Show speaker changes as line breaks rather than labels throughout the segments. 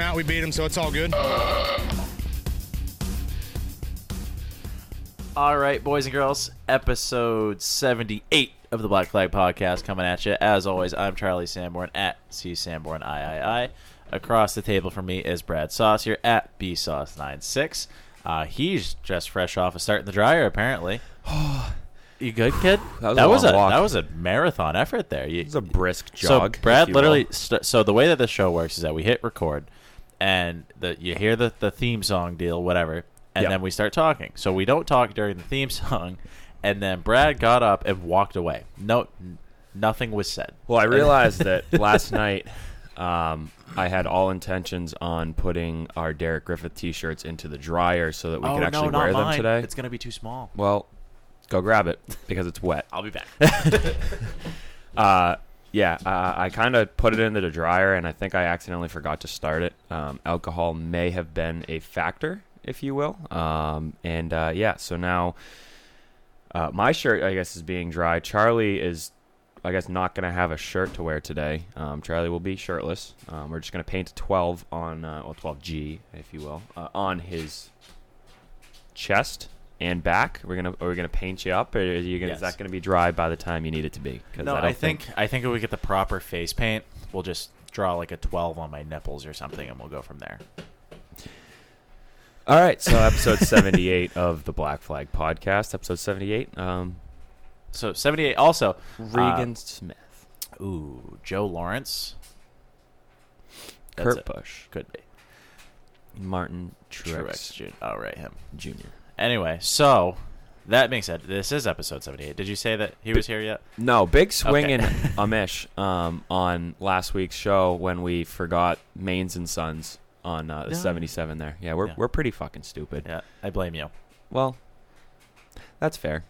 out. We beat him, so it's all good.
All right, boys and girls, episode 78 of the Black Flag Podcast coming at you. As always, I'm Charlie Sanborn at C Sanborn III. Across the table from me is Brad Saucier at B Sauce96. Uh, he's just fresh off a start in the dryer, apparently. you good, kid?
That was a long walk.
that was a marathon effort there. You,
It's a brisk jog.
so
if
Brad
you
literally.
will.
St- so the way that the show works is that we hit record, and the you hear the the theme song deal, whatever, and
Yep.
then we start talking. So we don't talk during the theme song, and then Brad got up and walked away. No, n- nothing was said.
Well, I realized that last night um, I had all intentions on putting our Derek Griffith T-shirts into the dryer so
Oh,
that we could actually wear them today.
It's gonna be too small.
well, go grab it because it's wet.
I'll be back.
Yeah, uh, I kind of put it into the dryer, and I think I accidentally forgot to start it. Um, alcohol may have been a factor, if you will. Um, and uh, yeah, so now uh, my shirt, I guess, is being dry. Charlie is, I guess, not going to have a shirt to wear today. Um, Charlie will be shirtless. Um, we're just going to paint 12 on, uh, well, 12G, if you will, uh, on his chest. And back, we're gonna are we gonna paint you up, or are you gonna, is
Yes.
that gonna be dry by the time you need it to be? 'Cause
no,
don't
I think, I think if we get the proper face paint, we'll just draw like a twelve on my nipples or something, and we'll go from there.
All right, so episode 78 of the Black Flag podcast, episode 78, um,
So seventy eight. Also, uh,
Regan Smith,
Ooh, Joe Lawrence. That's
Kurt
it.
Busch,
Could be.
Martin
Truex
Truex
Jr. Oh, right, him.
Jr.
Anyway, so that being said, this is episode 78. Did you say that he was here yet?
No, big swing in Amish um, on last week's show when we forgot Maines and Sons on uh, the
No.
77 there. Yeah, we're,
Yeah.
we're pretty fucking stupid.
Yeah, I blame you.
Well, that's fair.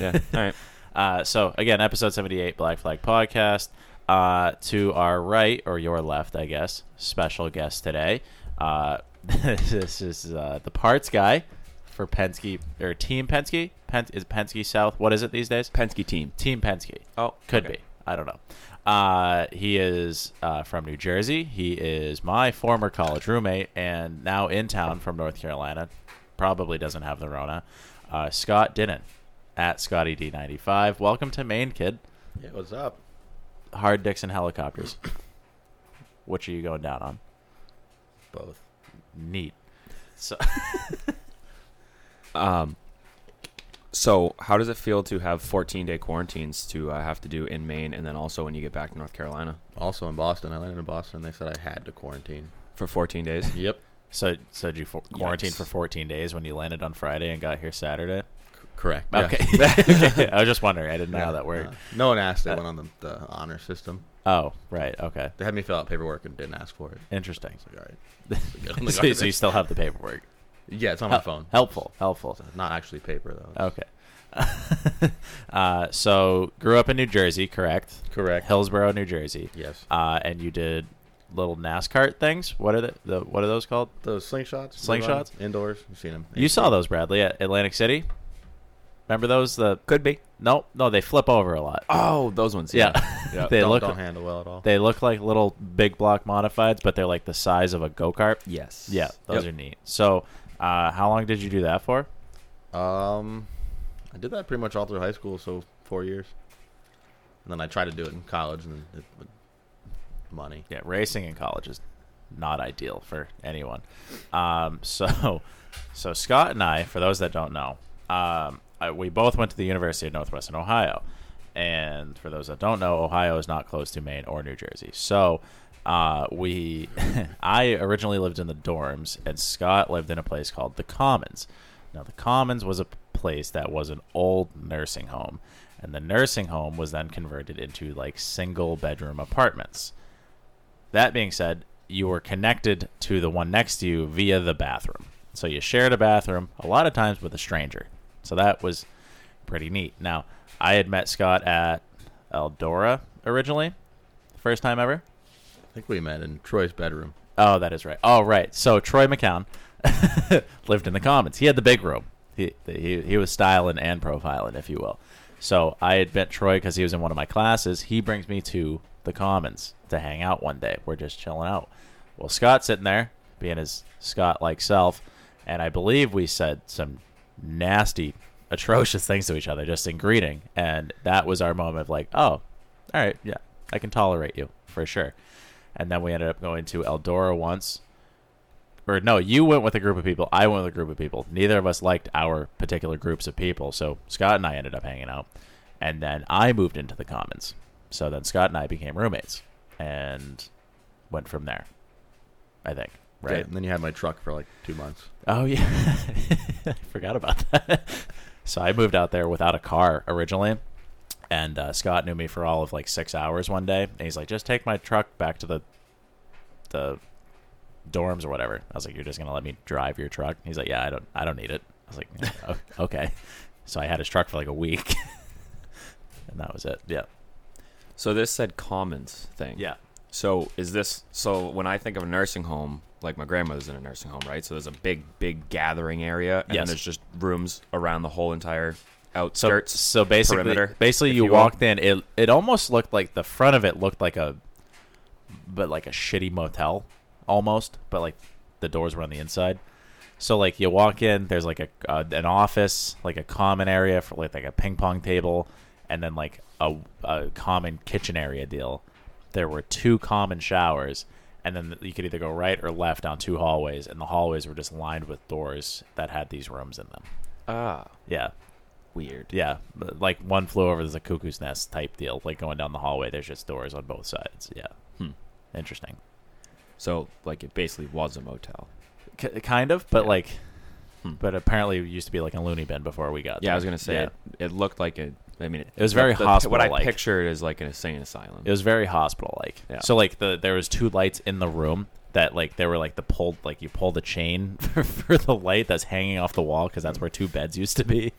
yeah, all right.
Uh, so, again, episode 78, Black Flag Podcast. Uh, to our right, or your left, I guess, special guest today. Uh, this is uh, the parts guy for Penske, or Team Penske? Pen- is Penske South? What is it these days?
Penske team.
Team Penske.
Oh,
could
okay.
be. I don't know. Uh, he is uh, from New Jersey. He is my former college roommate and now in town from North Carolina. Probably doesn't have the Rona. Uh, Scott Dinnan at Scotty D95. Welcome to Maine, kid.
yeah, what's up?
Hard Dixon helicopters. Which are you going down on?
Both.
Neat. So
So, how does it feel to have 14 day quarantines to uh, have to do in Maine and then also when you get back to North Carolina
Also in Boston. I landed in Boston. They said I had to quarantine.
for 14 days?
Yep.
so so did you for- quarantine
Yikes.
for 14 days when you landed on Friday and got here Saturday?
Correct. yeah.
Okay. okay. I was just wondering. I didn't know how that worked.
Uh, no one asked. They went on the, the honor system.
Oh, right. Okay.
They had me fill out paperwork and didn't ask for it.
Interesting.
It's like, all right. Good on the
so, so you
government.
still have the paperwork.
yeah, it's on my phone.
Helpful. Helpful.
Not actually paper, though.
Okay. uh, so grew up in New Jersey, correct?
Correct.
Hillsborough, New Jersey.
Yes.
Uh, and you did little NASCAR things. What are the, the what are those called?
Those slingshots.
Slingshots?
Indoors. You've seen them.
You saw those, Bradley, at Atlantic City. Remember those? The
Could be.
no, no, they flip over a lot.
Oh, those ones.
yeah, they
don't,
look
don't handle well at all.
they look like little big block modifieds, but they're like the size of a go kart.
Yes.
Yeah, those
Yep.
are neat. So, uh, how long did you do that for?
Um, I did that pretty much all through high school, so four years. And then I tried to do it in college, and it, it money.
yeah, racing in college is not ideal for anyone. Um, so, so Scott and I, for those that don't know, um, I, we both went to the University of Northwestern Ohio, And for those that don't know, Ohio is not close to Maine or New Jersey. So uh, we, I originally lived in the dorms, and Scott lived in a place called the Commons. Now, the Commons was a place that was an old nursing home, and the nursing home was then converted into like single bedroom apartments. That being said, you were connected to the one next to you via the bathroom. So you shared a bathroom a lot of times with a stranger. So that was pretty neat. Now, I had met Scott at Eldora originally, first time ever.
I think we met in Troy's bedroom.
Oh, that is right. Oh, right. So Troy McCown lived in the Commons. He had the big room. He he, he was styling and profiling, if you will. So I had met Troy because he was in one of my classes. He brings me to the Commons to hang out one day. We're just chilling out. Well, Scott's sitting there, being his Scott-like self, and I believe we said some nasty, atrocious things to each other just in greeting, and that was our moment of like, oh, all right, yeah, I can tolerate you for sure. And then we ended up going to Eldora once. Or no, you went with a group of people. I went with a group of people. Neither of us liked our particular groups of people, so Scott and I ended up hanging out. And then I moved into the Commons. So then Scott and I became roommates and went from there. I think. Right?
Yeah, and then you had my truck for like two months.
Oh yeah, I forgot about that. so I moved out there without a car originally, and uh, Scott knew me for all of like six hours one day, and he's like, "Just take my truck back to the the dorms or whatever." I was like, "You're just gonna let me drive your truck?" He's like, "Yeah, I don't, I don't need it." I was like, "Oh, "Okay." So I had his truck for like a week, and that was it. Yeah,
So this said commons thing.
yeah.
So is this so when I think of a nursing home, like my grandmother's in a nursing home, right? So there's a big, big gathering area and
Yes.
then there's just rooms around the whole entire
So
outskirts.
so basically,
perimeter,
basically
if
you,
you will.
walked in. It it almost looked like the front of it looked like a, but like a shitty motel almost. But like the doors were on the inside. So like you walk in, there's like a uh, an office, like a common area for like like a ping pong table, and then like a a common kitchen area deal. There were two common showers, and then you could either go right or left down two hallways, and the hallways were just lined with doors that had these rooms in them.
ah,
Yeah,
weird.
yeah, but, like one flew over there's a cuckoo's nest type deal. Like going down the hallway, there's just doors on both sides. Yeah,
Hmm.
interesting.
So like it basically was a motel.
K- kind of, but like, but apparently it used to be like a loony bin before we got.
Hmm. Yeah,
there.
I was gonna say
Yeah.
it, it looked like a. I mean, it,
It was very
the- What I
hospital-like.
pictured is like an insane asylum.
It was very hospital like.
Yeah.
So like the there was two lights in the room that like they were like the pulled like you pull the chain for, for the light that's hanging off the wall because that's where two beds used to be.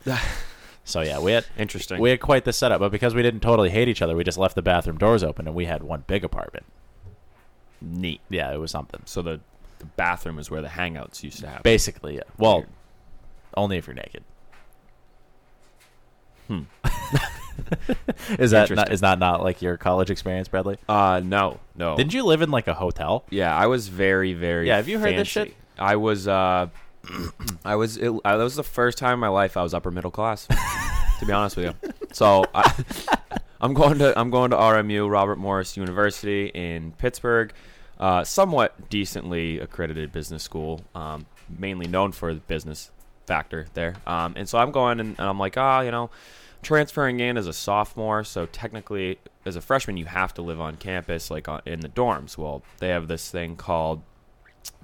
so yeah, we had
Interesting.
We had quite the setup, but because we didn't totally hate each other, we just left the bathroom doors open and we had one big apartment.
neat.
Yeah, it was something.
So the, the bathroom is where the hangouts used to happen.
Basically, yeah. Well, only if you're naked. Hmm. is that not,
Interesting.
is that not like your college experience, Bradley?
uh, no, no.
Didn't you live in like a hotel?
Yeah, I was very, very.
Yeah, have you heard this
fancy.
shit?
I was. uh I was. It, I, that was the first time in my life I was upper middle class. to be honest with you, so I, I'm going to I'm going to RMU Robert Morris University in Pittsburgh, uh, somewhat decently accredited business school, um, mainly known for the business factor there. Um, and so I'm going and, and I'm like, ah, you know, transferring in as a sophomore, so technically as a freshman you have to live on campus, like on, in the dorms. Well, they have this thing called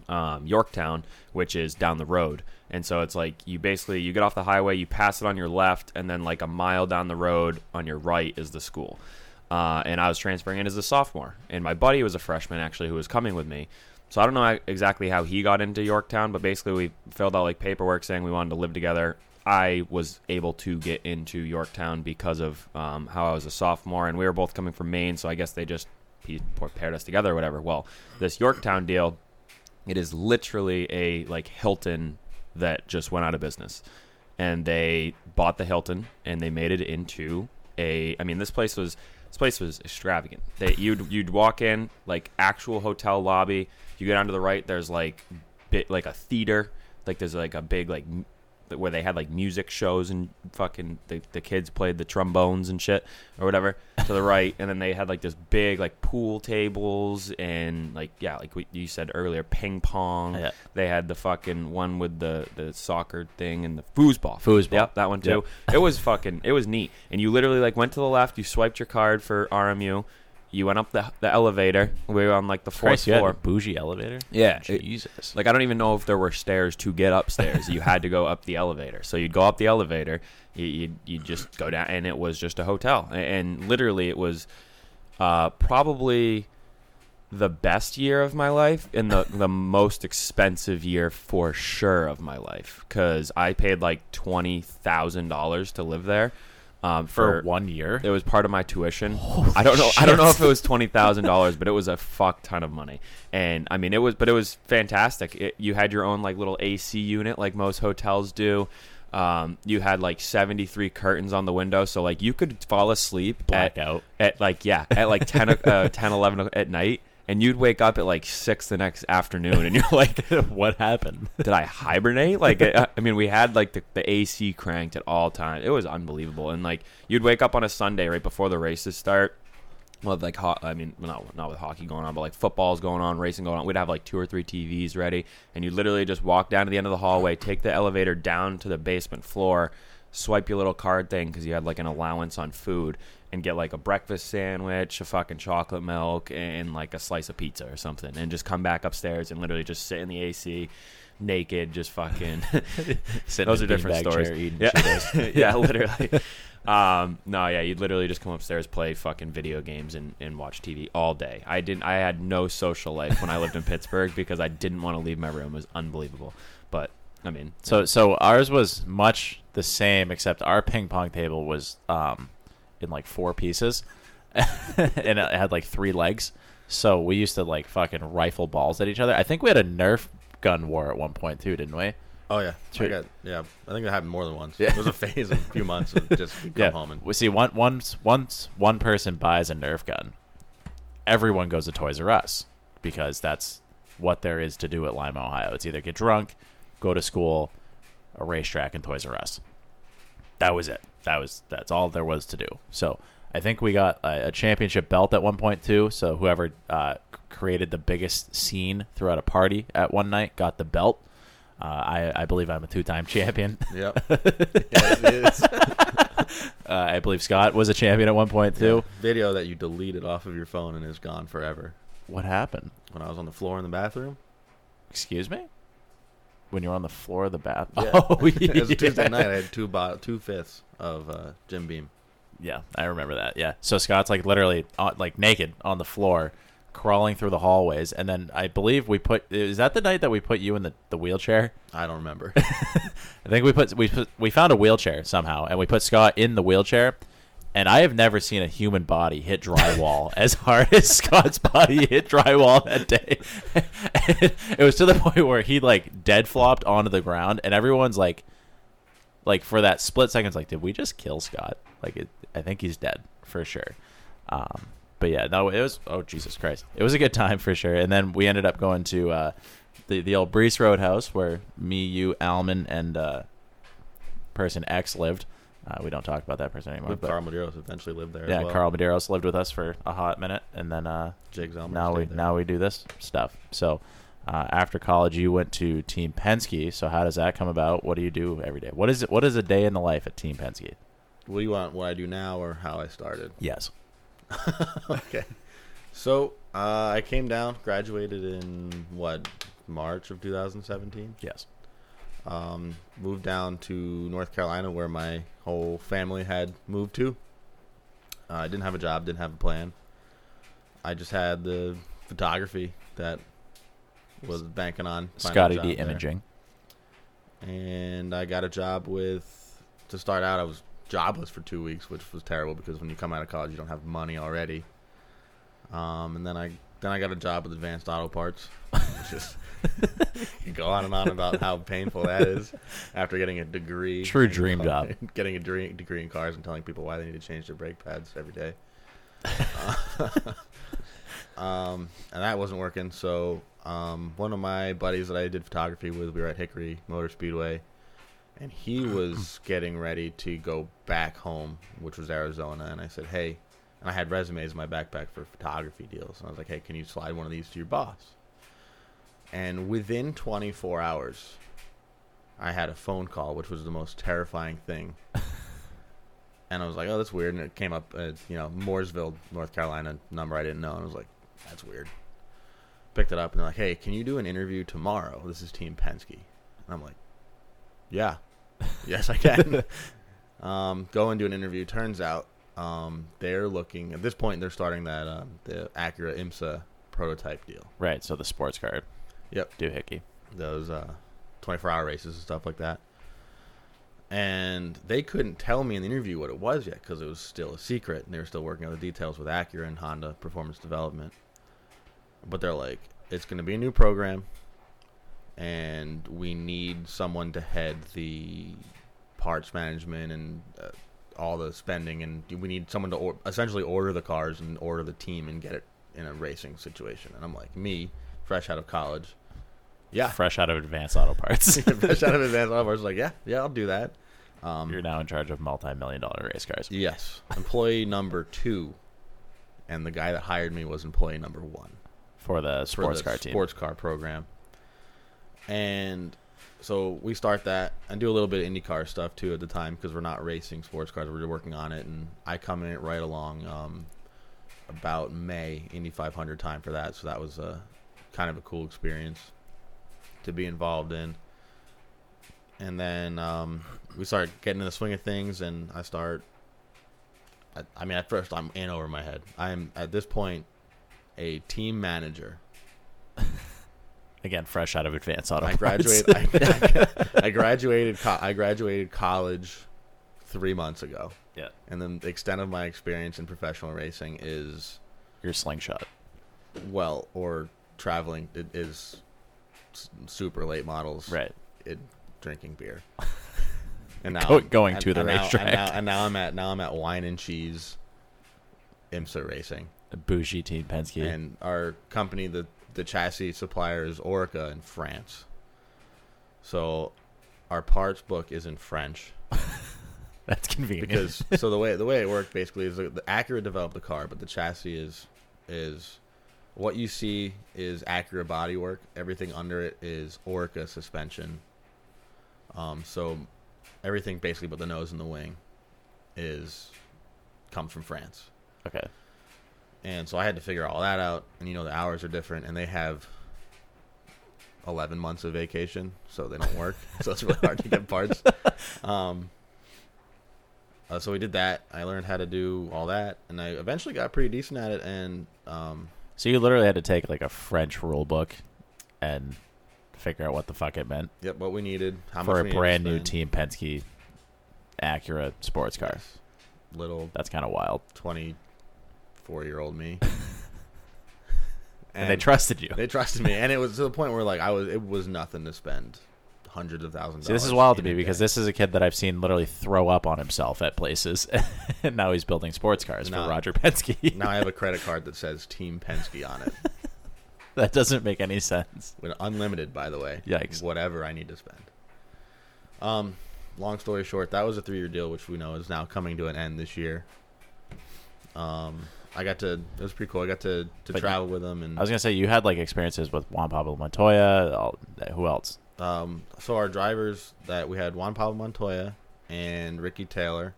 um, Yorktown, which is down the road. And so it's like you basically you get off the highway, you pass it on your left, and then like a mile down the road on your right is the school. Uh, and I was transferring in as a sophomore, and my buddy was a freshman actually who was coming with me. So I don't know exactly how he got into Yorktown, but basically we filled out like paperwork saying we wanted to live together. I was able to get into Yorktown because of um, how I was a sophomore, and we were both coming from Maine, so I guess they just pe- paired us together or whatever. Well, this Yorktown deal it is literally a like Hilton that just went out of business. And they bought the Hilton and they made it into a I mean this place was this place was extravagant. They you'd you'd walk in like actual hotel lobby, you go down to the right there's like bit like a theater, like there's like a big like m- that- where they had like music shows and fucking the, the kids played the trombones and shit or whatever to the right, and then they had like this big like pool tables and like yeah, like what you said earlier, ping pong.
Yeah.
They had the fucking one with the the soccer thing and the foosball.
Foosball.
Yep, that one too. It was fucking it was neat. And you literally like went to the left, you swiped your card for RMU. You went up the, the elevator. We were on like the fourth
Christ, you had
floor.
a bougie elevator.
Yeah, it-
Jesus.
Like I don't even know if there were stairs to get upstairs. you had to go up the elevator. So you'd go up the elevator, you you you just go down, and it was just a hotel. A- And, literally, it was uh, probably the best year of my life and the the most expensive year for sure of my life because I paid like twenty thousand dollars to live there. Um,
for one year.
it was part of my tuition. I don't know. I don't know if it was twenty thousand dollars, but it was a fuck ton of money. And I mean, it was, but it was fantastic. It, you had your own like little AC unit, like most hotels do. Um, you had like seventy three curtains on the window, so like you could fall asleep
Blackout.
at at like yeah at like 10, o- uh, 10 11 o- at night. And you'd wake up at like six the next afternoon, and you're like,
what happened?
"Did I hibernate?" Like, I, I mean, we had like the, the AC cranked at all times. It was unbelievable. And like, you'd wake up on a Sunday right before the races start, well, like ho- I mean, well, not not with hockey going on, but like football's going on, racing going on. We'd have like two or three TVs ready, and you literally just walk down to the end of the hallway, take the elevator down to the basement floor, swipe your little card thing because you had like an allowance on food, and get like a breakfast sandwich, a fucking chocolate milk, and like a slice of pizza or something, and just come back upstairs and literally just sit in the AC, naked, just fucking.
Sitting
Those
in
are
a
different
beanbag
stories.
chair eating
yeah. yeah, literally. Um, no, yeah, you'd literally just come upstairs, play fucking video games, and, and watch TV all day. I didn't. I had no social life when I lived in Pittsburgh because I didn't want to leave my room. It was unbelievable. But I mean,
So so ours was much the same, except our ping pong table was um, in like four pieces, and it had like three legs. So we used to like fucking rifle balls at each other. I think we had a Nerf gun war at one point too, didn't we?
Oh yeah, I got, yeah. I think that happened more than once. Yeah. It was a phase of a few months of just come home and
we see one, once once one person buys a Nerf gun, everyone goes to Toys R Us because that's what there is to do at Lima, Ohio. It's either get drunk, go to school, a racetrack, and Toys R Us. That was it. That was that's all there was to do. So I think we got a, a championship belt at one point too. So whoever uh, created the biggest scene throughout a party at one night got the belt. Uh, I, I believe I'm a two-time champion.
yep. yeah, it is.
Uh, I believe Scott was a champion at one point too.
Video that you deleted off of your phone and is gone forever.
What happened?
When I was on the floor in the bathroom,
Excuse me? When you're on the floor of the bath.
Yeah.
Oh,
it was a Tuesday
yeah.
night. I had two bo- two fifths of uh, Jim Beam.
Yeah, I remember that. Yeah. So Scott's like literally on, like naked on the floor, crawling through the hallways, and then I believe we put is that the night that we put you in the, the wheelchair?
I don't remember.
I think we put we put, we found a wheelchair somehow, and we put Scott in the wheelchair. And I have never seen a human body hit drywall as hard as Scott's body hit drywall that day. it was to the point where he like dead flopped onto the ground, and everyone's like, like for that split second, it's like, did we just kill Scott? Like, it, I think he's dead for sure. Um, but yeah, no, it was. Oh Jesus Christ, it was a good time for sure. And then we ended up going to uh, the the old Brees Roadhouse where me, you, Alman, and uh, person X lived. Uh, we don't talk about that person anymore.
But
But
Carl Medeiros eventually lived there.
yeah,
as well.
Carl Medeiros lived with us for a hot minute, and then uh,
Jake Zellmer
now we
stayed there.
now we do this stuff. So uh, after college, you went to Team Penske. So how does that come about? What do you do every day? What is it? What is a day in the life at Team Penske?
What do you want? What I do now or how I started?
Yes.
okay. So uh, I came down, graduated in what March of 2017.
Yes.
Moved down to North Carolina, where my whole family had moved to. Uh, I didn't have a job, didn't have a plan. I just had the photography that was banking on finding a
Scotty
job
D
there.
Imaging.
and I got a job with. To start out, I was jobless for two weeks, which was terrible because when you come out of college, you don't have money already. Um, and then I then I got a job with Advanced Auto Parts. which is you go on and on about how painful that is after getting a degree.
True
in
dream
car-
job.
Getting a dream, degree in cars and telling people why they need to change their brake pads every day. Uh, um, and that wasn't working. So um, one of my buddies that I did photography with, we were at Hickory Motor Speedway, and he was getting ready to go back home, which was Arizona. And I said, "Hey," and I had resumes in my backpack for photography deals. And I was like, "Hey, can you slide one of these to your boss?" And within 24 hours, I had a phone call, which was the most terrifying thing. and I was like, "Oh, that's weird." And it came up, uh, you know, Mooresville, North Carolina number I didn't know, and I was like, "That's weird." Picked it up and they're like, "Hey, can you do an interview tomorrow? This is Team Penske." And I'm like, "Yeah, yes, I can." um, go and do an interview. Turns out um, they're looking at this point. They're starting that um, the Acura IMSA prototype deal.
Right, so the sports card.
Yep
Doohickey.
those uh, 24 hour races and stuff like that. And they couldn't tell me in the interview what it was yet because it was still a secret and they were still working out the details with Acura and Honda Performance Development. But they're like, it's going to be a new program and we need someone to head the parts management and uh, all the spending and we need someone to or- essentially order the cars and order the team and get it in a racing situation. And I'm like, me, fresh out of college. Yeah,
Fresh out of Advanced Auto Parts.
fresh out of advanced auto parts. Like, yeah, yeah, I'll do that.
You're now in charge of multi-million dollar race cars.
Yes, employee number two, and the guy that hired me was employee number one
for the
for
sports
the
car team.
sports car program. And so we start that and do a little bit of IndyCar stuff too at the time because we're not racing sports cars; we're working on it. And I come in right along um, about May Indy 500 time for that, so that was a kind of a cool experience to be involved in. And then um, we start getting in the swing of things, and I start. I, I mean, at first I'm in over my head. I'm at this point a team manager
Again, fresh out of Advanced Auto
I
Parts.
graduated. I, I graduated. Co- I graduated college three months ago,
yeah,
and then the extent of my experience in professional racing is
your slingshot.
well, or traveling it is s- super late models,
Right.
It drinking beer, and now
Go-
I'm-
going to the
now-
racetrack.
and now, and now I'm at now I'm at wine and cheese, IMSA racing.
A bougie team Penske.
and our company the the chassis supplier is Orica in France. So our parts book is in French
That's convenient.
because so the way the way it worked basically is the, the Acura developed the car, but the chassis is is what you see is Acura bodywork. Everything under it is Orica suspension. Um, so everything basically but the nose and the wing is comes from France.
okay,
And so I had to figure all that out. And you know, the hours are different, and they have 11 months of vacation, so they don't work. so it's really hard to get parts. Um, uh, so we did that. I learned how to do all that, and I eventually got pretty decent at it. And um,
so you literally had to take like a French rule book and figure out what the fuck it meant
yep, what we needed, how
for
much
a
we needed to
brand new
spend.
team Penske Acura sports car.
Yes. Little
That's kind of wild.
24 year old me.
And, they trusted you.
They trusted me, and it was to the point where like I was, it was nothing to spend hundreds of thousands.
See, this is
dollars
wild to
in
me
a
because
day.
this is a kid that I've seen literally throw up on himself at places, and now he's building sports cars
No.
for Roger Penske.
now I have a credit card that says Team Penske on it.
that doesn't make any sense.
With unlimited, by the way.
Yikes.
Whatever I need to spend. Um, long story short, that was a three year deal, which we know is now coming to an end this year. Um, I got to. It was pretty cool. I got to to
But-
travel with them, and
I was gonna say you had like experiences with Juan Pablo Montoya. All, who else?
um, so our drivers that we had Juan Pablo Montoya and Ricky Taylor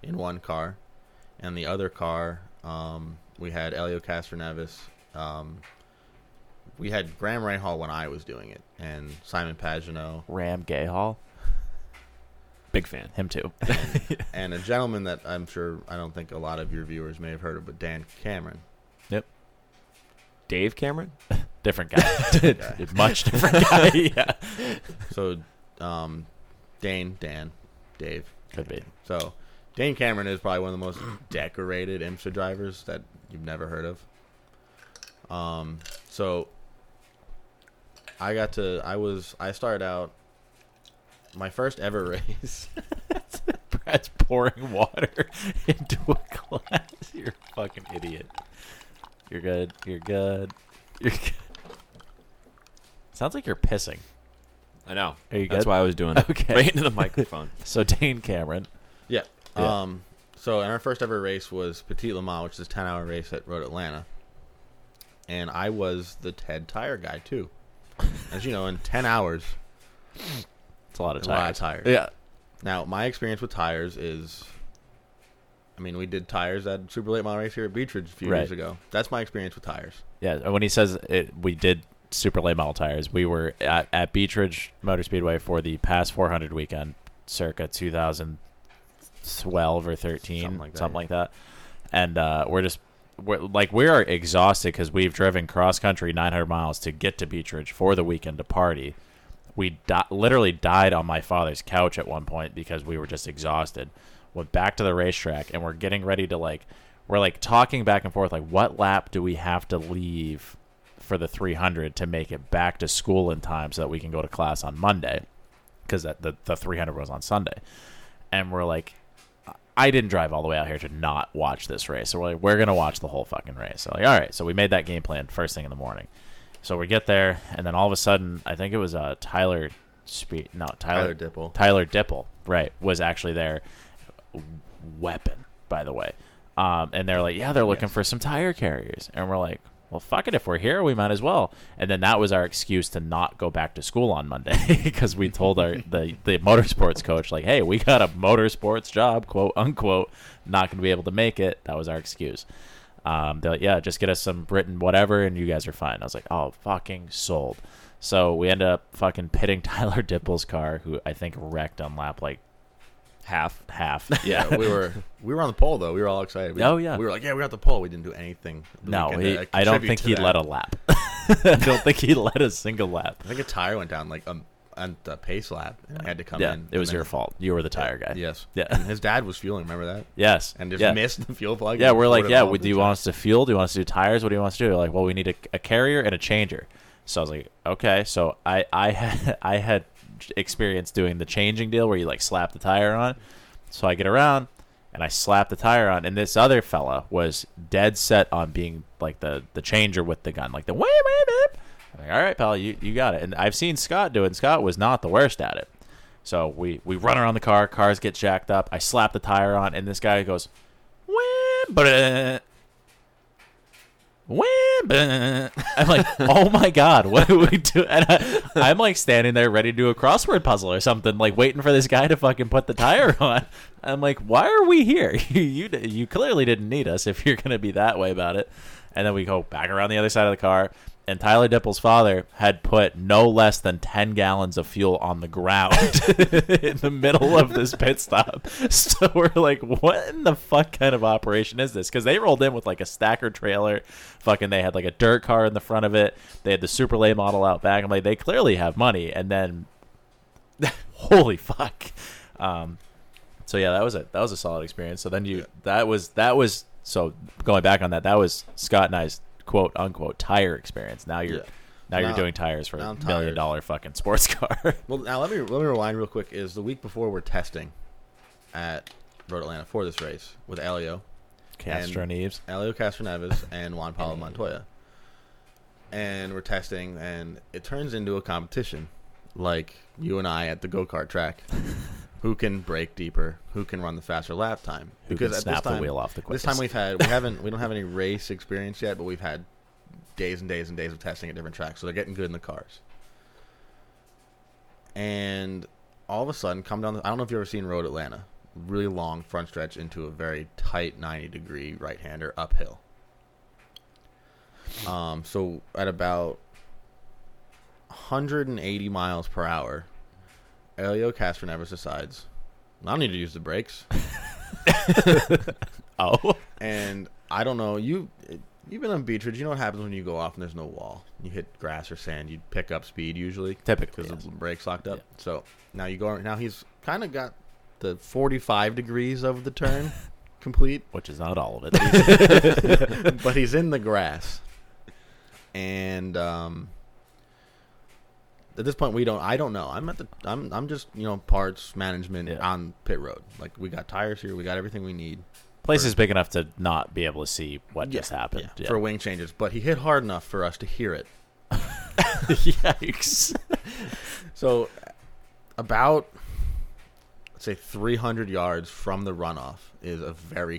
in one car, and the other car um, we had Elio Castroneves. Um, we had Graham Rahal when I was doing it, and Simon Pagino,
Ram Gayhall.
Big fan.
Him too.
and a gentleman that I'm sure I don't think a lot of your viewers may have heard of, but Dan Cameron.
yep.
Dave Cameron?
Different guy. Much different guy. yeah.
So, um, Dane, Dan, Dave.
Could be.
So, Dane Cameron is probably one of the most decorated IMSA drivers that you've never heard of. Um, so I got to, I was, I started out my first ever race.
Brad's pouring water into a glass. You're a fucking idiot. You're good. You're good. You're good. Sounds like you're pissing.
I know.
Are you
That's
good?
why I was doing that.
Okay.
Right into the microphone.
So Dane Cameron.
Yeah.
Yeah.
Um, so, and our first ever race was Petit Le Mans, which is a 10 hour race at Road Atlanta. And I was the Ted Tire guy, too. As you know, in 10 hours.
It's a lot of
A lot of
tires.
tires.
Yeah.
Now, my experience with tires is. I mean, we did tires at Super Late Mile Race here at Beechridge a few
Right.
years ago. That's my experience with tires.
Yeah. When he says it, we did super late model tires. We were at, at Beach Ridge Motor Speedway for the past 400 weekend, circa 2012 or 13,
Something
something
like
like that.
that, yeah.
And uh, we're just. We're, like we are exhausted because we've driven cross country 900 miles to get to Beach Ridge for the weekend to party. we di- literally died on my father's couch at one point because we were just exhausted. Went back to the racetrack and we're getting ready to like we're like talking back and forth like what lap do we have to leave for the 300 to make it back to school in time so that we can go to class on Monday because that the, the 300 was on Sunday. And we're like I didn't drive all the way out here to not watch this race. So we're like, we're gonna watch the whole fucking race. So like, all right. So we made that game plan first thing in the morning. So we get there, and then all of a sudden, I think it was uh, Tyler, Spe- no Tyler,
Tyler Dipple.
Tyler Dipple, right, was actually there. Weapon, by the way. Um, and they're like, yeah, they're looking for some tire carriers, and we're like, well, fuck it, if we're here, we might as well. And then that was our excuse to not go back to school on Monday because we told our the the motorsports coach like, hey, we got a motorsports job, quote unquote, not going to be able to make it. That was our excuse. Um, they're like, yeah, just get us some Britain whatever, and you guys are fine. I was like, oh, fucking sold. So we ended up fucking pitting Tyler Dipple's car, who I think wrecked on lap like
Half.
half.
Yeah, we were we were on the pole though. We were all excited. We,
Oh, yeah.
we were like, yeah, we're at the pole. We didn't do anything. the
no,
weekend
he,
to
I don't
contribute
think
to
he
that.
led a lap. I don't think he led a single lap.
I think a tire went down like um, on the pace lap, and I had to come
Yeah,
in.
it was
and
your
then-
fault. You were the tire guy.
Yes.
Yeah.
And his dad was fueling. Remember that?
Yes.
And just
yeah.
missed the fuel plug.
Yeah,
and
we're like,
poured it
yeah,
all
we,
over
do
the
you
track.
want us to fuel? Do you want us to do tires? What do you want us to do? They're like, well, we need a, a carrier and a changer. So I was like, okay. So I, I had I had experience doing the changing deal where you like slap the tire on. So I get around and I slap the tire on, and this other fella was dead set on being like the the changer with the gun, like the wham wham. wham. I'm like, all right, pal, you, you got it. And I've seen Scott do it. And Scott was not the worst at it. So we we run around the car. Cars get jacked up. I slap the tire on, and this guy goes, wham, brr, wham, brr. I'm like, oh my god, what do we do? And I, I'm like standing there ready to do a crossword puzzle or something, like waiting for this guy to fucking put the tire on. I'm like, why are we here? you, you you clearly didn't need us if you're gonna be that way about it. And then we go back around the other side of the car. And Tyler Dipple's father had put no less than 10 gallons of fuel on the ground in the middle of this pit stop. So we're like, what in the fuck kind of operation is this? Because they rolled in with like a stacker trailer. Fucking, they had like a dirt car in the front of it. They had the Super Lay model out back. I'm like, they clearly have money. And then, holy fuck. Um, so yeah, that was a that was a solid experience. So then you that was that was so going back on that that was Scott and I's quote unquote tire experience. Now you're
Yeah.
now,
Now-
you're doing tires for
now
a
I'm tired.
million dollar fucking sports car.
Well, now let me let me rewind real quick. Is the week before we're testing at Road Atlanta for this race with Elio,
Castro and Eves.
Elio Castroneves, and Juan Pablo Montoya, and we're testing, and it turns into a competition, like you and I at the go kart track. Who can brake deeper? Who can run the faster lap time?
Who can snap the wheel off the
This time
quickest?
we've had we haven't we don't have any race experience yet, but we've had days and days and days of testing at different tracks, so they're getting good in the cars and all of a sudden come down the, i don't know if you've ever seen road atlanta really long front stretch into a very tight 90 degree right hander uphill um, so at about 180 miles per hour elio castroneves decides i don't need to use the brakes
Oh,
and i don't know you you've been on beach Ridge, you know what happens when you go off and there's no wall you hit grass or sand you pick up speed usually
Typically,
because
yes.
the brakes locked up. So now you go. Now he's kind of got the 45 degrees of the turn complete,
which is not all of it.
but he's in the grass. And um, at this point, we don't. I don't know. I'm at the. I'm. I'm just you know parts management
Yeah.
on pit road. Like we got tires here. We got everything we need.
Place is big enough to not be able to see what
Yeah,
just happened.
yeah,
Yeah.
for wing changes. But he hit hard enough for us to hear it.
Yikes.
So, about let's say 300 yards from the runoff is a very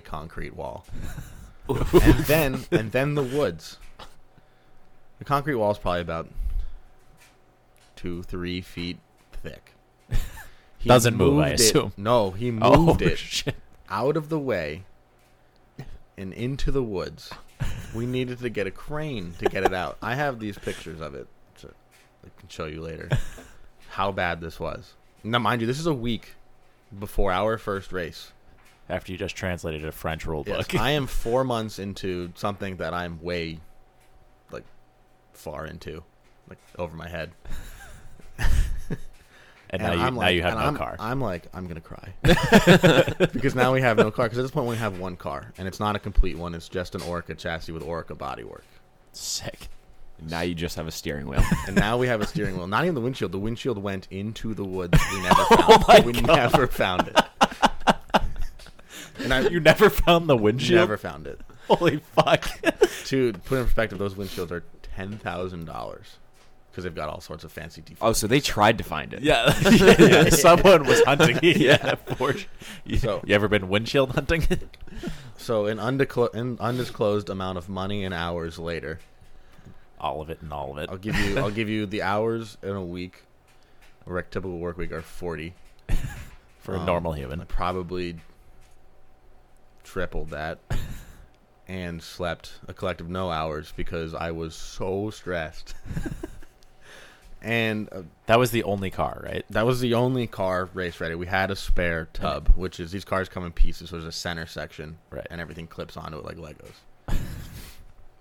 concrete wall, and then and then the woods. The concrete wall is probably about two, three feet thick. He
Doesn't move, I
moved it-
assume.
No, he
Oh,
moved it
shit.
out of the way and into the woods. We needed to get a crane to get it out. I have these pictures of it. So I can show you later how bad this was. Now, mind you, this is a week before our first race.
After you just translated a French rule
Yes,
book.
I am four months into something that I'm way, like, far into, like over my head.
and now you,
I'm
now
like-
you have
and
no
I'm,
car.
I'm like, I'm gonna cry because now we have no car. Because at this point, we only have one car, and it's not a complete one. It's just an Orca chassis with Orca bodywork.
Sick.
Now you just have a steering wheel.
And now we have a steering wheel. Not even the windshield. The windshield went into the woods. We never
Oh
found it. We never found it. And I
You never found the windshield?
never found it.
Holy fuck.
To put in perspective, those windshields are ten thousand dollars because they've got all sorts of fancy defects.
oh, so they tried to find it.
yeah. yeah, Someone was hunting you. Yeah. for sure. you,
So-
you ever been windshield hunting?
So an, undeclo- an undisclosed amount of money and hours later.
all of it and all of it.
I'll give you I'll give you the hours in a week. A rec- typical work week are forty.
for a
Um,
normal
I
human.
probably tripled that and slept a collective no hours because I was so stressed. and uh,
That was the only car, right?
that was the only car race ready. We had a spare tub, which is these cars come in pieces. So there's a center section,
Right.
and everything clips onto it like Legos.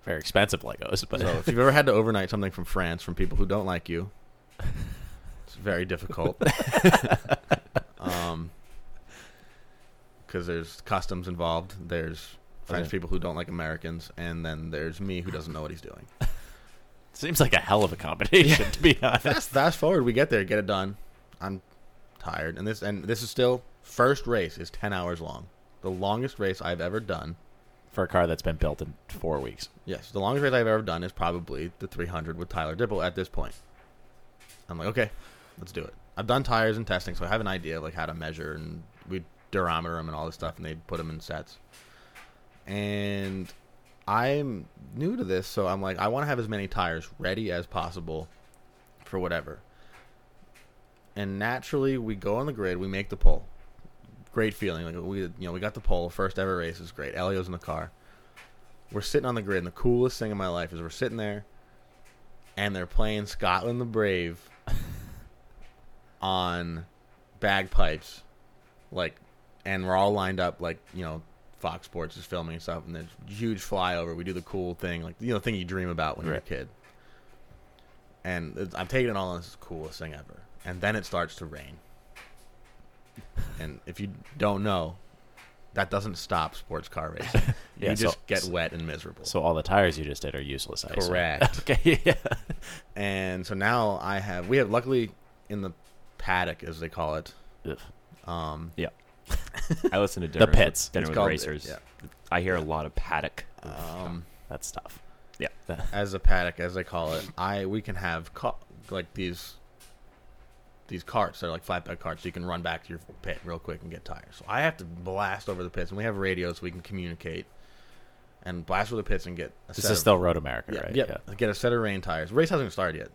Very expensive Legos, but
So if you've ever had to overnight something from France from people who don't like you, it's very difficult. um, because there's customs involved. There's French
Okay.
people who don't like Americans, and then there's me who doesn't know what he's doing.
seems like a hell of a combination, to be honest.
Fast, fast forward, we get there, get it done. I'm tired, and this and this is still first race is ten hours long, the longest race I've ever done.
For a car that's been built in four weeks.
Yes, the longest race I've ever done is probably the 300 with Tyler Dipple at this point. I'm like, okay, let's do it. I've done tires and testing, so I have an idea of like how to measure and we durometer them and all this stuff, and they put them in sets. And I'm new to this, so I'm like, I want to have as many tires ready as possible for whatever. And naturally, we go on the grid, we make the pole. Great feeling, like we, you know, we got the pole. First ever race is great. Elio's in the car we're sitting on the grid, and the coolest thing in my life is we're sitting there, and they're playing Scotland the Brave on bagpipes, like, and we're all lined up, like you know, Fox Sports is filming and stuff, and there's huge flyover. We do the cool thing, like you know, the thing you dream about when you're
Right.
a kid. And it's, I'm taking it all. This is the coolest thing ever. And then it starts to rain. And if you don't know, that doesn't stop sports car racing.
Yeah,
you
so-
just get wet and miserable.
So all the tires you just did are useless, I assume.
Correct.
Okay, yeah.
and so now I have we have luckily in the paddock as they call it.
Ugh.
Yeah. I listen to dinner with-
pits.
dinner
It's
with
called-
racers.
yeah.
I hear a lot of paddock.
Um,
That's tough.
Yeah.
as a paddock as they call it. I we can have ca- like these these carts. They're like flatbed carts. So you can run back to your pit real quick and get tires. So I have to blast over the pits, and we have radios so we can communicate and blast over the pits and get. A
This
set
is
of-
still Road America,
Yeah,
right?
yep. Get a set of rain tires. Race hasn't even started yet.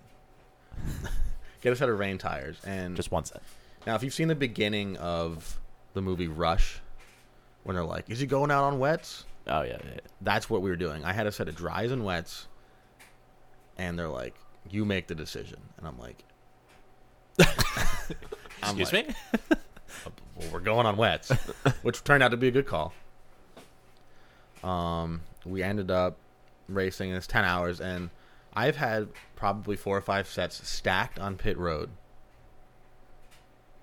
get a set of rain tires and
Just one set.
Now, if you've seen the beginning of the movie Rush, when they're like, "Is he going out on wets?"
Oh, yeah. yeah.
That's what we were doing. I had a set of dries and wets, and they're like, "You make the decision," and I'm like, I'm
Excuse
like,
me?
Well, we're going on wets, which turned out to be a good call. Um, we ended up racing. and It's ten hours, and I've had probably four or five sets stacked on pit road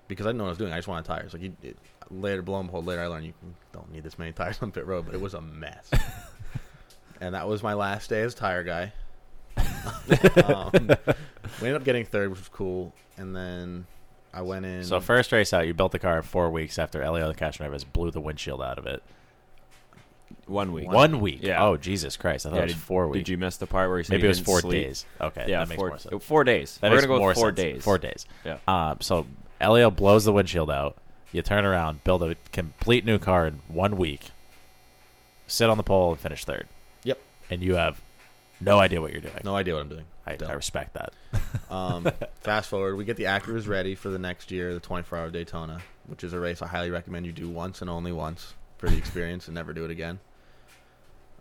because I didn't know what I was doing. I just wanted tires. Like you, it, later, blow and behold, later I learned you don't need this many tires on pit road, but it was a mess. and that was my last day as tire guy. um, we ended up getting third, which was cool, and then I went in.
So first race out, you built the car in four weeks after Elio Castroneves blew the windshield out of it.
One week.
One week.
Yeah.
Oh Jesus Christ! I thought
Yeah,
it was
did-
four weeks.
Did you miss the part where he said
Maybe
he
it was
didn't
four
sleep?
days. Okay,
Yeah,
that makes
four,
more sense.
Four days.
That
We're
makes
gonna go
more
with four
sense.
days.
Four days.
Yeah.
Um, so Elio blows the windshield out. You turn around, build a complete new car in one week. Sit on the pole and finish third,
Yep.
and you have no idea what you're doing.
No idea what I'm doing.
I,
Don't.
I respect that.
Um, fast forward, we get the Acuras ready for the next year, the 24-hour Daytona, which is a race I highly recommend you do once and only once for the experience and never do it again.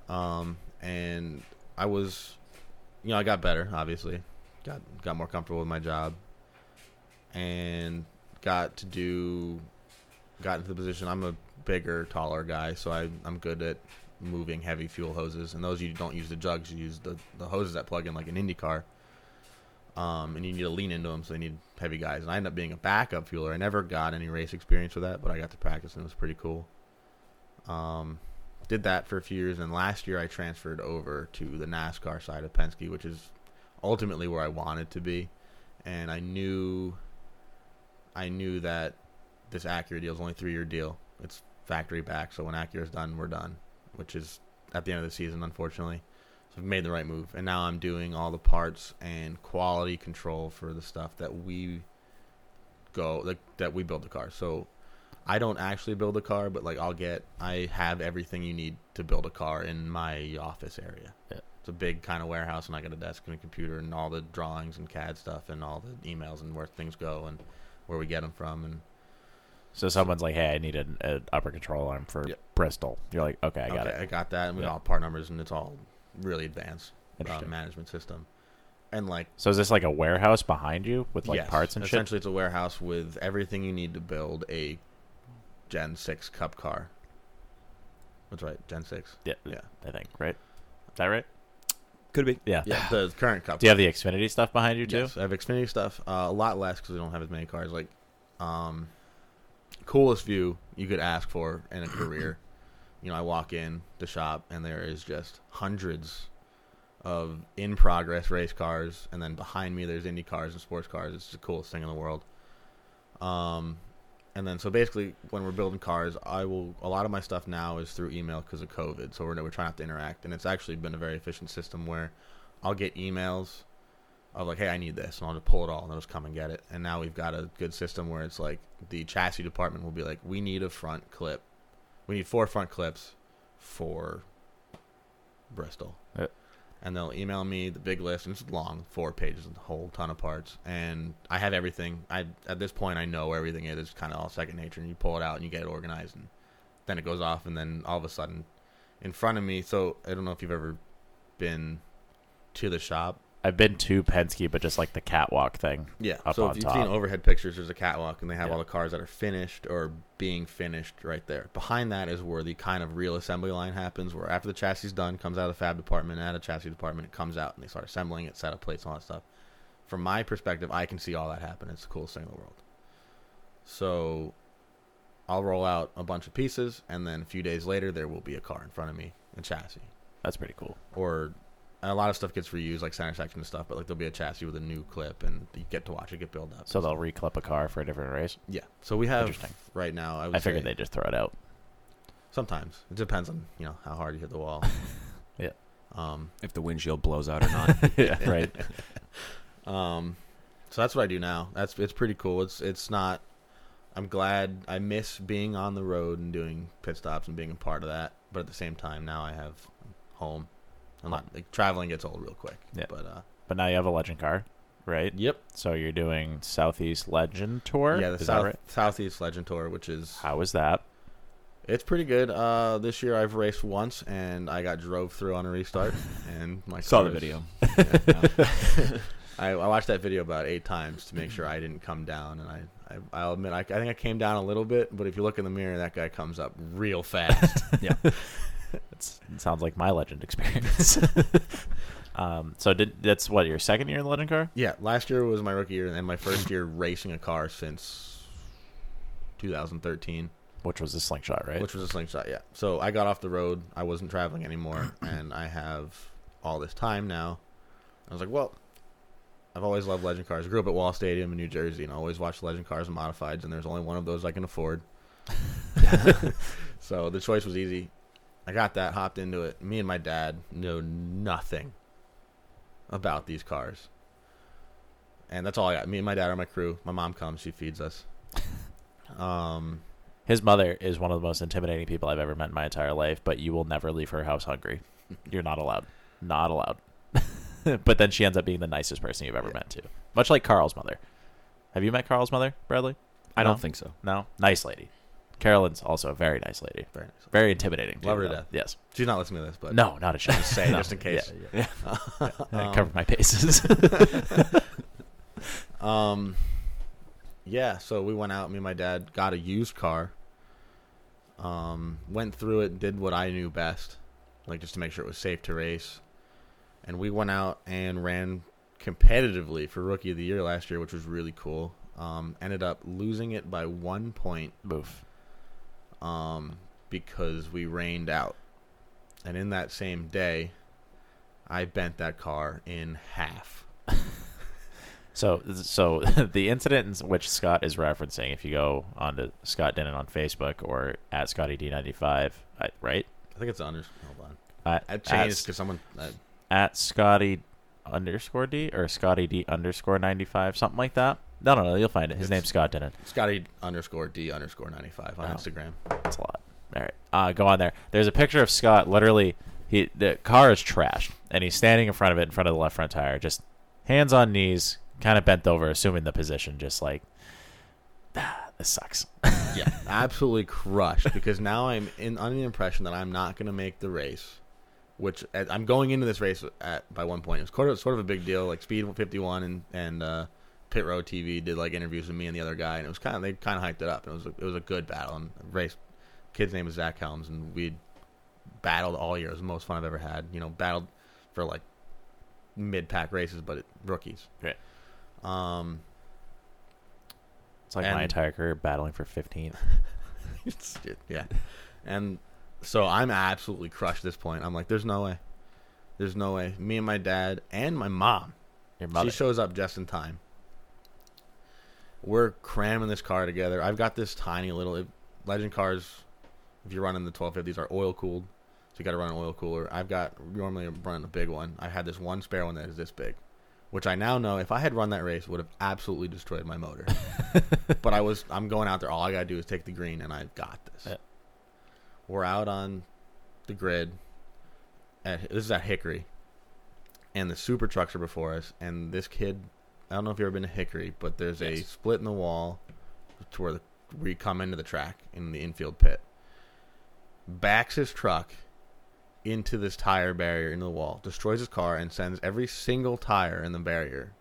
Um, and I was, you know, I got better, obviously, got got more comfortable with my job, and got to do, got into the position. I'm a bigger, taller guy, so I I'm good at moving heavy fuel hoses, and those you don't use the jugs, you use the the hoses that plug in like an Indy car um, and you need to lean into them, so they need heavy guys. And I ended up being a backup fueler. I never got any race experience with that, but I got to practice, and it was pretty cool. Um, did that for a few years, and last year I transferred over to the NASCAR side of Penske, which is ultimately where I wanted to be. And I knew, I knew that this Acura deal is only three year deal. It's factory back, so when Acura's done, we're done, which is at the end of the season, unfortunately. So I've made the right move, and now I'm doing all the parts and quality control for the stuff that we go like that we build the car. So I don't actually build a car, but like I'll get I have everything you need to build a car in my office area.
Yeah.
It's a big kind of warehouse, and I got a desk and a computer and all the drawings and CAD stuff and all the emails and where things go and where we get them from and
So someone's like, "Hey, I need an, an upper control arm for
Yeah.
Bristol." You're like, "Okay, I got
Okay,
it."
I got that. And we
Yeah.
got all part numbers, and it's all really advanced uh,
Interesting.
management system. And like
So is this like a warehouse behind you with like
Yes.
parts and shit?
Essentially, it's a warehouse with everything you need to build a Gen Six Cup car. That's right, Gen Six.
Yeah,
Yeah.
I think right. Is that right?
Could be.
Yeah.
Yeah, the current Cup.
Do you have the Xfinity stuff behind you too?
Yes, I have Xfinity stuff. Uh, a lot less because we don't have as many cars. Like, um, coolest view you could ask for in a career. you know, I walk in the shop and there is just hundreds of in progress race cars, and then behind me there's Indy cars and sports cars. It's the coolest thing in the world. Um, and then so basically when we're building cars, I will a lot of my stuff now is through email because of COVID. So we're we're trying not to interact, and it's actually been a very efficient system where I'll get emails of like, hey, I need this, and I'll just pull it all, and they'll just come and get it. And now we've got a good system where it's like the chassis department will be like, we need a front clip, we need four front clips for Bristol,
Yeah.
and they'll email me the big list, and it's long, four pages, and a whole ton of parts, and I have everything. I at this point I know where everything is. It's kind of all second nature, and you pull it out and you get it organized, and then it goes off, and then all of a sudden, in front of me. So I don't know if you've ever been to the shop
I've been to Penske, but just like the catwalk thing.
yeah.
up
so
on
if you've
top.
seen overhead pictures, there's a catwalk, and they have
Yeah.
all the cars that are finished or being finished right there. Behind that is where the kind of real assembly line happens, where after the chassis is done, comes out of the fab department, out of the chassis department, it comes out, and they start assembling it, set up plates, and all that stuff. From my perspective, I can see all that happen. It's the coolest thing in the world. So I'll roll out a bunch of pieces, and then a few days later, there will be a car in front of me, a chassis
That's pretty cool.
or a lot of stuff gets reused, like center section and stuff. But like there'll be a chassis with a new clip, and you get to watch it get built up.
So they'll reclip a car for a different race.
yeah, so we have
Interesting.
right now. I, would
I figured
say
they just throw it out.
sometimes it depends on you know how hard you hit the wall.
Yeah.
Um.
If the windshield blows out or not.
yeah, right.
Um. So that's what I do now. That's it's pretty cool. It's it's not. I'm glad I miss being on the road and doing pit stops and being a part of that. But at the same time, now I have home. I'm not like traveling gets old real quick.
Yeah.
But uh.
But now you have a legend car, right?
Yep.
So you're doing Southeast Legend Tour.
Yeah, the
is
South,
that right?
Southeast Legend Tour, which is
How was that?
It's pretty good. Uh, this year I've raced once and I got drove through on a restart and my
Saw the
car is-
video.
I, I watched that video about eight times to make sure I didn't come down and I, I I'll admit I, I think I came down a little bit, but if you look in the mirror, that guy comes up real fast.
Yeah.
It's, it sounds like my legend experience. um, so did that's what your second year in the legend car?
yeah, last year was my rookie year and my first year racing a car since 2013.
Which was the slingshot, right?
Which was a slingshot, yeah. So I got off the road. I wasn't traveling anymore, and I have all this time now. I was like, well, I've always loved legend cars. I grew up at Wall Stadium in New Jersey, and I always watched legend cars and modifieds. And there's only one of those I can afford, so the choice was easy. I got that, hopped into it. Me and my dad know nothing about these cars. And that's all I got. Me and my dad are my crew. My mom comes, she feeds us. Um,
His mother is one of the most intimidating people I've ever met in my entire life, but you will never leave her house hungry. You're not allowed. Not allowed. but then she ends up being the nicest person you've ever met, too. Much like Carl's mother. Have you met Carl's mother, Bradley?
I
No?
don't think so.
No? Nice lady. Carolyn's also a very nice lady.
very nice.
Very intimidating. too,
Love her to
though.
death.
Yes.
She's not listening to this, but
No, not a chance.
say
No.
just in case.
Yeah, yeah. I covered my bases.
Um, yeah, so we went out. Me and my dad got a used car. Um, went through it, did what I knew best, like just to make sure it was safe to race. And we went out and ran competitively for rookie of the year last year, which was really cool. Um, ended up losing it by one point
Boof.
um, because we rained out. And in that same day, I bent that car in half.
So, so the incident in which Scott is referencing, if you go on to Scott Denon on Facebook or at ScottyD95, I- right?
I think it's under. Hold on.
At,
I
at-
changed because someone. uh, I,
at Scotty underscore D or Scotty D underscore 95, something like that. No, no, no, you'll find it. His name's Scott Denon.
Scotty underscore D underscore ninety five on
Oh.
Instagram.
That's a lot. All right, uh, go on there. There's a picture of Scott. Literally, he the car is trashed, and he's standing in front of it, in front of the left front tire, just hands on knees, kind of bent over, assuming the position, just like "Ah, this sucks.
Yeah, absolutely crushed because now I'm in under the impression that I'm not going to make the race, which uh, I'm going into this race at by one point. It was sort of, sort of a big deal. Like Speed fifty one and and uh, Pit Road TV did like interviews with me and the other guy, and it was kind of they kind of hyped it up. And it was a, it was a good battle and race. Kid's name was Zach Helms, and we battled all year. It was the most fun I've ever had. You know, battled for like mid pack races, but it, rookies.
Right.
Um,
It's like
And-
my entire career battling for 15th.
It's- it- yeah. And so I'm absolutely crushed at this point. I'm like, there's no way. There's no way. Me and my dad and my mom.
Your mother.
She shows up just in time. We're cramming this car together. I've got this tiny little it, Legend cars. If you're running the 1250s, are oil cooled, so you got to run an oil cooler. I've got normally I'm running a big one. I had this one spare one that is this big, which I now know if I had run that race would have absolutely destroyed my motor. but I was I'm going out there. All I gotta do is take the green, and I've got this.
Yeah.
We're out on the grid. At, this is at Hickory, and the super trucks are before us. And this kid, I don't know if you've ever been to Hickory, but there's a split in the wall to where the, we come into the track in the infield pit. Backs his truck into this tire barrier into the wall, destroys his car, and sends every single tire in the barrier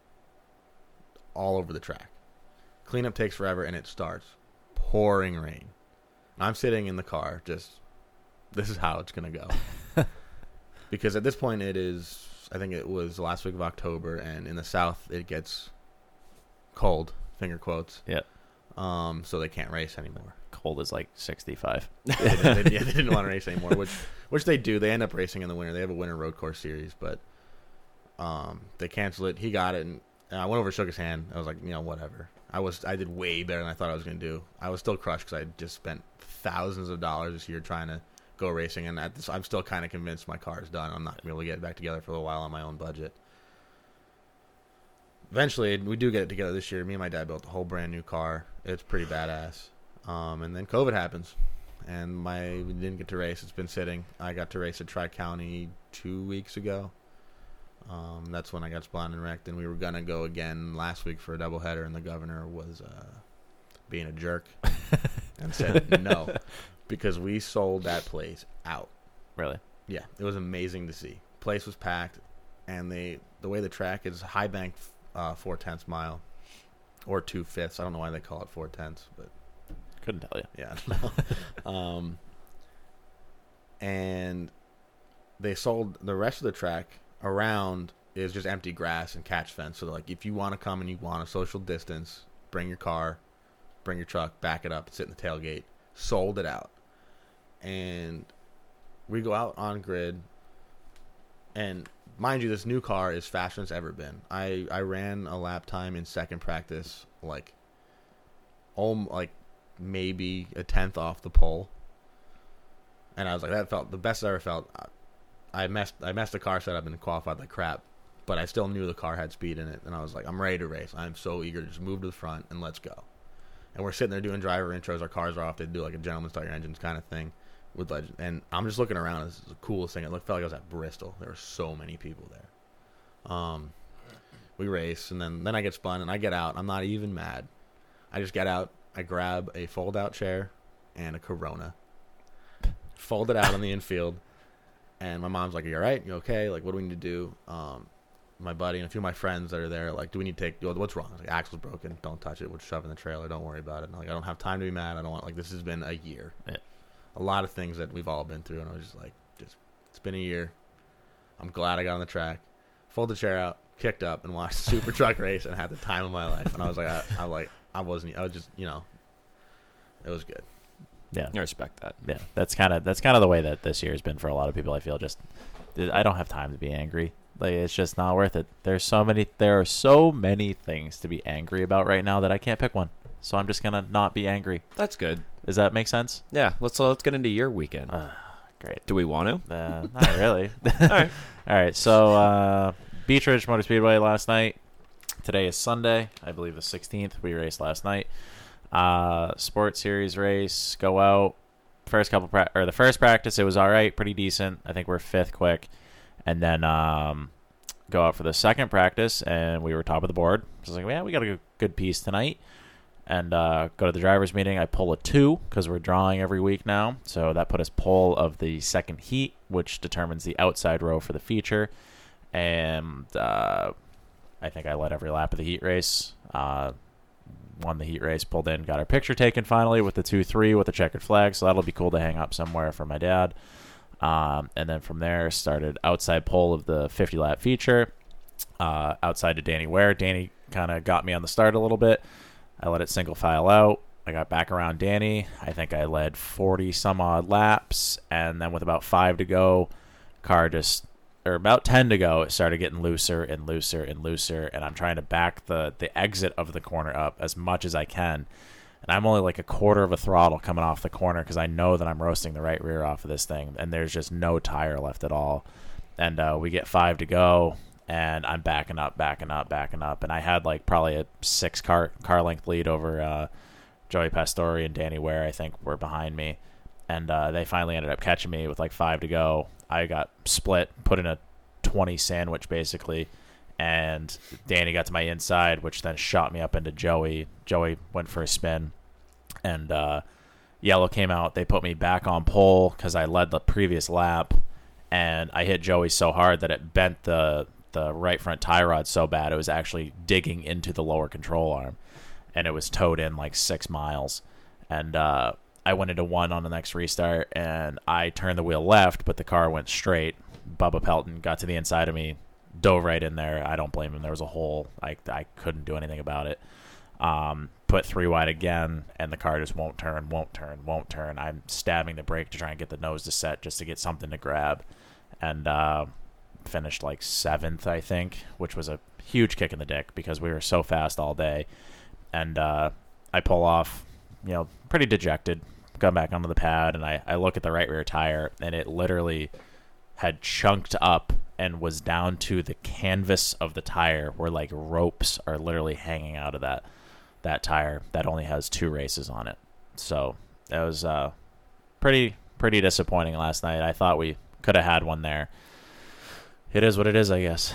all over the track. Cleanup takes forever, and it starts pouring rain. And I'm sitting in the car, just this is how it's gonna go. because at this point, it is I think it was the last week of October, and in the South, it gets cold. Finger quotes.
yeah.
Um, so they can't race anymore.
Cold is like 65.
they, didn't, they- yeah, they didn't want to race anymore, which which they do. They end up racing in the winter. They have a winter road course series, but um, they canceled it. He got it, and, and I went over, shook his hand. I was like, you know, whatever. I was I did way better than I thought I was going to do. I was still crushed because I just spent thousands of dollars this year trying to go racing, and at this, I'm still kind of convinced my car is done. I'm not going to be able to get it back together for a little while on my own budget. Eventually, we do get it together this year. Me and my dad built a whole brand new car. It's pretty badass. Um, and then COVID happens and my we didn't get to race. It's been sitting. I got to race at Tri County two weeks ago. Um, that's when I got spawned and wrecked, and we were gonna go again last week for a doubleheader, and the governor was uh, being a jerk and said no because we sold that place out.
Really?
Yeah, it was amazing to see. Place was packed, and they the way the track is high bank uh, four tenths mile or two fifths. I don't know why they call it four tenths, but
Couldn't tell you.
yeah, I don't know. um, and they sold the rest of the track around is just empty grass and catch fence. So like, if you want to come and you want to social distance, bring your car, bring your truck, back it up, sit in the tailgate. Sold it out, and we go out on grid. And mind you, this new car is faster than it's ever been. I I ran a lap time in second practice, like, um, like maybe a tenth off the pole. and I was like, that felt the best I ever felt. I- I messed I messed the car setup and qualified like crap, but I still knew the car had speed in it, and I was like, I'm ready to race. I'm so eager to just move to the front and let's go. And we're sitting there doing driver intros. Our cars are off. They do like a gentleman start your engines kind of thing with legend. And I'm just looking around. This is the coolest thing. It looked felt like I was at Bristol. There were so many people there. Um, we race, and then then I get spun, and I get out. I'm not even mad. I just get out. I grab a fold out chair and a Corona, fold it out on the infield, and my mom's like, "Are you all right? You okay? Like, what do we need to do?" Um, my buddy and a few of my friends that are there, like, "Do we need to take? What's wrong?" I was like, "Axle's broken. Don't touch it. We'll shove it in the trailer. Don't worry about it." And, like, I don't have time to be mad. I don't want like this has been a year.
Yeah.
A lot of things that we've all been through, and I was just like, "Just it's been a year. I'm glad I got on the track." Fold the chair out, kicked up, and watched the super truck race, and had the time of my life. And I was like, I, I like, I wasn't. I was just, you know, it was good.
Yeah.
I respect that.
yeah, that's kind of that's kind of the way that this year has been for a lot of people. I feel just I don't have time to be angry. Like it's just not worth it. There's so many there are so many things to be angry about right now that I can't pick one. So I'm just gonna not be angry.
That's good.
Does that make sense?
Yeah, let's let's get into your weekend.
Great.
Do we want to?
Uh, not really. All right. All right. So uh, Beach Ridge Motor Speedway last night. Today is Sunday, I believe the 16th. We raced last night. Uh, sports series race. Go out. First couple pra- or the first practice, it was all right, pretty decent. I think we're fifth quick, and then um, go out for the second practice, and we were top of the board. So I was like, yeah, we got a good piece tonight and uh, go to the drivers' meeting. I pull a two because we're drawing every week now, so that put us pole of the second heat, which determines the outside row for the feature. And uh, I think I led every lap of the heat race. Uh, won the heat race, pulled in, got our picture taken finally with the two three with the checkered flag. So that'll be cool to hang up somewhere for my dad. Um, and then from there, started outside pole of the 50 lap feature uh, outside to Danny Ware. Danny kind of got me on the start a little bit. I let it single file out. I got back around Danny. I think I led 40 some odd laps. And then with about five to go, car just, or about 10 to go, it started getting looser and looser and looser. And I'm trying to back the, the exit of the corner up as much as I can. And I'm only like a quarter of a throttle coming off the corner because I know that I'm roasting the right rear off of this thing. And there's just no tire left at all and uh, we get five to go and i'm backing up backing up backing up and i had like probably a six car car length lead over uh, joey pastore and danny ware i think were behind me and uh, they finally ended up catching me with like five to go i got split put in a 20 sandwich basically and danny got to my inside which then shot me up into joey joey went for a spin and uh, yellow came out. They put me back on pole because I led the previous lap, and I hit Joey so hard that it bent the the right front tie rod so bad it was actually digging into the lower control arm, and it was towed in like six miles. And uh, I went into one on the next restart, and I turned the wheel left, but the car went straight. Bubba Pelton got to the inside of me, dove right in there. I don't blame him. There was a hole. I I couldn't do anything about it um, put three wide again, and the car just won't turn, won't turn, won't turn. I'm stabbing the brake to try and get the nose to set just to get something to grab, and uh, finished like seventh, I think, which was a huge kick in the dick because we were so fast all day. And uh, I pull off, you know, pretty dejected, come back onto the pad, and I, I look at the right rear tire, and it literally had chunked up and was down to the canvas of the tire where like ropes are literally hanging out of that that tire that only has two races on it. So that was uh, pretty pretty disappointing last night. I thought we could have had one there. It is what it is, I guess.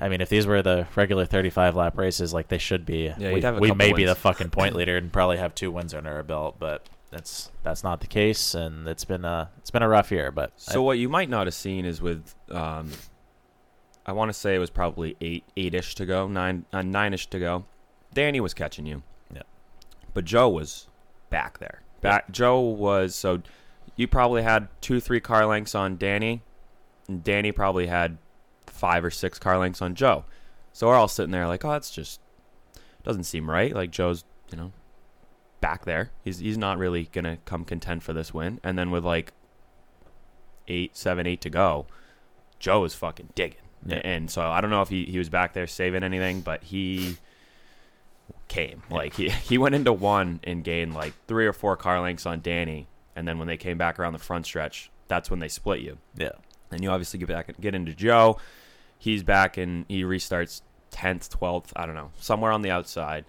I mean, if these were the regular 35 lap races like they should be, we,
you'd have a
we
couple
may be
wins.
the fucking point leader and probably have two wins under our belt, but that's that's not the case, and it's been a it's been a rough year. But I-
So what you might not have seen is with, um, I want to say it was probably eight eight ish to go, nine uh, nine ish to go. Danny was catching you.
Yeah.
But Joe was back there. Back Joe was so you probably had two three car lengths on Danny, and Danny probably had five or six car lengths on Joe. So we're all sitting there like, oh, that's just doesn't seem right. Like Joe's you know back there. He's he's not really gonna come contend for this win. And then with like eight, seven, eight to go, Joe is fucking digging.
Yeah.
And so I don't know if he, he was back there saving anything, but he came. Like he, he went into one and gained like three or four car lengths on Danny. And then when they came back around the front stretch, that's when they split you.
Yeah.
And you obviously get back get into Joe. He's back and he restarts tenth, twelfth, I don't know, somewhere on the outside.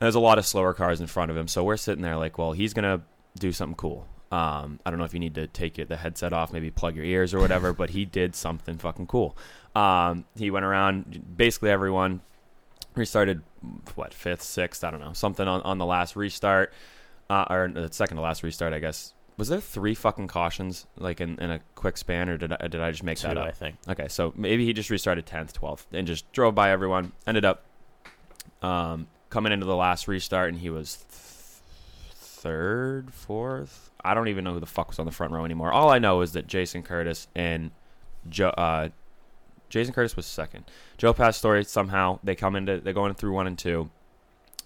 And there's a lot of slower cars in front of him, so we're sitting there like, well, he's gonna do something cool. Um, I don't know if you need to take your, the headset off, maybe plug your ears or whatever, but he did something fucking cool. Um, he went around basically everyone, restarted what fifth, sixth, I don't know, something on, on the last restart, uh, or the second to last restart, I guess. Was there three fucking cautions like in, in a quick span, or did I, did I just make that
Two,
up?
I think.
Okay, so maybe he just restarted tenth, twelfth, and just drove by everyone. Ended up um, coming into the last restart, and he was th- third, fourth. I don't even know who the fuck was on the front row anymore. All I know is that Jason Curtis and Joe, uh, Jason Curtis was second. Joe Pastore somehow they come into they go in through one and two,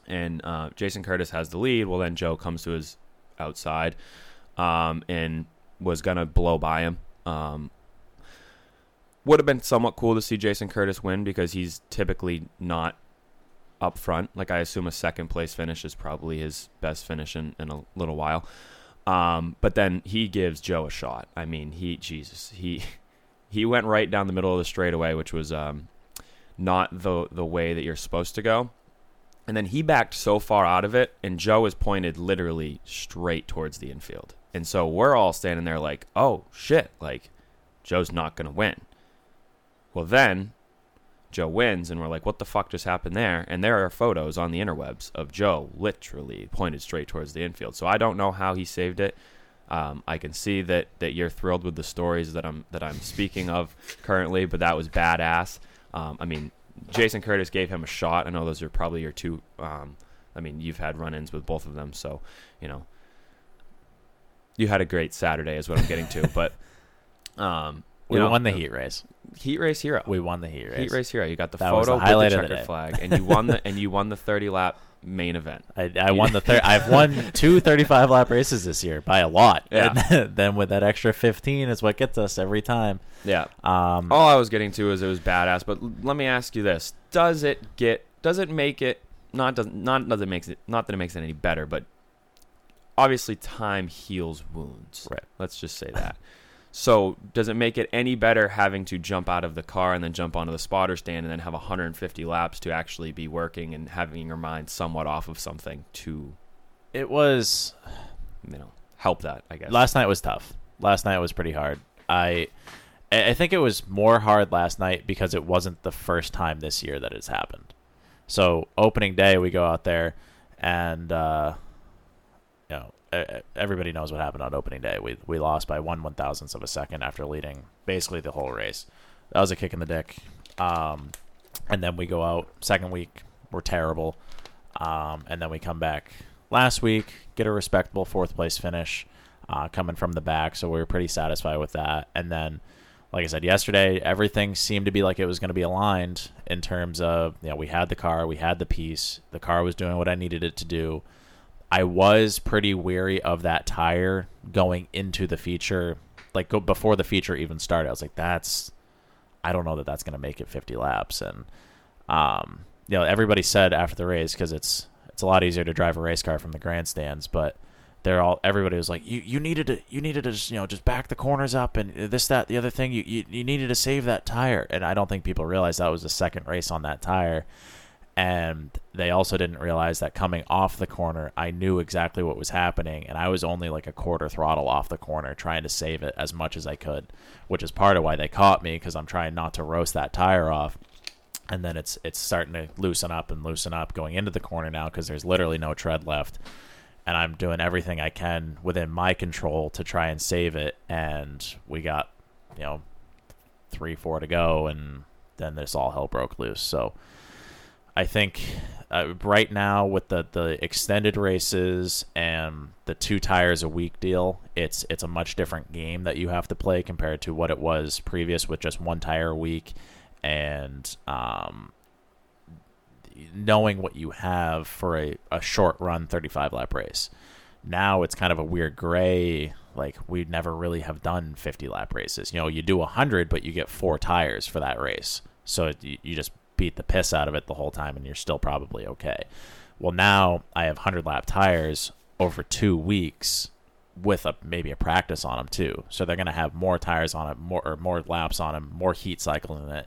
and uh, Jason Curtis has the lead. Well, then Joe comes to his outside, um, and was gonna blow by him. Um, would have been somewhat cool to see Jason Curtis win because he's typically not up front. Like I assume a second place finish is probably his best finish in, in a little while. Um, but then he gives Joe a shot. I mean, he Jesus, he he went right down the middle of the straightaway, which was um, not the the way that you're supposed to go. And then he backed so far out of it, and Joe is pointed literally straight towards the infield. And so we're all standing there like, oh shit, like Joe's not gonna win. Well, then Joe wins, and we're like, what the fuck just happened there? And there are photos on the interwebs of Joe literally pointed straight towards the infield. So I don't know how he saved it. Um, I can see that, that you're thrilled with the stories that I'm that I'm speaking of currently, but that was badass. Um, I mean, Jason Curtis gave him a shot. I know those are probably your two. Um, I mean, you've had run-ins with both of them, so you know you had a great Saturday, is what I'm getting to. But um,
We
you know,
won the heat race.
heat race hero.
We won the heat race.
Heat race hero. You got the
That was
photo
the
with
highlight of
the
the
checkered
day.
flag, and you won the and you won the 30 lap main event.
I, I won the third. I've won two 35 lap races this year by a lot.
Yeah.
And then with that extra 15 is what gets us every time.
Yeah.
Um,
All I was getting to is it was badass. But l- let me ask you this: Does it get? Does it make it? Not does not does it makes it not that it makes it any better, but obviously time heals wounds.
Right.
Let's just say that. So does it make it any better having to jump out of the car and then jump onto the spotter stand and then have 150 laps to actually be working and having your mind somewhat off of something to
It was
you know help that I guess.
last night was tough. Last night was pretty hard. I I I think it was more hard last night because it wasn't the first time this year that it's happened. So opening day, we go out there, and uh, you know e- e- everybody knows what happened on opening day. We we lost by one one thousandth of a second after leading basically the whole race. That was a kick in the dick. Um, and then we go out second week, we're terrible. Um, and then we come back last week, get a respectable fourth place finish uh, coming from the back. So we were pretty satisfied with that. And then, like I said yesterday, everything seemed to be like it was going to be aligned in terms of, you know, we had the car, we had the piece, the car was doing what I needed it to do. I was pretty weary of that tire going into the feature, like go before the feature even started. I was like, that's, I don't know that that's going to make it 50 laps. And, um, you know, everybody said after the race because it's it's a lot easier to drive a race car from the grandstands, but they're all everybody was like, you you needed to you needed to just you know just back the corners up and this that the other thing you you, you needed to save that tire, and I don't think people realized that was the second race on that tire. And they also didn't realize that coming off the corner, I knew exactly what was happening, and I was only like a quarter throttle off the corner, trying to save it as much as I could, which is part of why they caught me because I'm trying not to roast that tire off and then it's it's starting to loosen up and loosen up going into the corner now because there's literally no tread left and i'm doing everything i can within my control to try and save it and we got you know three four to go and then this all hell broke loose so i think uh, right now with the the extended races and the two tires a week deal it's it's a much different game that you have to play compared to what it was previous with just one tire a week and um, knowing what you have for a, a short run 35 lap race. Now it's kind of a weird gray, like we'd never really have done 50 lap races. You know, you do 100, but you get four tires for that race. So it, you, you just beat the piss out of it the whole time and you're still probably okay. Well, now I have 100 lap tires over two weeks with a maybe a practice on them too. So they're going to have more tires on it, more or more laps on them, more heat cycles in it,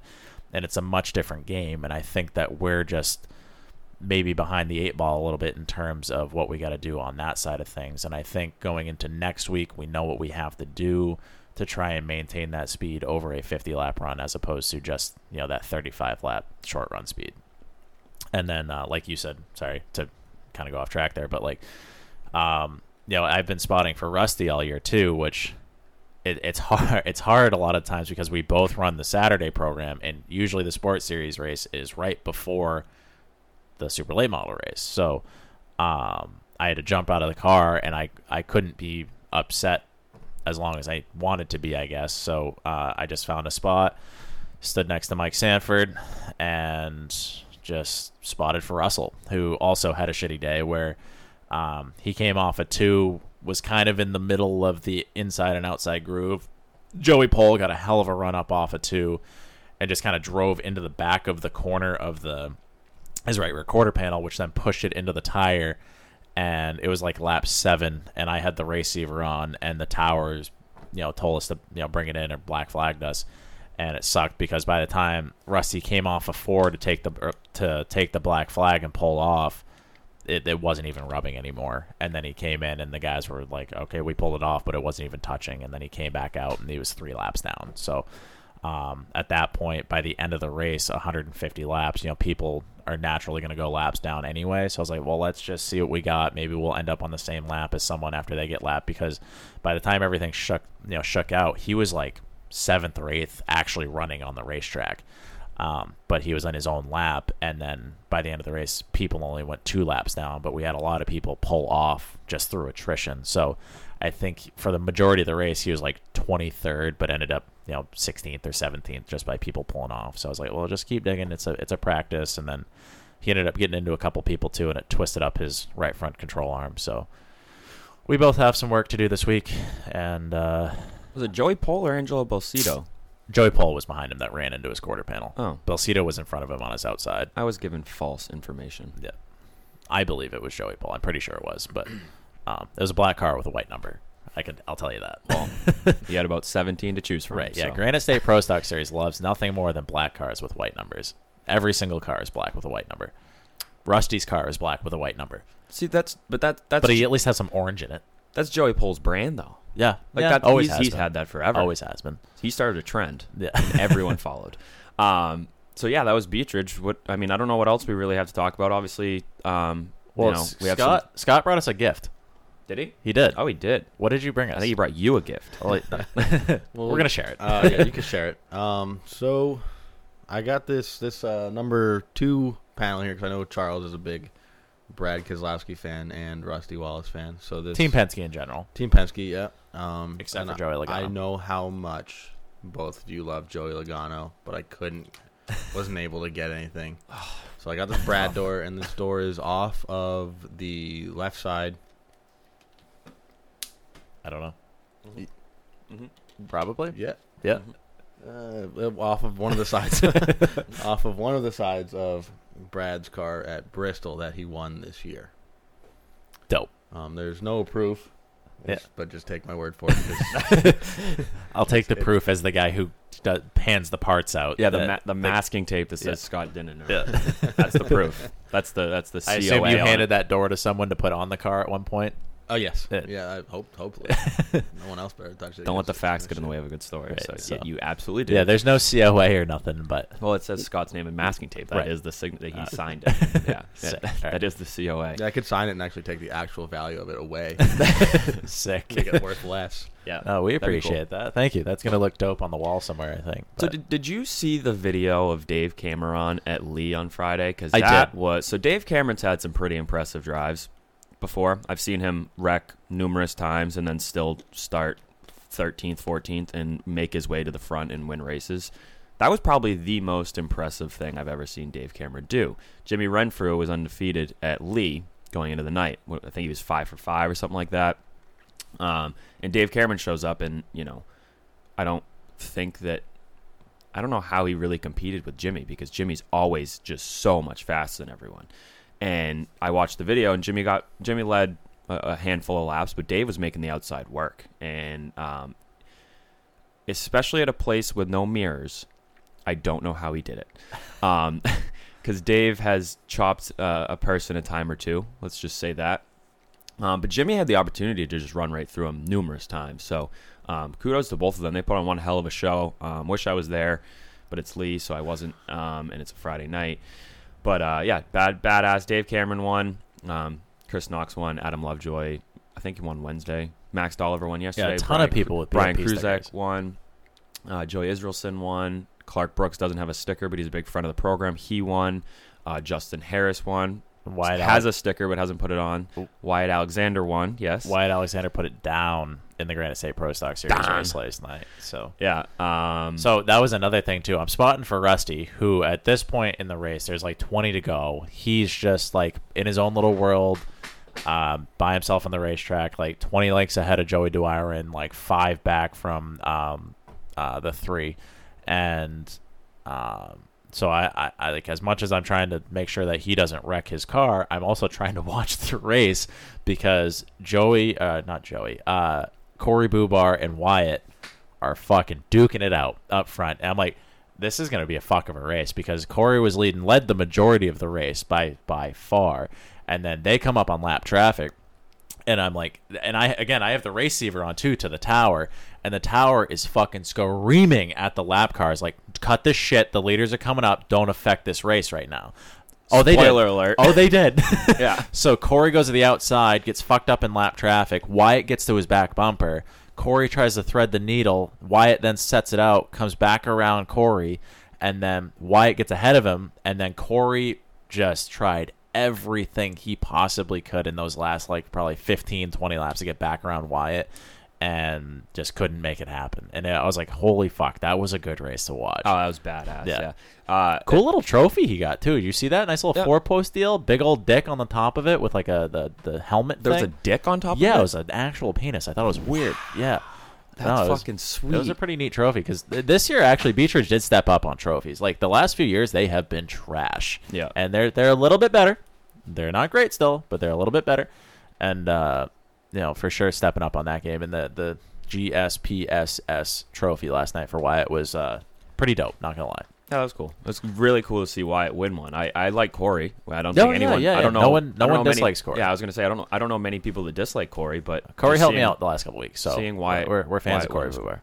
and it's a much different game. And I think that we're just maybe behind the eight ball a little bit in terms of what we got to do on that side of things. And I think going into next week, we know what we have to do to try and maintain that speed over a 50 lap run as opposed to just you know that 35 lap short run speed. And then, uh, like you said, sorry to kind of go off track there, but like um, you know, I've been spotting for Rusty all year too, which it, it's hard. It's hard a lot of times because we both run the Saturday program, and usually the Sports Series race is right before the Super Late Model race. So um, I had to jump out of the car, and I I couldn't be upset as long as I wanted to be, I guess. So uh, I just found a spot, stood next to Mike Sanford, and just spotted for Russell, who also had a shitty day where. Um, he came off a two, was kind of in the middle of the inside and outside groove. Joey Pole got a hell of a run up off a two and just kind of drove into the back of the corner of the his right rear quarter panel, which then pushed it into the tire. And it was like lap seven, and I had the receiver on, and the towers, you know, told us to you know bring it in or black flagged us, and it sucked because by the time Rusty came off a four to take the er, to take the black flag and pull off, it, it wasn't even rubbing anymore. And then he came in, and the guys were like, "Okay, we pulled it off, but it wasn't even touching." And then he came back out, and he was three laps down. So um, at that point, by the end of the race, 150 laps, you know, people are naturally going to go laps down anyway. So I was like, "Well, let's just see what we got. Maybe we'll end up on the same lap as someone after they get lap." Because by the time everything shook, you know, shook out, he was like seventh or eighth, actually running on the racetrack um, but he was on his own lap. And then by the end of the race, people only went two laps down, but we had a lot of people pull off just through attrition. So I think for the majority of the race, he was like 23rd, but ended up you know 16th or 17th just by people pulling off. So I was like, well, just keep digging. It's a it's a practice, and then he ended up getting into a couple people too, and it twisted up his right front control arm. So. We both have some work to do this week, and uh,
Was it Joey Pole or Angelo Bolsito?
Joey Paul was behind him that ran into his quarter panel.
Oh.
Belcito was in front of him on his outside.
I was given false information.
Yeah. I believe it was Joey Paul. I'm pretty sure it was, but um, it was a black car with a white number. I could, I'll tell you that.
You had about 17 to choose from.
right. Yeah.
so.
Granite State Pro Stock Series loves nothing more than black cars with white numbers. Every single car is black with a white number. Rusty's car is black with a white number,
See, that's but that that's
but he at least has some orange in it.
that's Joey Pole's brand though.
Yeah.
Like
yeah,
that,
always
he's,
has
he's
been.
had that forever.
Always has been.
He started a trend.
Yeah.
and everyone followed. Um, so yeah, that was Beatridge. What I mean, I don't know what else we really have to talk about. Obviously, um,
Well,
you know, we have
Scott, Scott brought us a gift.
Some, did he?
He did.
Oh, he did.
What did you bring us?
I think he brought you a gift.
Oh, We're going to share it.
Uh, yeah, you can share it. Um, so I got this this uh, number two panel here because I know Charles is a big Brad Keselowski fan and Rusty Wallace fan. So this
Team Penske in general.
Team Penske, yeah. Um,
Except
and
for Joey Logano.
I know how much both of you love Joey Logano, but I couldn't, wasn't able to get anything.
Oh.
So I got this Brad door, and this door is off of the left side.
I don't know.
Mm-hmm.
Probably.
Yeah.
Yeah.
Uh, off of one of the sides, off of one of the sides of Brad's car at Bristol that he won this year.
Dope.
Um, there's no proof,
Yeah.
but just take my word for it. 'cause-
I'll take the proof as the guy who does, hands the parts out.
Yeah, the
that-
ma- the
that-
masking tape that says
Yeah.
Scott Dinnan.
Yeah.
That's the proof. That's the that's the. COA
I assume you
on
handed
it.
that door to someone to put on the car at one point.
oh yes,
Yeah.
yeah. I hope hopefully no one else better touch it.
Don't let the
because
facts
it's
get in the way of a good story.
Right,
so, yeah,
so-
you absolutely did.
Yeah, there's no COA or nothing, but
Well, it says Scott's name in masking tape. That is
Right.
the sign that he signed it. Yeah, yeah,
Sick.
that is the COA.
Yeah, I could sign it and actually take the actual value of it away,
sick.
make it worth less.
Yeah,
No, we
that'd be cool.
appreciate that. Thank you. That's gonna look dope on the wall somewhere, I think.
So
but-
did, did you see the video of Dave Cameron at Lee on Friday? Because
I
that
did.
was so Dave Cameron's had some pretty impressive drives before. I've seen him wreck numerous times and then still start 13th, 14th, and make his way to the front and win races. That was probably the most impressive thing I've ever seen Dave Cameron do. Jimmy Renfrew was undefeated at Lee going into the night. I think he was five for five or something like that. Um, and Dave Cameron shows up, and you know, I don't think that I don't know how he really competed with Jimmy because Jimmy's always just so much faster than everyone. And I watched the video, and Jimmy got Jimmy led a, a handful of laps, but Dave was making the outside work, and um, especially at a place with no mirrors, I don't know how he did it. Um 'cause because Dave has chopped uh, a person a time or two. Let's just say that. Um, but Jimmy had the opportunity to just run right through him numerous times. So um, kudos to both of them. They put on one hell of a show. Um, wish I was there, but it's Lee, so I wasn't. Um, and it's a Friday night. But uh, yeah, bad badass. Dave Cameron won. Um, Chris Knox won. Adam Lovejoy, I think he won Wednesday. Max Dolliver won yesterday.
ton of people with
Brian
BLPs that
Kruzak
race.
won. Uh, Joey Israelson won. Clark Brooks doesn't have a sticker, but he's a big friend of the program. He won. Uh, Justin Harris won.
Wyatt
has a sticker but hasn't put it on. Wyatt Alexander won. Yes.
Wyatt Alexander put it down in the Granite State Pro Stock Series
Darn.
race last night. So
Yeah. Um,
So that was another thing too. I'm spotting for Rusty, who at this point in the race, there's like 20 to go. He's just like in his own little world, um, by himself on the racetrack, like 20 lengths ahead of Joey Dwyer like five back from um, uh, the three, and um, so I, I, I like as much as I'm trying to make sure that he doesn't wreck his car, I'm also trying to watch the race because Joey, uh, not Joey, uh, Corey Bubar and Wyatt are fucking duking it out up front. And I'm like, this is going to be a fuck of a race because Corey was leading, led the majority of the race by by far, and then they come up on lap traffic and I'm like, and I again, I have the receiver on too to the tower, and the tower is fucking screaming at the lap cars, like, cut this shit. The leaders are coming up. Don't affect this race right now. Oh, they
Spoiler
did.
alert.
Oh, they did.
Yeah.
So Corey goes to the outside, gets fucked up in lap traffic. Wyatt gets to his back bumper. Corey tries to thread the needle. Wyatt then sets it out, comes back around Corey, and then Wyatt gets ahead of him, and then Corey just tried everything he possibly could in those last like probably 15 20 laps to get back around Wyatt and just couldn't make it happen. And I was like, "Holy fuck, that was a good race to watch."
oh, that was badass. Yeah.
Yeah.
Uh,
Cool little trophy he got too. You see that nice little
Yeah.
four post deal, big old dick on the top of it with like a the the helmet.
there was a
thing?
dick on top
yeah, it
of it.
was an actual penis. I thought it was weird. Yeah,
That's
it was-
fucking
It was
sweet.
a pretty neat trophy because th- this year actually Beechridge did step up on trophies. Like the last few years, they have been trash.
Yeah.
and they're they're a little bit better. They're not great still, but they're a little bit better. And uh, you know for sure stepping up on that game and the the GSPSS trophy last night for Wyatt was uh, pretty dope. Not gonna lie.
Yeah, that was cool. It's really cool to see Wyatt win one. I, I like Corey. I don't think
yeah,
anyone.
yeah,
I don't
yeah.
know.
No one-
I
no
don't
one
know many-
dislikes Corey.
Yeah, I was gonna say I don't know. I don't know many people that dislike Corey, but
Corey
just
helped me
seeing-
out the last couple weeks, so
seeing Wyatt-
we're, we're fans of Corey
Wyatt
Bubar.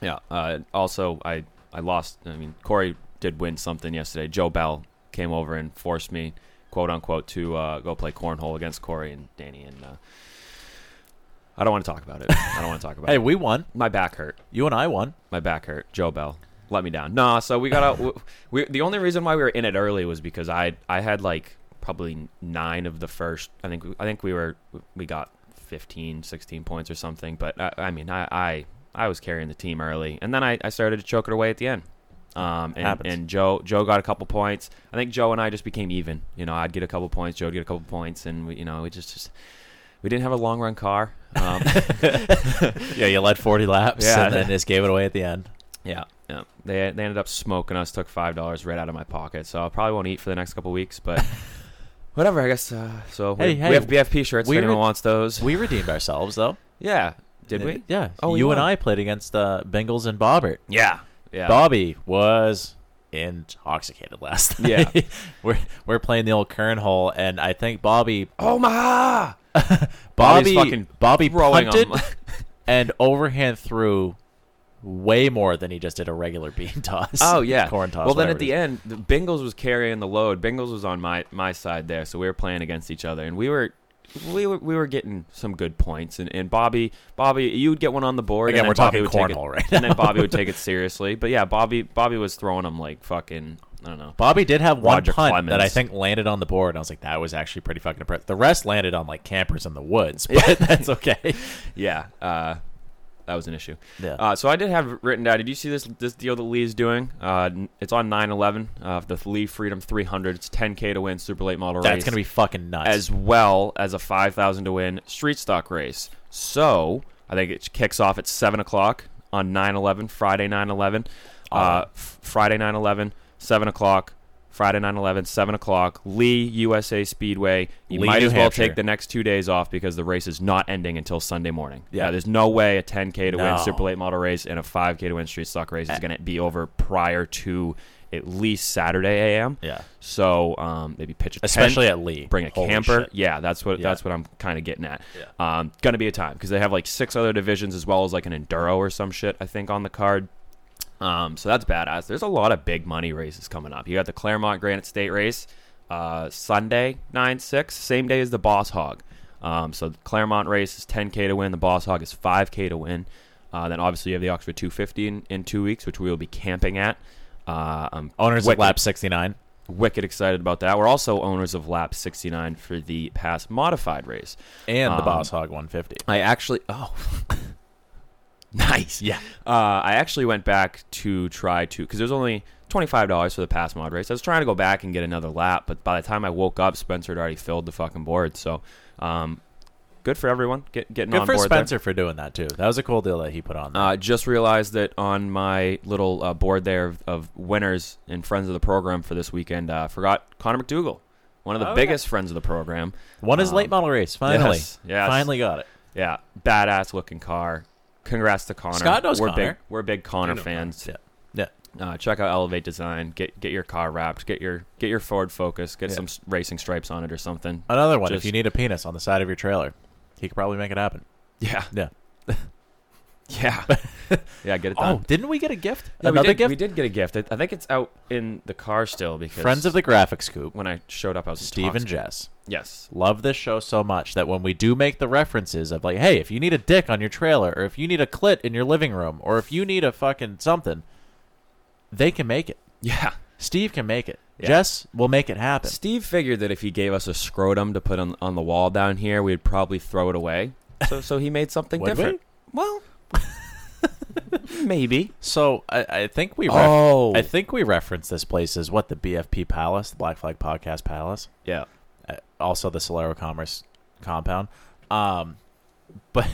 Yeah. Uh, also, I I lost. I mean, Corey did win something yesterday. Joe Bell came over and forced me, quote unquote, to uh, go play cornhole against Corey and Danny. And uh, I don't want to talk about it. I don't want to talk about
Hey,
it.
we won.
My back hurt.
You and I won.
My back hurt. Joe Bell let me down. Nah, so we got out. w- We, the only reason why we were in it early was because I I had like probably nine of the first. I think we- I think we were we got 15, 16 points or something. But I, I mean I, I I was carrying the team early, and then I, I started to choke it away at the end. Um, and,
Happens.
and Joe Joe got a couple points. I think Joe and I just became even. You know, I'd get a couple points, Joe'd get a couple points, and we you know we just just we didn't have a long run car. Um,
Yeah, you led 40 laps
Yeah.
and then just gave it away at the end.
Yeah, yeah. They they ended up smoking us. Took five dollars right out of my pocket. So I probably won't eat for the next couple weeks, but whatever. I guess. Uh, so we,
Hey, hey,
we have BFP shirts
we
if anyone
were-
wants those.
We redeemed ourselves though.
yeah. Did we?
Yeah.
Oh,
Oh,
we
you and
won.
I played against uh, Bengals and Bobbert.
Yeah. Yeah.
Bobby was intoxicated last night.
Yeah.
we're we're playing the old Kern hole, and I think Bobby
Oh my! Bobby's
Bobby
fucking
Bobby
throwing 'em.
punted and overhand threw way more than he just did a regular bean toss.
Oh yeah.
corn toss.
well, then
whatever
at
it is.
the end, the Bengals was carrying the load. Bengals was on my my side there, so we were playing against each other, and we were. We were, we were getting some good points, and, and Bobby Bobby you would get one on the board.
Again,
and then
we're
Bobby
talking
would take it,
cornhole right
and then Bobby would take it seriously. But yeah, Bobby Bobby was throwing them like fucking I don't know.
Bobby did have one
Roger
punt that I
Clemens.
think landed on the board. And I was like, that was actually pretty fucking impressive. The rest landed on like campers in the woods, but that's okay.
Yeah, uh, that was an issue.
Yeah.
Uh, so I did have written down. Did you see this this deal that Lee's doing? Uh, n- it's on 9/11. Uh, the Lee Freedom 300. It's 10k to win super late model race.
That's gonna be fucking nuts.
as well as a 5,000 to win street stock race. So I think it kicks off at 7 o'clock
Oh.
on 9 11, Friday 9 11. Uh, f- Friday 9 11, 7 o'clock, Friday 9 11, 7 o'clock, Lee USA Speedway. You
Lee,
might
New
as well
Hampshire.
take the next two days off because the race is not ending until Sunday morning.
Yeah.
Yeah, there's no way a 10K to
No. Eh.
win Super Late Model race and a 5K to win Street Stock race is going to be over prior to at least Saturday AM.
Yeah.
So um, maybe pitch a tent,
Especially at Lee.
Bring a
Holy
camper.
shit.
Yeah, that's what
Yeah.
that's what I'm kind of getting at. Um, gonna be a time because they have like six other divisions as well as like an enduro or some shit I think on the card. Um, so that's badass. There's a lot of big money races coming up. You got the Claremont Granite State race uh, Sunday nine six, same day as the Boss Hog. Um, so the Claremont race is 10k to win. The Boss Hog is 5k to win. Uh, then obviously you have the Oxford 250 in, in two weeks, which we will be camping at. Uh, I'm
Owners
wicked-
of Lap 69.
wicked excited about that. We're also owners of lap 69 for the past modified race.
And the
Um,
Boss Hog 150.
I actually oh nice. Yeah. Uh, I actually went back to try to cuz it was only $25 for the pass mod race. I was trying to go back and get another lap, but by the time I woke up Spencer had already filled the fucking board. So, um good for everyone get, getting
Good
on
for
board there.
Spencer for doing that, too. That was a cool deal that he put on. There.
Uh, just realized that on my little uh, board there of, of winners and friends of the program for this weekend, uh, forgot Connor McDougal, one of the biggest friends of the program.
Won his
um,
late model race, finally.
yes, yes.
Finally got it.
Yeah, badass looking car. Congrats to Connor.
Scott knows
we're
Connor.
big, we're big Connor fans.
Yeah. Yeah.
Uh, check out Elevate Design. Get get your car wrapped. Get your get your Ford Focus. Get
Yeah.
some s- racing stripes on it or something.
Another one. if
Just-
you need a penis on the side of your trailer, he could probably make it happen.
Yeah,
Yeah.
yeah, yeah. Get it
Oh,
done.
didn't we get a gift?
Yeah, we
Another
did,
gift?
We did get a gift. I, I think it's out in the car still because
Friends of the Graphics Coop,
when I showed up, I was
Steve and
intoxicated.
Jess,
Yes.
love this show so much that when we do make the references of like, hey, if you need a dick on your trailer, or if you need a clit in your living room, or if you need a fucking something, they can make it.
Yeah.
Steve can make it. Jess will make it happen.
Steve figured that if he gave us a scrotum to put on, on the wall down here, we'd probably throw it away. So so he made something
Would we?
different. Well, maybe.
So I, I think we ref-
Oh.
I think we reference this place as what the BFP Palace, the Black Flag Podcast Palace.
Yeah.
uh, also the Solero Commerce compound. Um, but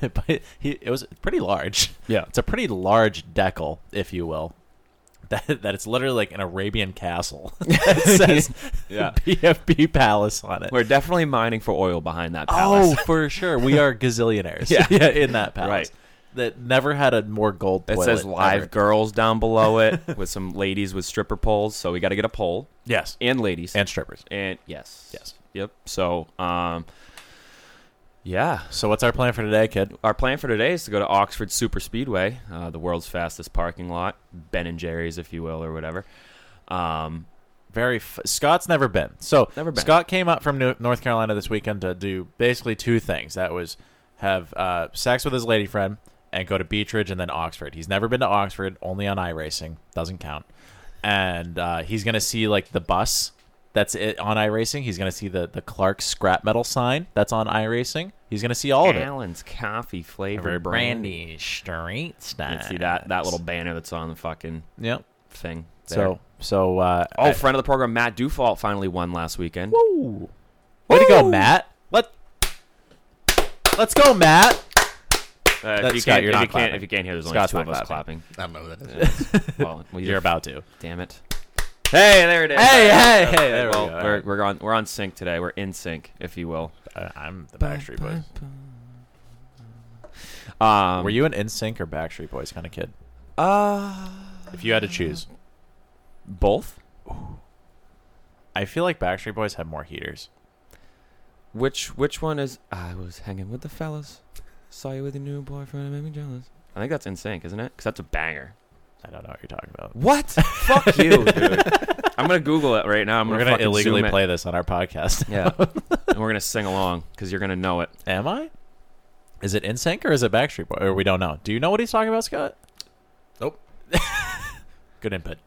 but he, it was pretty large.
Yeah.
it's a pretty large decal, if you will. That that it's literally like an Arabian castle. that says
Yeah.
BFB Palace on it.
We're definitely mining for oil behind that
oh,
palace.
for sure, we are gazillionaires.
Yeah.
in that palace.
Right.
That never had a more gold.
it
toilet
says live
ever.
girls down below it with some ladies with stripper poles, so we got to get a pole
Yes,
and ladies.
and strippers.
and yes.
Yes.
Yep. So, um yeah,
So what's our plan for today, kid?
our plan for today is to go to Oxford Super Speedway, uh, the world's fastest parking lot, Ben and Jerry's, if you will, or whatever. Um,
Very. F- Scott's never been. So
Never been.
Scott came up from New- North Carolina this weekend to do basically two things. That was have uh, sex with his lady friend and go to Beechridge and then Oxford. He's never been to Oxford, only on iRacing. Doesn't count. And uh, he's gonna see like the bus that's it on iRacing. He's gonna see the the Clark scrap metal sign that's on iRacing. He's gonna see all of it.
Allen's coffee flavored brandy.
Street
You can see that that little banner that's on the fucking
Yep.
thing.
So so uh,
oh, friend of the program, Matt Dufault finally won last weekend.
Woo. Way to go, Matt. Let Let's go, Matt.
Uh,
That's-
if, you
Scott,
can't,
you're
if,
not
you can't,
clapping.
if you can't hear, there's
Scott's
only two
not
of us
clapping.
clapping.
I don't know what that is.
Well, well,
You're about to.
Damn it.
Hey, there it is. Hey, hey, hey. There
well,
we go.
are we're on we're on sync today. We're in sync, if you will.
I- Uh, I'm the Backstreet Boys.
Um,
Were you an NSYNC or Backstreet Boys kind of kid?
Uh,
If you had to choose,
both.
I feel like Backstreet Boys had more heaters.
Which which one is I was hanging with the fellas, saw you with your new boyfriend, it made me jealous. I think that's in sync, isn't it? Because that's a banger.
I don't know what you're talking about.
What? Fuck you, dude. I'm gonna Google it right now. I'm
We're
gonna,
going to
fucking
illegally
zoom it.
play this on our podcast.
Yeah, and we're gonna sing along because you're gonna know it.
Am I? Is it NSYNC or is it Backstreet Boys? Or we don't know. Do you know what he's talking about, Scott?
Nope.
Good input.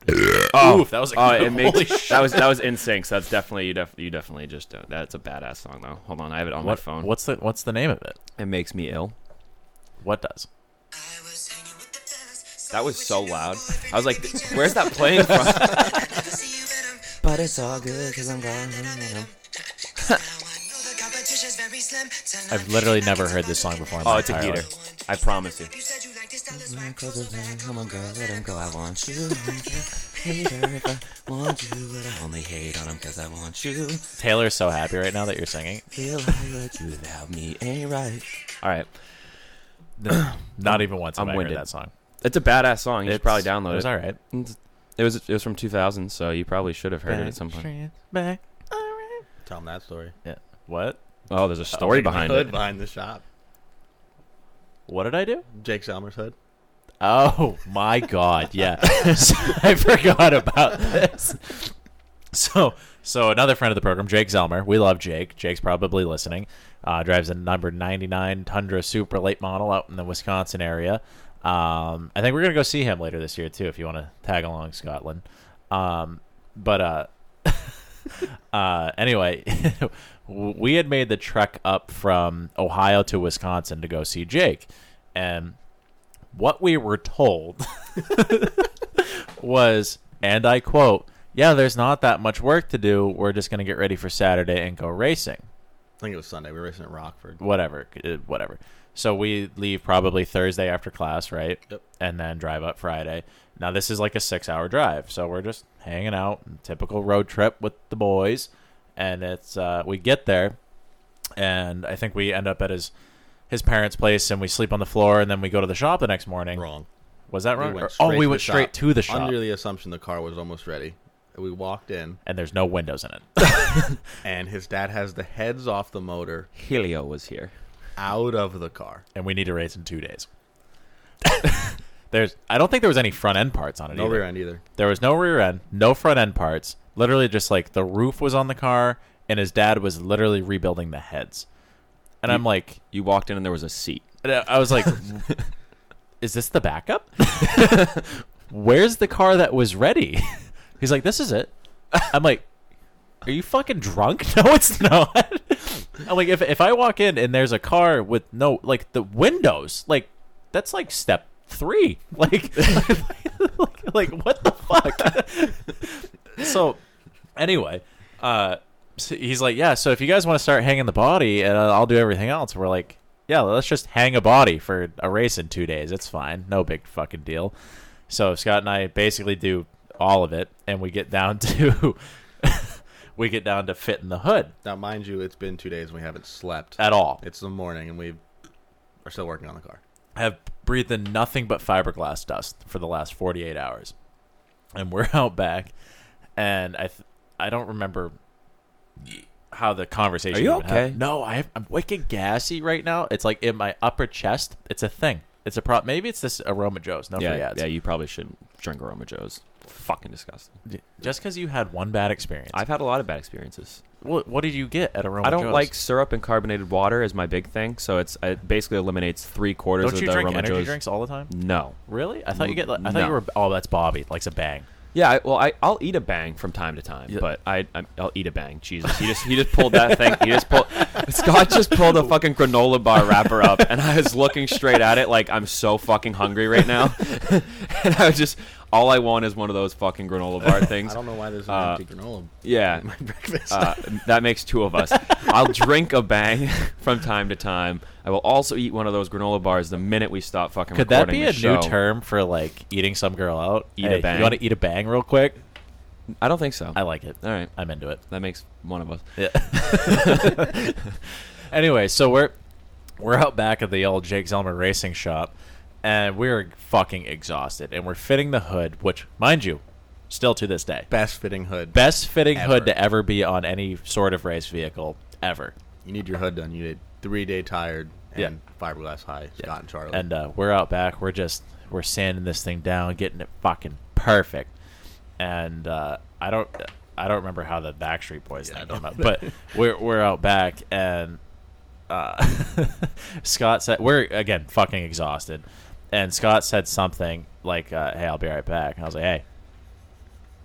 oh, Oof, that was a
Oh,
good
it makes
holy shit.
that was that was in sync. So that's definitely you. Def, you definitely just don't. That's a badass song though. Hold on, I have it on my
What-
phone.
What's the What's the name of it?
It makes me ill.
What does?
That was so loud. I was like, "Where's that playing from?"
But it's all good because I'm gone.
I've literally never heard this song before in my
Oh, it's a
entire
gator.
life.
I promise you.
Close the van, come on, girl, let him go. I want you. Hater, if I want you, but I only hate on him 'cause I want you.
Taylor's so happy right now that you're singing.
Feel like that you without me ain't right.
All right.
Not even once.
I'm
have I heard
winded.
that song.
It's a badass song. You should probably
It's-
download
It was
it.
all right.
It was it was from 2000, so you probably should have heard it at some point.
Back.
Tell them that story.
Yeah. What?
Oh, there's a story behind
Hood
it.
behind the shop.
What did I do?
Jake Selmer's hood.
Oh my god, yeah. So I forgot about this. So so another friend of the program, Jake Zelmer. We love Jake. Jake's probably listening. Uh, drives a number ninety nine Tundra Super late model out in the Wisconsin area. Um, I think we're gonna go see him later this year too, if you want to tag along Scotland. Um, but uh uh, anyway, we had made the trek up from Ohio to Wisconsin to go see Jake. And what we were told was, and I quote, yeah, there's not that much work to do. We're just going to get ready for Saturday and go racing.
I think it was Sunday. We were racing at Rockford.
Whatever. uh, Whatever. So we leave probably Thursday after class, right?
Yep.
And then drive up Friday. Now, this is like a six hour drive. So we're just hanging out, typical road trip with the boys. And it's, uh, we get there, and I think we end up at his. His parents' place, and we sleep on the floor, and then we go to the shop the next morning.
Wrong.
Was that wrong?
We
Or-
went
oh, we
to
went
the
straight
shop
to the shop,
Under the assumption the car was almost ready. We walked in,
and there's no windows in it.
and his dad has the heads off the motor
Helio was here.
out of the car.
and we need to race in two days. there's, I don't think there was any front end parts on it.
No
either.
rear end either.
There was no rear end, no front end parts. Literally, just like the roof was on the car, and his dad was literally rebuilding the heads. And I'm like,
You walked in and there was a seat.
and I I was like, is this the backup? Where's the car that was ready? He's like, this is it. I'm like, are you fucking drunk? No, it's not. I'm like, if if I walk in and there's a car with no like the windows, like that's like step three. Like, like, like what the fuck? so anyway, uh, so he's like, yeah. So if you guys want to start hanging the body, and uh, I'll do everything else. We're like, yeah, let's just hang a body for a race in two days. It's fine, no big fucking deal. So Scott and I basically do all of it, and we get down to we get down to fitting the hood
Now, mind you, it's been two days and we haven't slept.
at all.
It's the morning and we are still working on the car.
have breathed in nothing but fiberglass dust for the last 48 hours. And we're out back, and I th- I don't remember how the conversation.
Are you
even happened.
okay?
No, I have, I'm wicked gassy right now. It's like in my upper chest. It's a thing. It's a prop. Maybe it's this aroma Joe's. No,
Yeah,
yeah,
yeah. You probably shouldn't drink Aroma Joe's. Fucking disgusting.
Just because you had one bad experience.
I've had a lot of bad experiences.
what, what did you get at aroma?
I don't
Joe's?
like syrup and carbonated water is my big thing, so it's it basically eliminates three quarters
Don't
of
you
the
drink
Aroma
energy
Joe's.
drinks all the time?
No.
Really? I thought you get. Like, I thought
No.
you were. Oh, that's Bobby. Likes a bang.
Yeah, I, well, I, I'll eat a bang from time to time,
Yeah.
but I, I I'll eat a bang. Jesus, he just he just pulled that thing. He just pulled Scott just pulled a fucking granola bar wrapper up, and I was looking straight at it like I'm so fucking hungry right now, and I was just all I want is one of those fucking granola bar things.
I don't know why there's an
Uh,
empty granola.
Yeah,
My breakfast.
uh, that makes two of us. I'll drink a bang from time to time. I will also eat one of those granola bars the minute we stop fucking.
Could that
recording
be
the
a
show.
new term for like eating some girl out?
Eat a
Hey,
bang.
You want to eat a bang real quick?
I don't think so.
I like it.
All right.
I'm into it.
that makes one of us.
Yeah. anyway, so we're we're out back at the old Jake Zelmer racing shop, and we're fucking exhausted, and we're fitting the hood, which, mind you, still to this day,
Best fitting hood.
best fitting hood
Ever.
to ever be on any sort of race vehicle ever.
You need your hood done. You need three day tired and
Yeah.
fiberglass high. Scott and Charlie.
And uh, we're out back. We're just we're sanding this thing down, getting it fucking perfect. And uh, I don't I don't remember how the Backstreet Boys thing came up, but we're we're out back, and uh, Scott said we're again fucking exhausted, and Scott said something like, uh, "Hey, I'll be right back." And I was like, "Hey,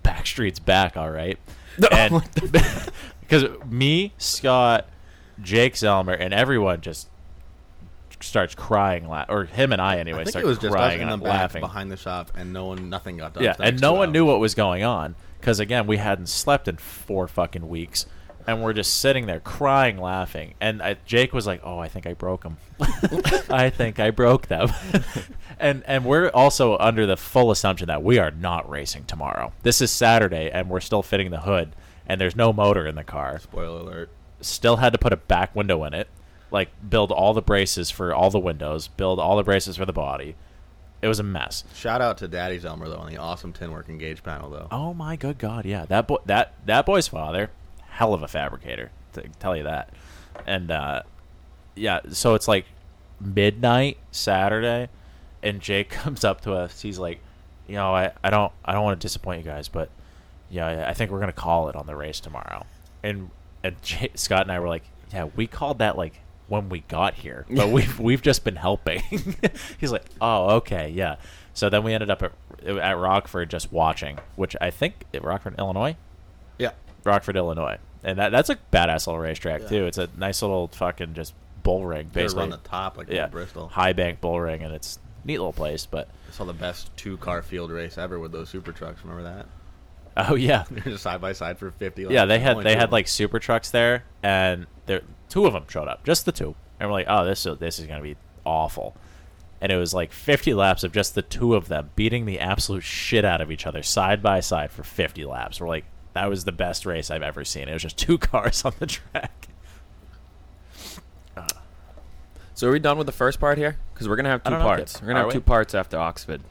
Backstreet's back, all right." and because me, Scott, Jake Zelmer, and everyone just starts crying, la- or him and I anyway,
I think
start
it was just us
crying
in the
and
back
laughing.
behind the shop, and no one, nothing got done.
yeah,
for the
and
next
no
two
one knew
hours.
what was going on because again, we hadn't slept in four fucking weeks. and we're just sitting there crying, laughing. And I, Jake was like, "Oh, I think I broke them. I think I broke them." and and we're also under the full assumption that we are not racing tomorrow. This is Saturday, and we're still fitting the hood, and there's no motor in the car.
Spoiler alert.
Still had to put a back window in it, like build all the braces for all the windows, build all the braces for the body. It was a mess.
Shout out to Daddy's Elmer though on the awesome tin work engage panel though.
Oh my good god, yeah. That boy that that boy's father, hell of a fabricator, to tell you that. And uh yeah, so it's like midnight Saturday and Jake comes up to us. He's like, "You know, I, I don't I don't want to disappoint you guys, but yeah, I- I think we're going to call it on the race tomorrow." And and Jake, Scott and I were like, "Yeah, we called that like when we got here, but we've we've just been helping." He's like, "Oh, okay, yeah." So then we ended up at, at Rockford just watching, which I think eh, Rockford, Illinois,
Yeah.
Rockford, Illinois, and that that's a badass little racetrack too. It's a nice little fucking just bull ring,
Basically,
basically
run the top like
yeah,
in Bristol.
High Bank Bull Ring, and it's a neat little place. But
I saw the best two car field race ever with those super trucks. Remember that?
oh yeah,
They were just side by side for fifty.
yeah,
laps.
they had
Only
they
two
had
of them.
like super trucks there, and there two of them showed up, just the two, and we're like, oh, this is- this is gonna be awful. And it was like 50 laps of just the two of them beating the absolute shit out of each other side by side for 50 laps. We're like, that was the best race I've ever seen. It was just two cars on the track.
So are we done with the first part here? Because we're gonna have two
I don't know,
parts.
kid.
We're gonna
Are
have
we?
two parts after Oxford.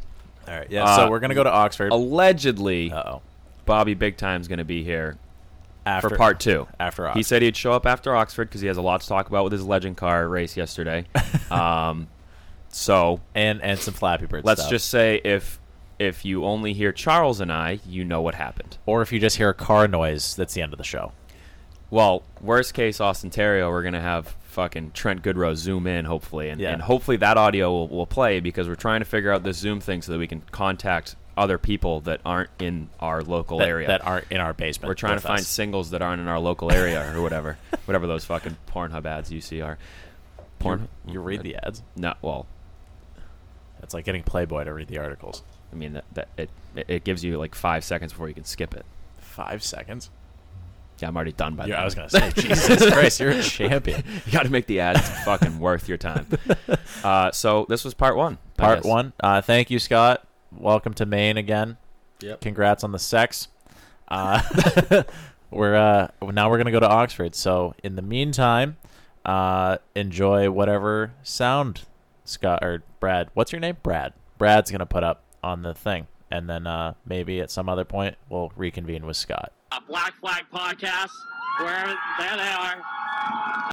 All right, yeah. so
Uh,
we're gonna go to Oxford.
Allegedly,
Uh-oh.
Bobby Big Time's gonna be here
After
for part two.
after
he
Oxford.
said he'd show up after Oxford because he has a lot to talk about with his legend car race yesterday. um, so
and and some Flappy Bird
let's
stuff.
just say if if you only hear Charles and I, you know what happened.
or if you just hear a car noise, that's the end of the show.
Well, worst case, Austin Terrio, we're gonna have fucking Trent Goodrow zoom in, hopefully, and,
Yeah.
and hopefully that audio will, will play because we're trying to figure out this Zoom thing so that we can contact other people that aren't in our local
that,
area.
that aren't in our basement.
we're trying to
with
find
us.
singles that aren't in our local area or whatever, whatever those fucking Pornhub ads you see are. Porn?
You read the ads.
No, well,
It's like getting Playboy to read the articles.
I mean that, that it it- it gives you like five seconds before you can skip it.
Five seconds.
Yeah, I'm already done by
Yeah,
then.
I was gonna say, Jesus Christ, you're a champion.
you got to make the ads fucking worth your time. Uh, so this was part one. I
Part
guess.
one. Uh, thank you, Scott. Welcome to Maine again.
Yep.
Congrats on the sex. Uh, we're uh, now we're gonna go to Oxford. So in the meantime, uh, enjoy whatever sound Scott or Brad. What's your name? Brad. Brad's gonna put up on the thing, and then uh, maybe at some other point we'll reconvene with Scott.
Black Flag Podcast, wherever there they are.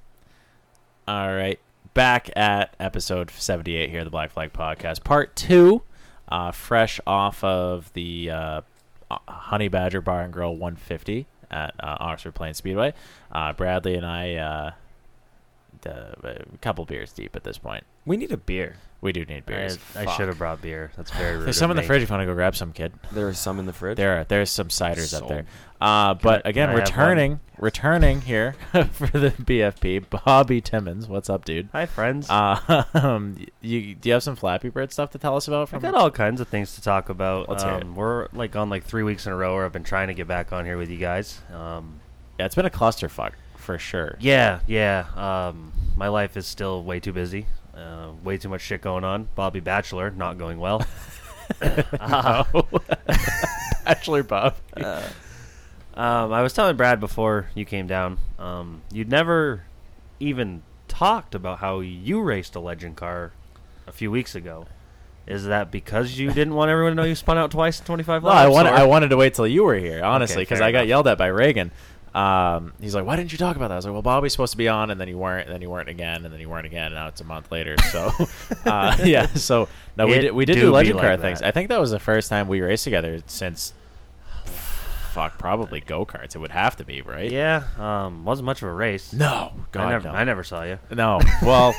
All right. Back at episode 78 here of the Black Flag Podcast, part two, uh, fresh off of the uh, uh, Honey Badger Bar and Grill 150 at uh, Oxford Plains Speedway. Uh, Bradley and I, uh, d- a couple beers deep at this point.
We need a beer.
We do need beers.
I, I should have brought beer. That's very rude.
There's
of
some in the
me.
fridge if you want to go grab some, kid.
There is some in the fridge.
There are there's some ciders up
Sold.
there. Uh, but
I-
again,
can I have
returning returning here for the BFP, Bobby Timmons. What's up, dude?
Hi, friends.
Uh, um, you do you have some Flappy Bird stuff to tell us about?
I've
From
got all kinds of things to talk about.
Let's hear
um,
it.
We're like on like three weeks in a row where I've been trying to get back on here with you guys. Um,
yeah, it's been a clusterfuck for sure.
yeah, yeah. Um, my life is still way too busy. Uh, way too much shit going on. Bobby Bachelor not going well.
Oh. Bachelor Bob.
Uh, Um, I was telling Brad before you came down, um, you'd never even talked about how you raced a legend car a few weeks ago. Is that because you didn't want everyone to know you spun out twice in 25
no,
laps?
I wanted
or-
I wanted to wait till you were here, honestly,
Okay,
because
fair
I got
enough.
yelled at by Reagan. Um, he's like, "Why didn't you talk about that?" I was like, "Well, Bobby's supposed to be on, and then you weren't, and then you weren't again, and then you weren't again. And now it's a month later, so uh, yeah." So no, we
It
did we did
do
do
be
legend
like
car
that.
things. I think that was the first time we raced together since fuck, probably go karts. It would have to be right.
Yeah, um, wasn't much of a race.
No, God,
I never,
no.
I never saw you.
No. Well,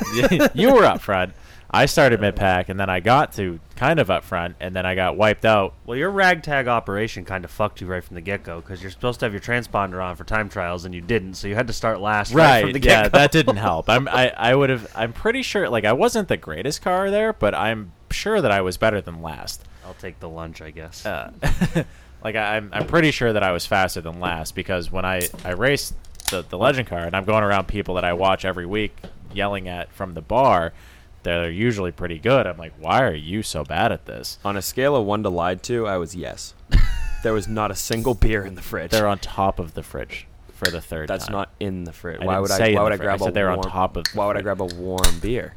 you were up front. I started mid pack, and then I got to kind of up front, and then I got wiped out.
Well, your ragtag operation kind of fucked you right from the get go because you're supposed to have your transponder on for time trials and you didn't, so you had to start last right, from the get
yeah,
go.
that didn't help. I'm. I. I would have. I'm pretty sure. Like, I wasn't the greatest car there, but I'm sure that I was better than last.
I'll take the lunch, I guess.
Uh, like, I, I'm. I'm pretty sure that I was faster than last because when I I raced the, the legend car, and I'm going around people that I watch every week yelling at from the bar. They're usually pretty good. I'm like, why are you so bad at this?
On a scale of one to lied to, I was yes. there was not a single beer in the fridge.
They're on top of the fridge for the third.
That's
time.
not in the fridge.
I
why
didn't
would
say
I?
in
Why
the
would I
fridge.
grab a
I said they're on
warm,
top of the
Why would I
fridge.
grab a warm beer?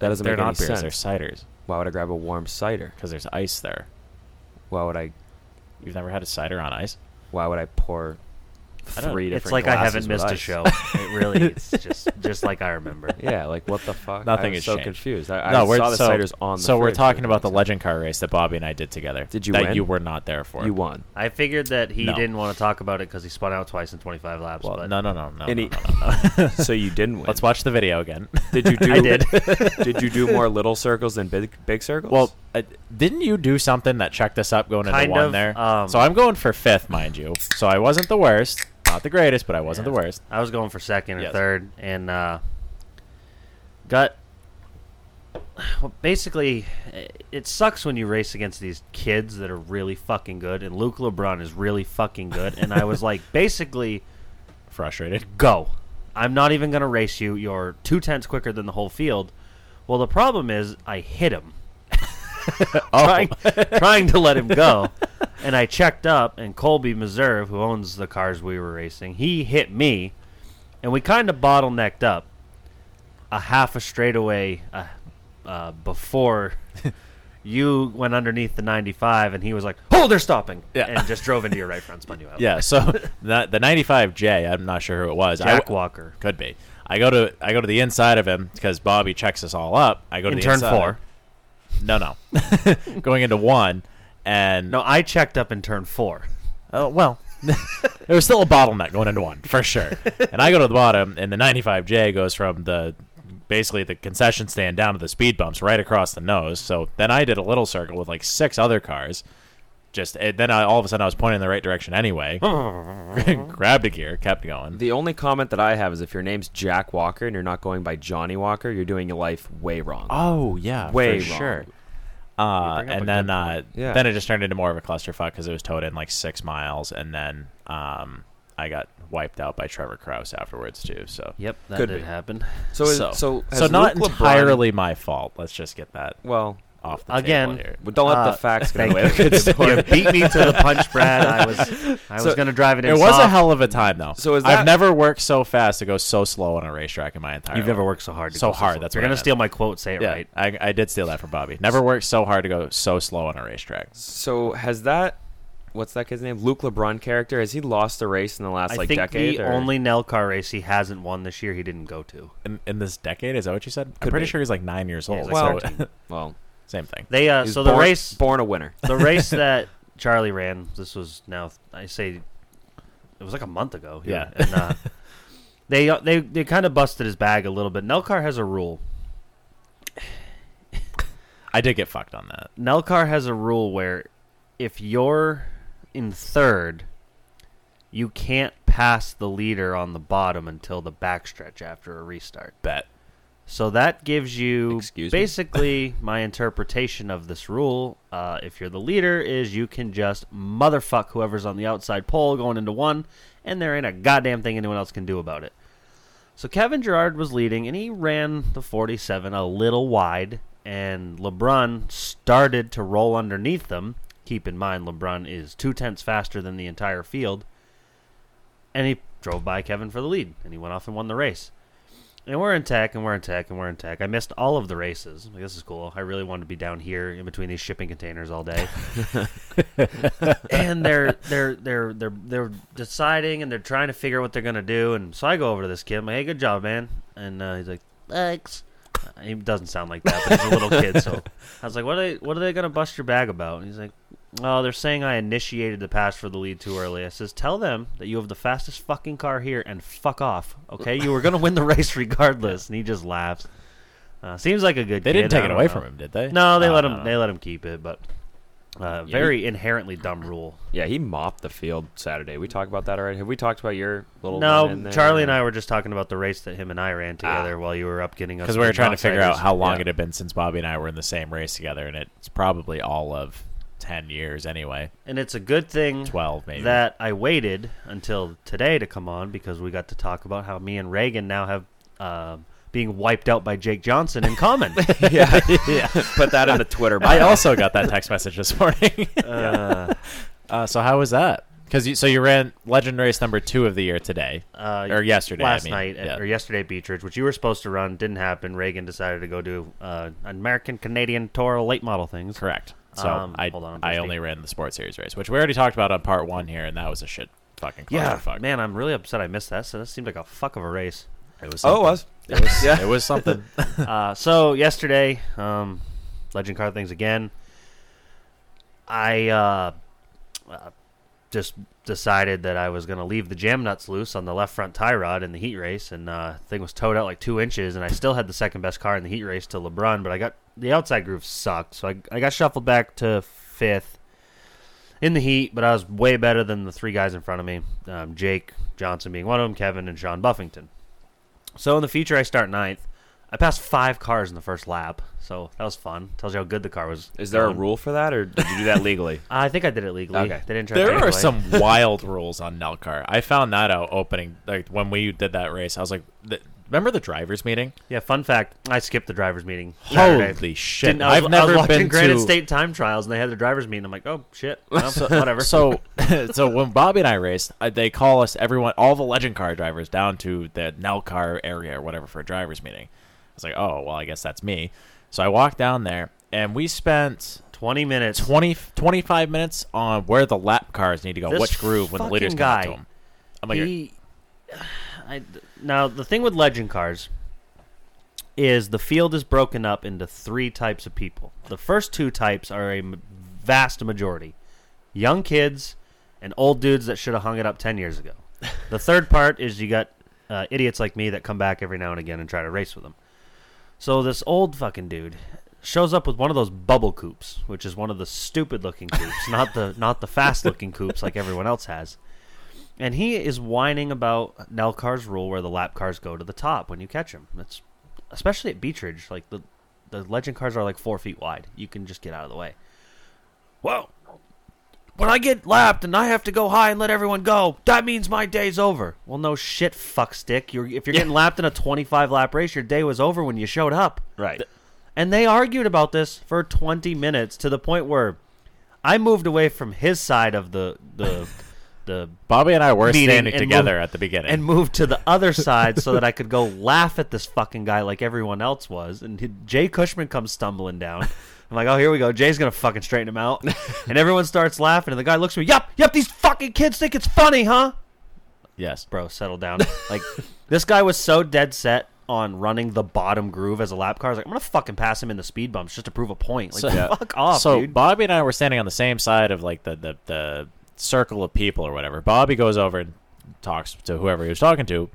That doesn't
They're
make any
not
sense.
beers. They're ciders
Why would I grab a warm cider?
because there's ice there.
Why would I?
You've never had a cider on ice.
Why would I pour
I don't-
three different?
It's like I haven't
glasses
missed
with
a
ice?
show. It really is just just like I remember.
yeah, like what the fuck?
Nothing
I was
is
so
changed.
confused. I,
no,
I
we're
saw the
so,
ciders on. the
So we're
fridge,
talking
but-
about the legend car race that Bobby and I did together.
Did you
That
win?
you were not there for.
You won.
I figured that he
No.
didn't want to talk about it because he spun out twice in 25 laps.
Well,
but
no, no, no, no.
And he-
no, no, no.
so you didn't win.
Let's watch the video again.
Did you do?
I did.
did you do more little circles than big big circles?
Well, uh, didn't you do something that checked us up going
Kind
into one
of,
there?
um,
so I'm going for fifth, mind you. So I wasn't the worst, not the greatest, but I wasn't
Yeah.
the worst.
I was going for second or
Yes.
third, and uh, got. Well, basically, i- it sucks when you race against these kids that are really fucking good, and Luke LeBron is really fucking good. And I was like, basically,
Frustrated.
go. I'm not even going to race you. You're two tenths quicker than the whole field. Well, the problem is, I hit him. trying, trying to let him go. And I checked up, and Colby Meserve, who owns the cars we were racing, he hit me, and we kind of bottlenecked up a half a straightaway uh, uh, before you went underneath the 95, and he was like, "Oh, they're stopping!"
Yeah.
and just drove into your right front, spun you out.
Yeah. So the, the 95J, I'm not sure who it was. I
Jack
w-
Walker.
could be. I go to I go to the inside of him because Bobby checks us all up. I go to
In
the
turn
inside.
four.
No, no. going into one, and
No, I checked up in turn four.
Oh well, there was still a bottleneck going into one for sure. and I go to the bottom, and the 95J goes from the basically the concession stand down to the speed bumps right across the nose. So then I did a little circle with like six other cars. Just and then I, all of a sudden I was pointing in the right direction anyway. Grabbed a gear, kept going.
The only comment that I have is if your name's Jack Walker and you're not going by Johnny Walker, you're doing your life way wrong.
oh yeah,
Way
for
wrong.
sure. Uh,
bring up a
and then
good
uh,
Yeah.
then it just turned into more of a clusterfuck because it was towed in like six miles, and then um, I got wiped out by Trevor Krause afterwards too. So
Yep, that
Could
did
be.
happen.
so is, so has
so not
Luke LeBron-
entirely my fault. Let's just get that
well,
off the
Again,
table here.
but don't let
Uh,
the facts get in the
thank
way. of
you.
a good story.
You beat me to the punch, Brad. I was I was
So,
gonna drive it in.
It was a
soft.
hell of a time though.
So is that-
I've never worked so fast to go so slow on a racetrack in my entire.
You've never
life.
worked so hard. To
So
go
hard,
slow.
that's
you're
what I
gonna
meant.
steal my quote. Say it
Yeah,
right.
I, I did steal that from Bobby. Never worked so hard to go so slow on a racetrack.
So has that what's that kid's name? Luke LeBron character? Has he lost a race in the last
I
like
think
decade?
the
or-
only Nell car race he hasn't won this year. He didn't go to.
In, in this decade, is that what you said?
Could
I'm pretty
be.
sure he's like nine years old.
he's
like
so-
well,
same thing.
They uh,
he's
so the
born-
race
born a winner.
the race that Charlie ran. This was now I say it was like a month ago. here,
Yeah.
and, uh, they uh, they they kind of busted his bag a little bit. Nelcar has a rule.
I did get fucked on that.
Nelcar has a rule where if you're in third, you can't pass the leader on the bottom until the backstretch after a restart.
Bet.
So that gives you
Excuse me?
basically my interpretation of this rule. Uh, if you're the leader, is you can just motherfuck whoever's on the outside pole going into one, and there ain't a goddamn thing anyone else can do about it. So Kevin Gerard was leading, and he ran the 47 a little wide, and LeBron started to roll underneath them. Keep in mind, LeBron is two tenths faster than the entire field, and he drove by Kevin for the lead, and he went off and won the race. And we're in tech, and we're in tech, and we're in tech. I missed all of the races. Like, this is cool. I really wanted to be down here in between these shipping containers all day. and they're they're they're they're they're deciding, and they're trying to figure out what they're gonna do. And so I go over to this kid. I'm like, "Hey, good job, man." And uh, he's like, "Thanks." Uh, He doesn't sound like that, but he's a little kid. So I was like, "What are they, what are they gonna bust your bag about?" And he's like, "Oh, they're saying I initiated the pass for the lead too early." I says, "Tell them that you have the fastest fucking car here and fuck off, okay? You were gonna win the race regardless." And he just laughs. Uh, seems like a good.
They
kid.
didn't take
I
it
don't
away
know.
from him, did they?
No, they
Oh,
let him.
no.
They let him keep it, but uh,
he-
very inherently dumb rule.
Yeah, he mopped the field Saturday. We talked about that already. Have we talked about your little run in
No,
there?
Charlie and I were just talking about the race that him and I ran together while you were up getting us.
because Ah. we were
the
trying to figure out
outsiders.
how long
Yeah.
it had been since Bobby and I were in the same race together, and it's probably all of ten years anyway.
And it's a good thing
12 maybe.
that I waited until today to come on because we got to talk about how me and Reagan now have um being wiped out by Jake Johnson in common.
yeah,
Put that in the Twitter.
I
bio.
also got that text message this morning.
Uh,
uh, so how was that? Because you, so you ran legend race number two of the year today
uh,
or yesterday, I
last
mean.
night,
Yeah.
or yesterday at Beechridge, which you were supposed to run, didn't happen. Reagan decided to go do uh, American Canadian Toro late model things.
Correct. So
Um,
I
hold on, I'm
I
thirsty.
only ran the sports series race, which we already talked about on part one here, and that was a shit fucking
Oh, Yeah,
clusterfuck.
man, I'm really upset I missed that. So that seemed like a fuck of a race.
It was.
Oh, it
something.
was.
It was, it was something.
Uh, so yesterday, um, Legend Car things again. I uh, uh, just decided that I was going to leave the jam nuts loose on the left front tie rod in the heat race, and uh, thing was towed out like two inches, and I still had the second best car in the heat race to LeBron, but I got the outside groove sucked, so I I got shuffled back to fifth in the heat, but I was way better than the three guys in front of me, um, Jake Johnson being one of them, Kevin and Sean Buffington. So in the feature, I start ninth. I passed five cars in the first lap, so that was fun. Tells you how good the car was.
Is there a
Um,
going.
rule for that, or did you do that legally?
I think I did it legally.
Okay.
They didn't try to
There
take it
are
away.
some wild rules on Nelcar. I found that out opening like when we did that race. I was like, th- remember the drivers' meeting?
Yeah, fun fact: I skipped the drivers' meeting. Saturday.
Holy shit!
Didn't- I was,
I've
I was
never
watching
been
Granite
to
State time trials, and they had the drivers' meeting. I'm like, oh shit, well, whatever.
So, so when Bobby and I raced, I, they call us everyone, all the legend car drivers down to the Nelcar area or whatever for a drivers meeting. I was like, oh well, I guess that's me. So I walked down there, and we spent
twenty minutes.
20, 25 minutes on where the lap cars need to go,
This
which groove when the leaders
fucking
come up to
guy,
them. I'm like,
He- I- now the thing with legend cars is the field is broken up into three types of people. The first two types are a m- vast majority: young kids and old dudes that should have hung it up ten years ago. The third part is you got uh, idiots like me that come back every now and again and try to race with them. So this old fucking dude shows up with one of those bubble coops, which is one of the stupid looking coops, not the not the fast looking coops like everyone else has. And he is whining about Nelcar's rule where the lap cars go to the top when you catch them. That's especially at Beechridge, like the the legend cars are like four feet wide. You can just get out of the way. Whoa. When I get lapped and I have to go high and let everyone go, that means my day's over. Well, no shit, fuckstick. You're, if you're getting lapped in a 25 lap race, your day was over when you showed up.
Right.
And they argued about this for 20 minutes to the point where I moved away from his side of the the the
Bobby and I were
meeting
standing
and
together
move-
at the beginning.
and moved to the other side so that I could go laugh at this fucking guy like everyone else was. And he- Jay Cushman comes stumbling down. I'm like, oh, here we go. Jay's gonna fucking straighten him out, and everyone starts laughing. And the guy looks at me, yup, yup, these fucking kids think it's funny, huh?
yes,
bro, settle down. Like this guy was so dead set on running the bottom groove as a lap car. I was like, I'm gonna fucking pass him in the speed bumps just to prove a point. Like, fuck off,
so
dude.
Bobby and I were standing on the same side of like the, the the circle of people or whatever. Bobby goes over and talks to whoever he was talking to,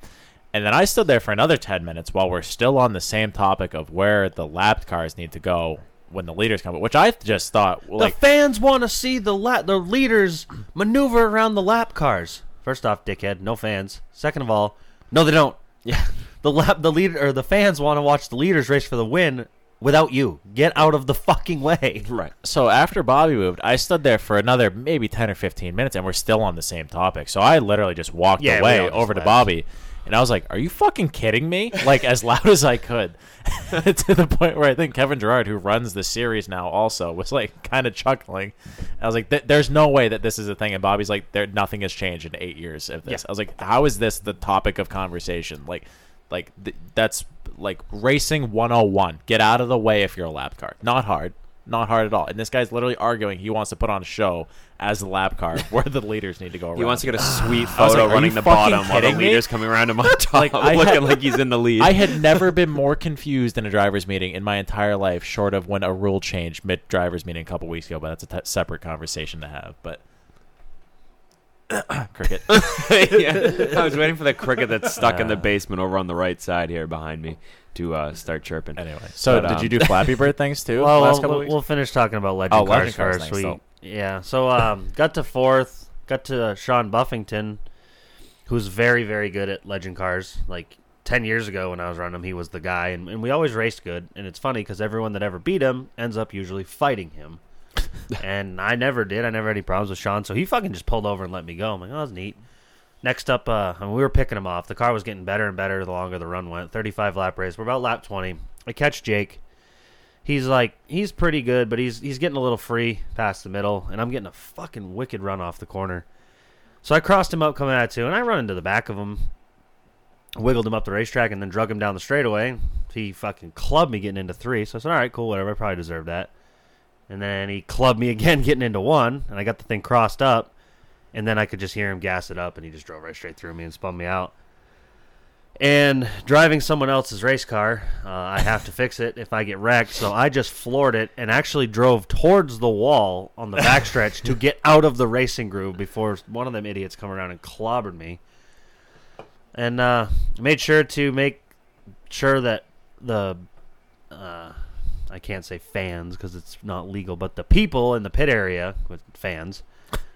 and then I stood there for another ten minutes while we're still on the same topic of where the lapped cars need to go when the leaders come. up, Which I just thought, well, like,
the fans want to see the la- the leaders maneuver around the lap cars. First off, dickhead, no fans. Second of all, no, they don't. Yeah, the lap, the leader, or the fans want to watch the leaders race for the win without you. Get out of the fucking way.
Right.
so after Bobby moved, I stood there for another maybe ten or fifteen minutes, and we're still on the same topic. So I literally just walked
Yeah, we all
away
just
over to
left.
Bobby. And I was like, "Are you fucking kidding me?" Like as loud as I could, to the point where I think Kevin Gerard, who runs the series now, also was like kind of chuckling. I was like, "Th- "There's no way that this is a thing." And Bobby's like, "There, nothing has changed in eight years of this."
Yeah.
I was like, "How is this the topic of conversation?" Like, like th- that's like racing 101. Get out of the way if you're a lap car. Not hard. Not hard at all. And this guy's literally arguing he wants to put on a show as the lap car where the leaders need to go around.
He wants to get a
Ah,
sweet
was
photo
like, are
running
you
the
fucking
bottom while the
kidding me?
leader's coming around him on top,
Like, I
looking
had-
like he's in the lead.
I had never been more confused in a driver's meeting in my entire life, short of when a rule changed mid driver's meeting a couple weeks ago. But that's a t- separate conversation to have. But cricket.
Yeah. I was waiting for the cricket that's stuck in the basement over on the right side here behind me to uh, start chirping.
anyway, so
But,
did
um,
you do Flappy Bird things too?
Well,
last
we'll-
couple
we'll,
weeks?
we'll finish talking about legend
Oh,
cars
Legend Cars
first.
next,
we,
though.
Yeah, so um, got to fourth, got to Sean Buffington, who's very, very good at legend cars. Like ten years ago when I was running him, he was the guy, and, and we always raced good. And it's funny because everyone that ever beat him ends up usually fighting him. and I never did. I never had any problems with Sean, so he fucking just pulled over and let me go. I'm like, oh, that's neat. Next up, uh, I mean, we were picking him off. The car was getting better and better the longer the run went. 35 lap race. We're about lap 20. I catch Jake. He's like, he's pretty good, but he's he's getting a little free past the middle, and I'm getting a fucking wicked run off the corner. So I crossed him up coming out of two, and I run into the back of him, wiggled him up the racetrack, and then drug him down the straightaway. He fucking clubbed me getting into three. So I said, all right, cool, whatever. I probably deserve that. And then he clubbed me again getting into one, and I got the thing crossed up. And then I could just hear him gas it up, and he just drove right straight through me and spun me out. And driving someone else's race car, uh, I have to fix it if I get wrecked. So I just floored it and actually drove towards the wall on the backstretch to get out of the racing groove before one of them idiots come around and clobbered me. And uh, made sure to make sure that the uh, I can't say fans because it's not legal, but the people in the pit area with fans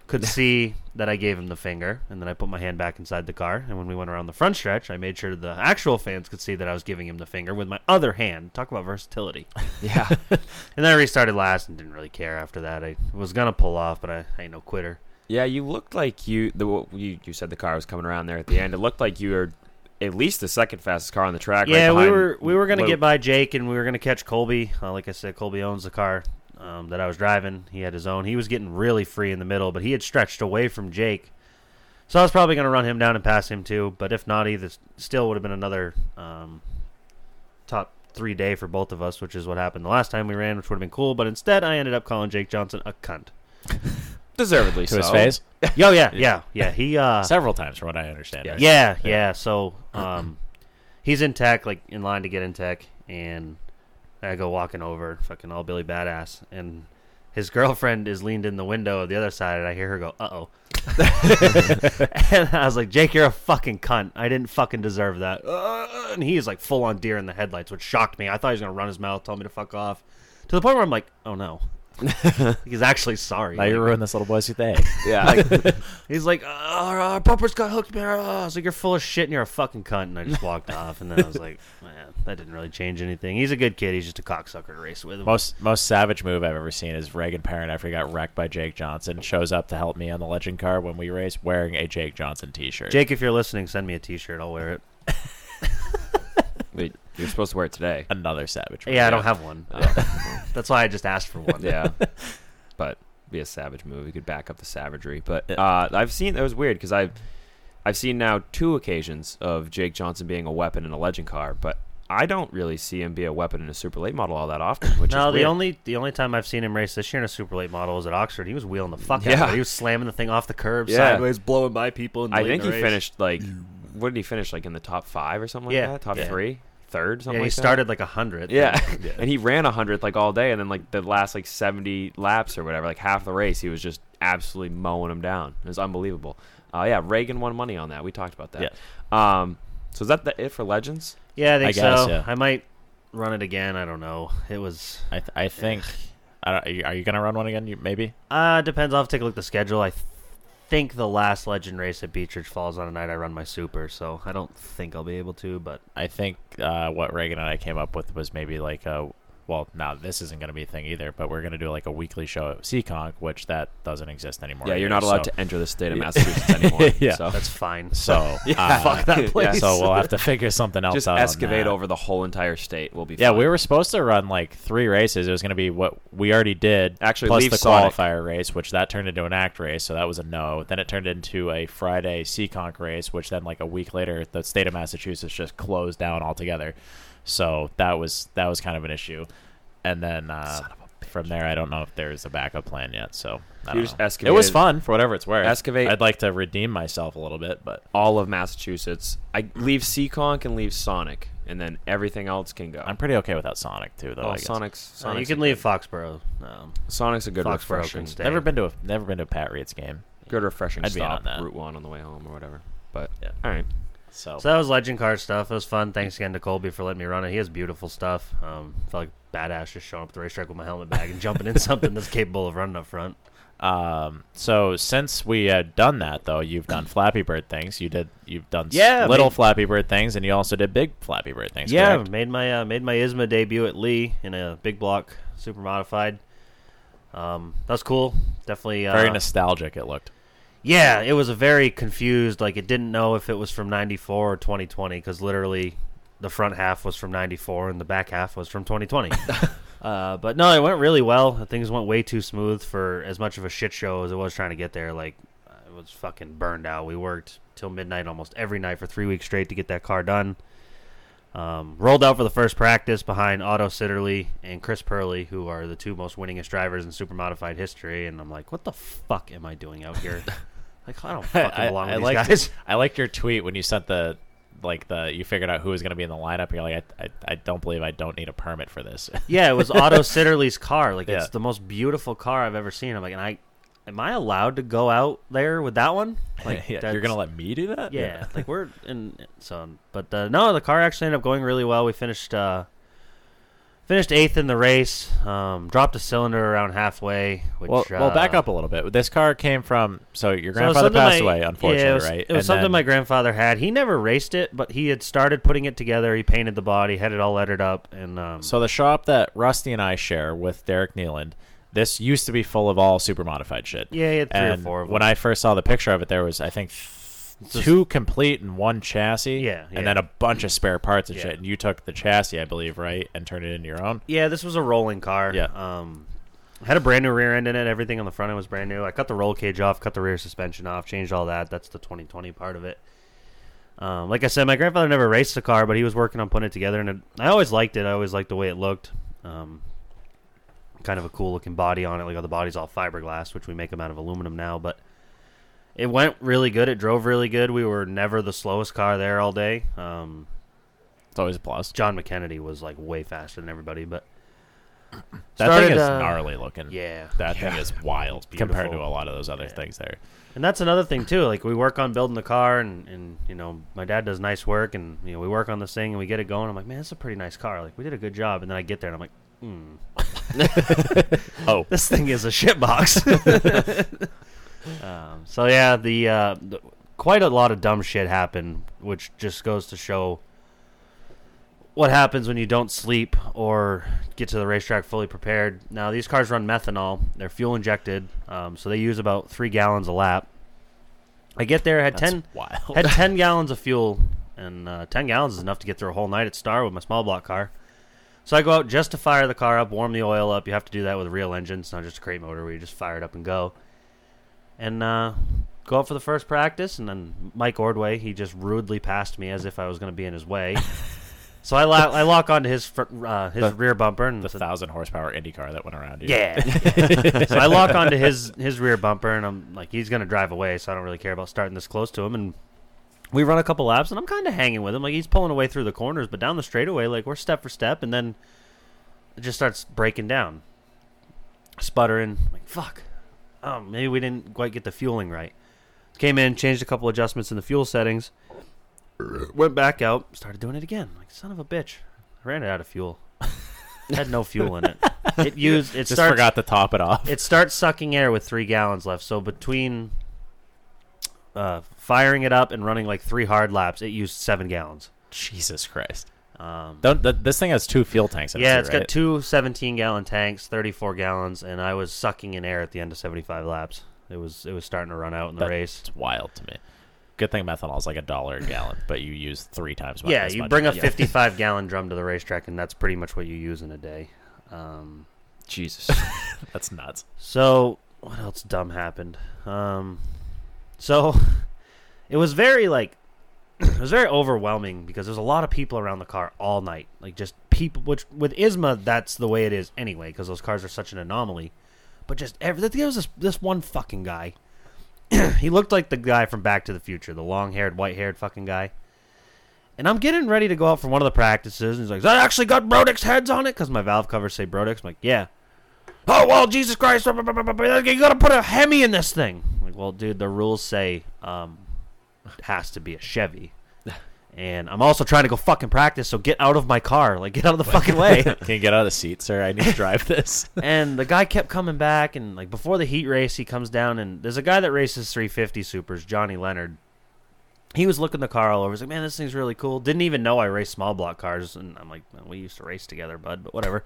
could see that I gave him the finger, and then I put my hand back inside the car. And when we went around the front stretch, I made sure the actual fans could see that I was giving him the finger with my other hand. Talk about versatility.
Yeah.
and then I restarted last and didn't really care after that. I was gonna pull off, but I, I ain't no quitter.
Yeah, you looked like you the what you you said the car was coming around there at the end. It looked like you were at least the second fastest car on the track.
Yeah,
right
we
behind
were we were gonna
Luke.
get by Jake, and we were gonna catch Colby. Uh, like I said, Colby owns the car um, that I was driving. He had his own. He was getting really free in the middle, but he had stretched away from Jake, so I was probably gonna run him down and pass him too. But if not, either still would have been another um, top three day for both of us, which is what happened the last time we ran, which would have been cool. But instead, I ended up calling Jake Johnson a cunt.
deservedly
to
so.
his face
Yo, yeah, yeah, yeah. He uh,
several times, from what I understand. right?
Yeah, yeah. So um, he's in tech, like in line to get in tech, and I go walking over, fucking all Billy badass, and his girlfriend is leaned in the window of the other side, and I hear her go, "Uh oh." and I was like, "Jake, you're a fucking cunt. I didn't fucking deserve that." Uh, and he is like full on deer in the headlights, which shocked me. I thought he was gonna run his mouth, tell me to fuck off, to the point where I'm like, "Oh no." he's actually sorry.
Now you
Like,
ruined this little boy's day.
Yeah.
He's like, "Ah, our bumper's got hooked, man. Ah." I was like, you're full of shit and you're a fucking cunt. And I just walked off. And then I was like, man, that didn't really change anything. He's a good kid. He's just a cocksucker to race with.
Most most savage move I've ever seen is Reagan Parent after he got wrecked by Jake Johnson shows up to help me on the legend car when we race wearing a Jake Johnson T-shirt.
Jake, if you're listening, send me a T-shirt. I'll wear it.
Wait, You're supposed to wear it today.
another savage. Move.
Yeah, I don't have one. That's why I just asked for one.
Yeah. but be a savage move. You could back up the savagery. But uh, I've seen it was weird because I've I've seen now two occasions of Jake Johnson being a weapon in a legend car, but I don't really see him be a weapon in a super late model all that often. Which
No,
is
the
weird.
only the only time I've seen him race this year in a super late model was at Oxford. He was wheeling the fuck out
Yeah.
of it. He was slamming the thing off the curb
Yeah.
sideways, blowing by people. And
I
leading
think he
the race.
finished like what did he finish like in the top five or something
Yeah,
like that? Top
yeah.
three, third,
Yeah,
something.
he
like that?
started like a hundred.
Yeah. and he ran a hundredth like all day, and then like the last like seventy laps or whatever, like half the race, he was just absolutely mowing him down. It was unbelievable. Uh, yeah, Reagan won money on that. We talked about that. Um, so is that the it for legends?
yeah, I think
I guess,
so.
yeah.
I might run it again. I don't know. It was
I, th- I think. I don't, are you- are you gonna run one again? You, maybe.
Uh, depends. I'll have to take a look at the schedule. I th- think the last legend race at Beechridge falls on a night I run my super, so I don't think I'll be able to. But
I think uh, what Reagan and I came up with was maybe like a. Well, now this isn't going to be a thing either, but we're going to do like a weekly show at Seekonk, which that doesn't exist anymore.
Yeah, you're
either,
not allowed
so-
to enter the state of Massachusetts anymore.
Yeah.
so.
that's fine.
So uh,
Fuck that place.
So we'll have to figure something else
just
out. on
excavate
that.
over the whole entire state. We'll be
Yeah,
fine.
we were supposed to run like three races. It was going to be what we already did,
Actually,
plus
leave
the
Sonic.
qualifier race, which that turned into an act race, so that was a no. Then it turned into a Friday Seaconk race, which then like a week later, the state of Massachusetts just closed down altogether. So that was that was kind of an issue. And then uh, from there, I don't know if there's a backup plan yet. So I
You
don't
just
know. it
excavated-
was fun for whatever it's worth.
Excavate-
I'd like to redeem myself a little bit, but
all of Massachusetts. I leave Seekonk and leave Sonic, and then everything else can go.
I'm pretty okay without Sonic too, though.
oh,
I guess.
Sonic's
Uh,
Sonic's
you can
a
leave
good-
Foxborough. Um,
Sonic's a good
Foxborough
refreshing.
can stay.
Never been to a never been to a Pat Reed's game.
good refreshing
I'd be in
stop
on that.
route one on the way home or whatever but
Yeah.
all right
So,
So that was legend card stuff. It was fun. Thanks again to Colby for letting me run it. He has beautiful stuff. Um, felt like badass just showing up at the racetrack with my helmet bag and jumping in something that's capable of running up front.
um, so since we had done that though, you've done Flappy Bird things. You did you've done s-
Yeah, I
little
mean-
Flappy Bird things, and you also did big Flappy Bird things.
yeah, um,
correct?
made my uh, made my ISMA debut at Lee in a big block, super modified. Um, that's cool. Definitely uh,
Very nostalgic it looked.
Yeah, it was a very confused. Like it didn't know if it was from '94 or 2020 because literally the front half was from '94 and the back half was from 2020. uh, but no, it went really well. Things went way too smooth for as much of a shit show as it was trying to get there. Like I was fucking burned out. We worked till midnight almost every night for three weeks straight to get that car done. Um, rolled out for the first practice behind Otto Sitterly and Chris Purley, who are the two most winningest drivers in super modified history. And I'm like, what the fuck am I doing out here? like, I don't fucking belong with these
liked,
guys.
I liked your tweet when you sent the like the you figured out who was going to be in the lineup. and You're like, I, I, I don't believe I don't need a permit for this.
yeah, it was Otto Sitterly's car. Like,
Yeah.
it's the most beautiful car I've ever seen. I'm like, and I, am I allowed to go out there with that one? Like,
Yeah,
that's-
you're gonna let me do that?
Yeah, like we're in. So, but uh, no, the car actually ended up going really well. We finished uh, finished eighth in the race. Um, dropped a cylinder around halfway. Which,
well, well, back
uh,
up a little bit. This car came from so your
So it was
grandfather
something
passed
my-
away,
yeah,
unfortunately,
it was,
right?
It was
And
something
then-
my grandfather had. He never raced it, but he had started putting it together. He painted the body, had it all lettered up, and um,
So the shop that Rusty and I share with Derek Nealand, this used to be full of all super modified shit.
Yeah, he had three or
And
four of
When
them.
I first saw the picture of it, there was I think
just-
two complete and one chassis.
Yeah, yeah.
and then a bunch of spare parts and
Yeah.
shit. And you took the chassis, I believe, right, and turned it into your own.
yeah, this was a rolling car.
Yeah.
Um, had a brand new rear end in it. Everything on the front end was brand new. I cut the roll cage off, cut the rear suspension off, changed all that. That's the 2020 part of it. Um, like I said, my grandfather never raced the car, but he was working on putting it together, and it, I always liked it. I always liked the way it looked. Um, kind of a cool looking body on it. Like, oh, the body's all fiberglass, which we make them out of aluminum now, but it went really good. It drove really good. We were never the slowest car there all day. Um,
It's always a plus.
John McKennedy was like way faster than everybody, but
That
Started,
thing is
uh,
gnarly looking.
yeah.
that thing
Yeah.
is wild
It's
compared to
beautiful.
a lot of those other things there.
And that's another thing too. Like we work on building the car, and and you know my dad does nice work, and you know we work on this thing, and we get it going. I'm like, man, it's a pretty nice car. Like we did a good job. And then I get there, and I'm like, hmm,
Oh,
this thing is a shit box. um, so yeah, the, uh, the quite a lot of dumb shit happened, which just goes to show what happens when you don't sleep or get to the racetrack fully prepared. Now these cars run methanol; they're fuel injected, um, so they use about three gallons a lap. I get there, had
that's
ten
wild.
had 10 gallons of fuel and uh, 10 gallons is enough to get through a whole night at star with my small block car so i go out just to fire the car up warm the oil up you have to do that with a real engine it's not just a crate motor where you just fire it up and go and uh, go out for the first practice and then mike ordway he just rudely passed me as if i was going to be in his way so i, lo- I lock onto his fr- uh, his
The-
rear bumper and
the
said,
thousand horsepower Indy car that went around you.
yeah. so I lock onto his his rear bumper, and I'm like, he's gonna drive away, so I don't really care about starting this close to him. And we run a couple laps, and I'm kind of hanging with him. Like he's pulling away through the corners, but down the straightaway, like we're step for step, and then it just starts breaking down, sputtering. like fuck, oh maybe we didn't quite get the fueling right. Came in, changed a couple adjustments in the fuel settings, went back out, started doing it again. Like son of a bitch, I ran it out of fuel. Had no fuel in it. It used it
Just
starts
forgot to top it off.
it starts sucking air with three gallons left. So between uh, firing it up and running like three hard laps, it used seven gallons.
Jesus Christ.
Um,
Don't, th- this thing has two fuel tanks in it.
yeah,
too,
it's
right?
got two 17 gallon tanks, 34 gallons, and I was sucking in air at the end of 75 laps. It was it was starting to run out in the
That's
race.
wild to me. Good thing methanol is like a dollar a gallon, but you use three times. mu-
Yeah,
as
you
much
bring a
of it.
55 gallon drum to the racetrack, and that's pretty much what you use in a day. Um,
Jesus.
That's nuts.
So what else dumb happened? Um, so it was very like it was very overwhelming because there's a lot of people around the car all night, like just people. Which with Isma, that's the way it is anyway, because those cars are such an anomaly. But just every there was this this one fucking guy. he looked like the guy from Back to the Future, the long haired, white haired fucking guy. And I'm getting ready to go out for one of the practices, and he's like, "That actually got Brodick's heads on it," because my valve covers say Brodick's. I'm like, "Yeah." Oh well, Jesus Christ! You gotta put a Hemi in this thing. Like, well, dude, the rules say um, it has to be a Chevy, and I'm also trying to go fucking practice. So get out of my car, like get out of the fucking way.
Can you get out of the seat, sir? I need to drive this.
and the guy kept coming back, and like before the heat race, he comes down, and there's a guy that races 350 supers, Johnny Leonard. He was looking the car all over. He's like, "Man, this thing's really cool." Didn't even know I raced small block cars, and I'm like, "Man, "We used to race together, bud." But whatever.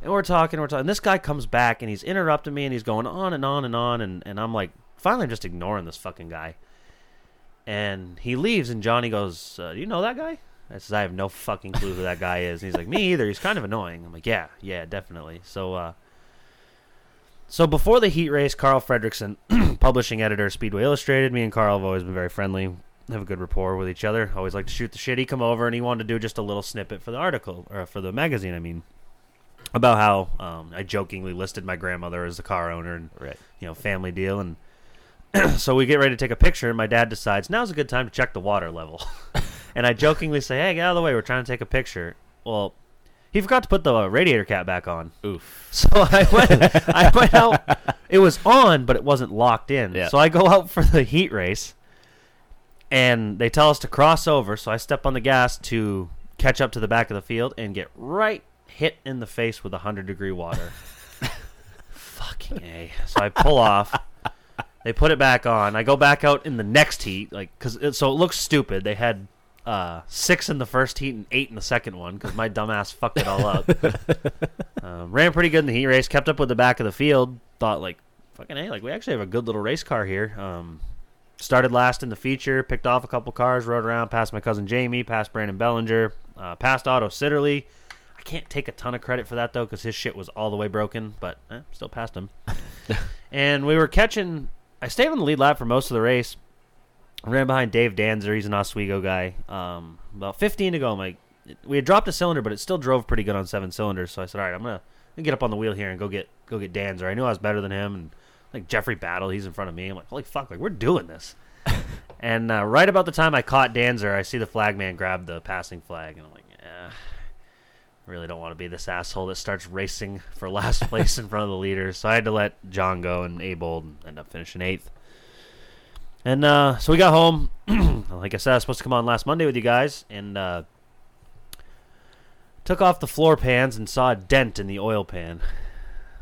And we're talking, we're talking. This guy comes back and he's interrupting me and he's going on and on and on. And, and I'm like, finally, I'm just ignoring this fucking guy. And he leaves, and Johnny goes, uh, "Do you know that guy?" I says, "I have no fucking clue who that guy is." And he's like, "Me either. He's kind of annoying." I'm like, "Yeah, yeah, definitely." So, uh, so before the heat race, Carl Fredrickson, publishing editor, of Speedway Illustrated, me and Carl have always been very friendly, have a good rapport with each other. Always like to shoot the shit. He come over and he wanted to do just a little snippet for the article or for the magazine. I mean, about how um, I jokingly listed my grandmother as the car owner and you know family deal and so we get ready to take a picture, and my dad decides now's a good time to check the water level. and I jokingly say, "Hey, get out of the way. We're trying to take a picture." Well, he forgot to put the uh, radiator cap back on. Oof. So I went, I went out. It was on, but it wasn't locked in.
Yeah.
So I go out for the heat race, and they tell us to cross over. So I step on the gas to catch up to the back of the field and get right hit in the face with a hundred degree water. Fucking a. So I pull off. They put it back on. I go back out in the next heat, like because it, so it looks stupid. They had uh, six in the first heat and eight in the second one because my dumbass fucked it all up. um, ran pretty good in the heat race. Kept up with the back of the field. Thought like, fucking hey, like we actually have a good little race car here. Um, started last in the feature. Picked off a couple cars. Rode around. Passed my cousin Jamie. Passed Brandon Bellinger. Uh, passed Otto Sitterly. I can't take a ton of credit for that though because his shit was all the way broken, but eh, still passed him. and we were catching. I stayed on the lead lap for most of the race. I ran behind Dave Danzer. He's an Oswego guy. Um, about 15 to go. I'm like, we had dropped a cylinder, but it still drove pretty good on seven cylinders. So I said, all right, I'm gonna, I'm gonna get up on the wheel here and go get go get Danzer. I knew I was better than him, and like Jeffrey Battle, he's in front of me. I'm like, holy fuck, like we're doing this. and uh, right about the time I caught Danzer, I see the flag man grab the passing flag, and I'm like, yeah, really don't want to be this asshole that starts racing for last place in front of the leader. So I had to let John go and Abold end up finishing eighth. And uh, so we got home. like I said, I was supposed to come on last Monday with you guys, and uh, took off the floor pans and saw a dent in the oil pan.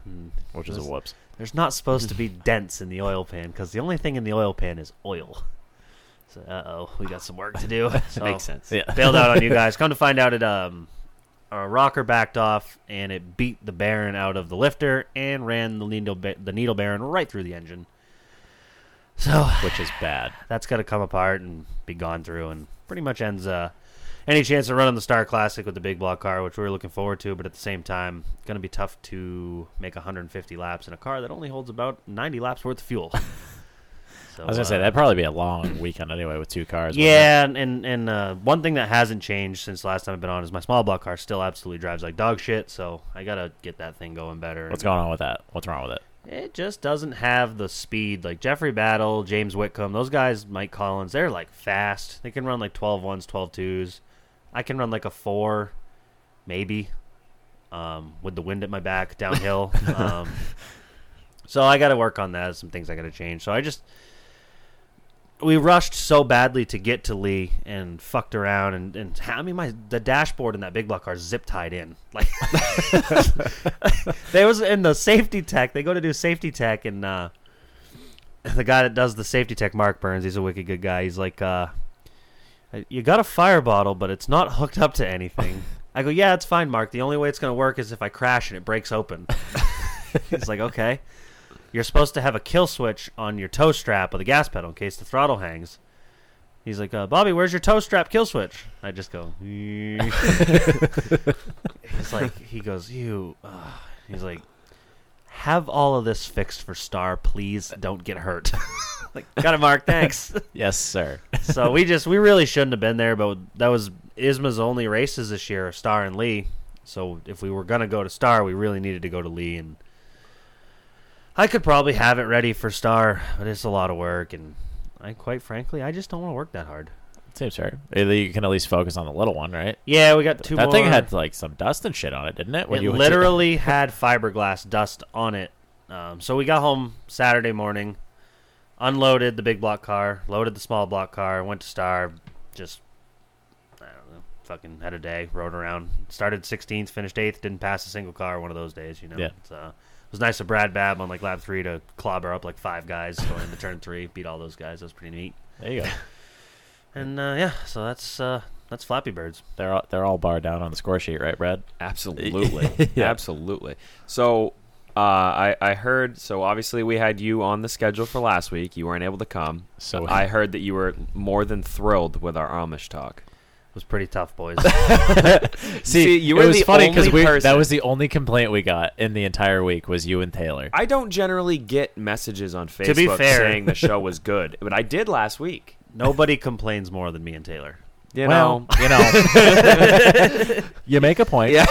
Hmm.
Which is a
There's-
whoops.
There's not supposed to be dents in the oil pan because the only thing in the oil pan is oil. So, uh oh, we got some work to do. So,
Makes sense. Yeah.
Bailed out on you guys. Come to find out, it um, a rocker backed off and it beat the Baron out of the lifter and ran the needle ba- the needle Baron right through the engine. So
Which is bad.
that's got to come apart and be gone through and pretty much ends uh, any chance of running the Star Classic with the big block car, which we were looking forward to. But at the same time, it's going to be tough to make 150 laps in a car that only holds about 90 laps worth of fuel. So,
I was gonna say
uh,
that'd probably be a long weekend anyway with two cars. wouldn't it?
yeah, and and, and uh, one thing that hasn't changed since last time I've been on is my small block car still absolutely drives like dog shit. So I gotta get that thing going better.
What's going on with that? What's wrong with it?
It just doesn't have the speed like Jeffrey Battle, James Whitcomb, those guys, Mike Collins, they're like fast. They can run like 12 ones, 12 twos. I can run like a four, maybe, um, with the wind at my back downhill. um, so I got to work on that. Some things I got to change. So I just, we rushed so badly to get to Lee and fucked around and, and I mean my the dashboard in that big block car is zip tied in like there was in the safety tech they go to do safety tech and uh the guy that does the safety tech Mark Burns he's a wicked good guy he's like uh you got a fire bottle but it's not hooked up to anything I go yeah it's fine Mark the only way it's gonna work is if I crash and it breaks open he's like okay you're supposed to have a kill switch on your toe strap of the gas pedal in case the throttle hangs. He's like, uh, Bobby, where's your toe strap kill switch? I just go. he's like, he goes, you. Uh, he's like, have all of this fixed for Star, please. Don't get hurt. like, got it, Mark. Thanks.
Yes, sir.
so we just we really shouldn't have been there, but that was Isma's only races this year, Star and Lee. So if we were gonna go to Star, we really needed to go to Lee, and I could probably have it ready for Star, but it's a lot of work, and I quite frankly I just don't want to work that hard.
Seems fair. Either you can at least focus on the little one, right?
Yeah, we got two.
that
more.
thing had like some dust and shit on it, didn't it?
it literally had fiberglass dust on it. Um, so we got home Saturday morning, unloaded the big block car, loaded the small block car, went to Star, just I don't know, fucking had a day, rode around, started 16th, finished eighth, didn't pass a single car. One of those days, you know.
Yeah.
It's, uh, it was nice of Brad Babb on like lap three to clobber up like five guys going into turn three, beat all those guys. That was pretty neat.
there you go.
And uh, yeah, so that's uh, That's Flappy Birds.
They're all, they're all bar down on the score sheet, right, Brad?
Absolutely.
Yeah.
Absolutely. So uh, I, I heard, so obviously we had you on the schedule for last week. You weren't able to come.
So-
I heard that you were more than thrilled with our Amish talk.
It was pretty tough, boys.
See,
See, you
it
were
was
the
funny
only
we that
person-
was the only complaint we got in the entire week was you and Taylor.
I don't generally get messages on Facebook
To be fair-
saying the show was good, but I did last week.
Nobody complains more than me and Taylor.
You
well,
know,
you know, you make a point. Yeah,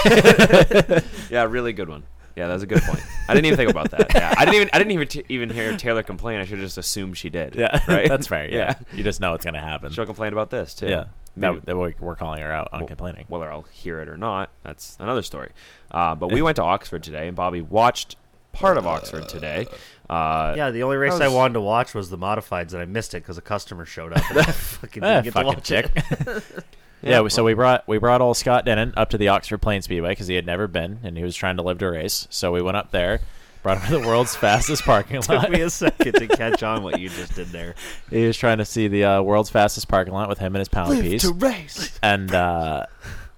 yeah, really good one. Yeah, that was a good point. I didn't even think about that. Yeah, I didn't even I didn't even t- even hear Taylor complain. I should have just assumed she did.
yeah,
right.
That's fair. Yeah. you just know it's gonna happen.
she'll complain about this too.
Yeah,
Maybe-
that, that we- we're calling her out on complaining.
whether I'll hear it or not, that's another story. Uh, but we went to Oxford today, and Bobby watched part of Oxford today. Uh,
Yeah, the only race
That
I
was-
wanted to watch was the modifieds, and I missed it because a customer showed up. And I fucking didn't
Eh,
get
fucking
to watch it.
chick. yeah, we so we brought we brought old Scott Denon up to the Oxford Plain Speedway because he had never been and he was trying to live to race. So we went up there, brought him to the world's fastest parking lot.
Took me a second to catch on what you just did there.
He was trying to see the uh, world's fastest parking lot with him and his pound piece.
race.
and uh,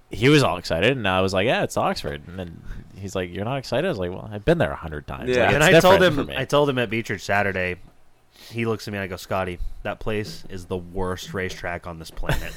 he was all excited, and I was like, "Yeah, it's Oxford." And then he's like, "You're not excited?" I was like, "Well, I've been there a hundred times."
Yeah.
Like,
and
it's
I told
different for
him,
me.
I told him at Beechridge Saturday. He looks at me and I go, Scotty, that place is the worst racetrack on this planet.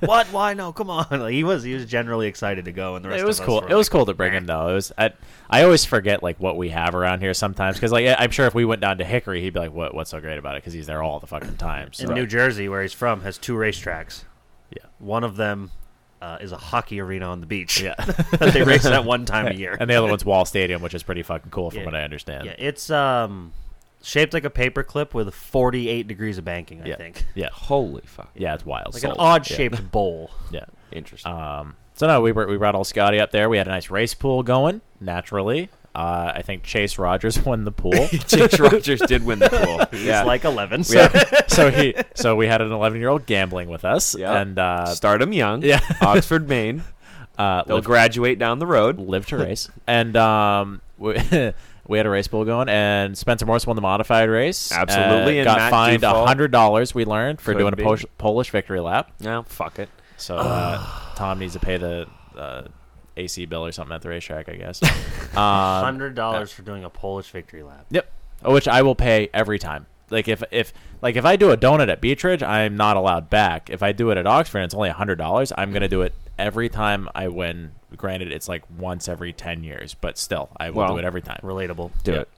what? Why? No, come on. Like, he was, he was generally excited to go, and the rest
it was
of us
cool.
were
It was
like,
cool to bring him though. It was. I, I always forget like what we have around here sometimes because like I- I'm sure if we went down to Hickory, he'd be like, "What? What's so great about it?" Because he's there all the fucking time. So.
in New Jersey, where he's from, has two racetracks.
Yeah.
One of them uh, is a hockey arena on the beach.
Yeah.
that they race at one time a year.
and the other one's Wall Stadium, which is pretty fucking cool from
Yeah.
what I understand.
yeah, it's um shaped like a paperclip with 48 degrees of banking. I
Yeah.
think
yeah,
Holy fuck!
yeah, it's wild.
like an
So-
odd
yeah.
shaped bowl.
Yeah.
Interesting.
Um, so no, we br- we brought old Scotty up there. We had a nice race pool going naturally. Uh, I think Chase Rogers won the pool.
Chase Rogers did win the pool. Yeah,
It's like 11. So
Yeah.
so he so we had an 11 year old gambling with us
Yeah.
and uh,
start them young.
Yeah.
Oxford, Maine.
uh,
They'll
live,
graduate down the road.
live to race and um we, we had a race pool going and Spencer Morse won the modified race
Absolutely,
uh,
and
got
Matt
fined
Dufault-
hundred dollars we learned for
Could
doing a
be.
Polish, Polish victory lap
No, fuck it.
so uh, Tom needs to pay the uh, AC bill or something at the racetrack I guess um,
Hundred dollars for doing a Polish victory lap.
Yep. Oh, Which I will pay every time. Like if if like if I do a donut at Beechridge, I'm not allowed back. If I do it at Oxford, and it's only hundred dollars. I'm gonna do it every time I win. Granted, it's like once every ten years, but still, I will
Well,
do it every time.
Relatable.
Do
Yeah.
it.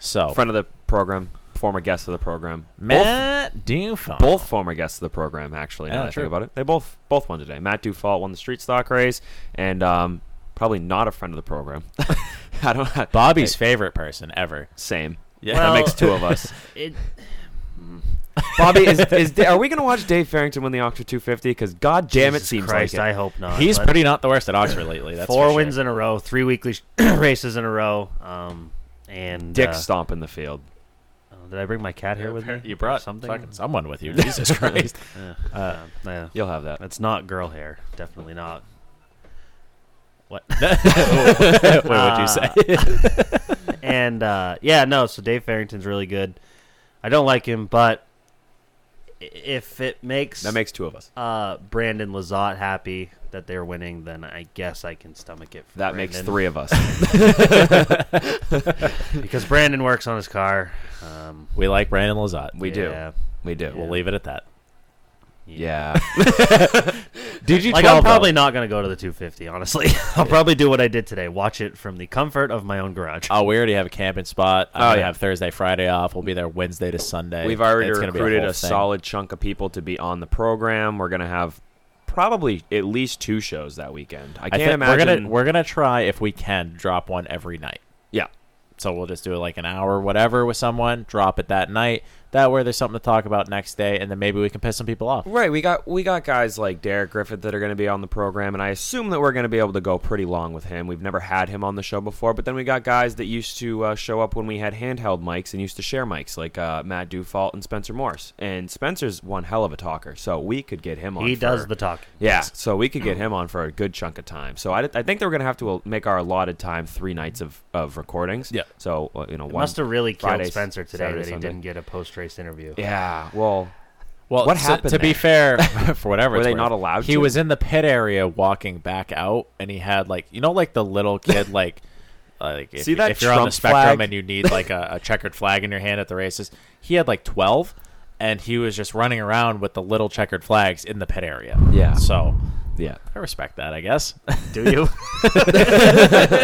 So
Friend of the program, former guest of the program.
Matt Dufault.
both former guests of the program actually. Now
Yeah,
that I
true.
think about it, they both both won today. Matt Dufault won the street stock race, and um, probably not a friend of the program. I don't.
Bobby's
Hey,
favorite person ever.
same.
Yeah.
that
Well-
makes two of us.
It,
Bobby, is, is are we gonna watch Dave Farrington win the Oxford 250? Because God damn, it seems
Christ,
like
I
it.
hope not.
He's
But
pretty not the worst at Oxford lately. That's
four
for
wins
Sure.
in a row, three weekly sh- races in a row. Um, and
Dick
uh,
stomp in the field.
oh, did I bring my cat here with me?
You brought
something.
fucking someone with you. Jesus Christ.
Yeah.
Uh,
No, yeah.
You'll have that.
That's not girl hair. Definitely not. What?
Wait, what'd you say?
Ah. and uh, yeah, no. So Dave Farrington's really good. I don't like him, but i- if it makes
That makes two of us.
uh, Brandon Lazat happy that they're winning, then I guess I can stomach it. For
That makes
Brandon,
three of us.
because Brandon works on his car. Um,
we like Brandon Lazat.
We
Yeah.
do. We do.
We'll leave it at that.
Yeah.
Did you
Like I'm probably not gonna go to the 250. Honestly, I'll probably do what I did today. Watch it from the comfort of my own garage.
Oh, we already have a camping spot. I'm gonna
Oh, yeah.
have Thursday, Friday off. We'll be there Wednesday to Sunday.
We've already
It's gonna be
recruited a,
whole thing.
solid chunk of people to be on the program. We're gonna have probably at least two shows that weekend. I
I
can't
think
imagine.
We're gonna we're gonna try if we can drop one every night.
yeah,
So we'll just do like an hour, whatever, with someone. Drop it that night. That way, there's something to talk about next day, and then maybe we can piss some people off.
right. We got we got guys like Derek Griffith that are gonna be on the program, and I assume that we're gonna be able to go pretty long with him. We've never had him on the show before, but then we got guys that used to uh, show up when we had handheld mics and used to share mics, like uh, Matt Dufault and Spencer Morse. And Spencer's one hell of a talker, so we could get him Oh, on.
he does
for-
the talking.
Yeah, so we could get him on for a good chunk of time. So I, I think they were going to have to uh, make our allotted time three nights of, of recordings.
Yeah.
So, uh, you know,
It
one
must have really killed
Friday,
Spencer today
Saturday,
that he
Sunday.
didn't get a post race interview.
Yeah, well,
Well,
what
so-
happened?
To be
there?
fair, for whatever
Were
it's
they
worth,
not allowed
He
to?
was in the pit area walking back out, and he had like you know like the little kid like like if,
See that
if you're on the
Trump
spectrum
flag?
and you need like a, a checkered flag in your hand at the races. He had like twelve, and he was just running around with the little checkered flags in the pit area.
Yeah.
So
yeah.
I respect that, I guess.
Do you?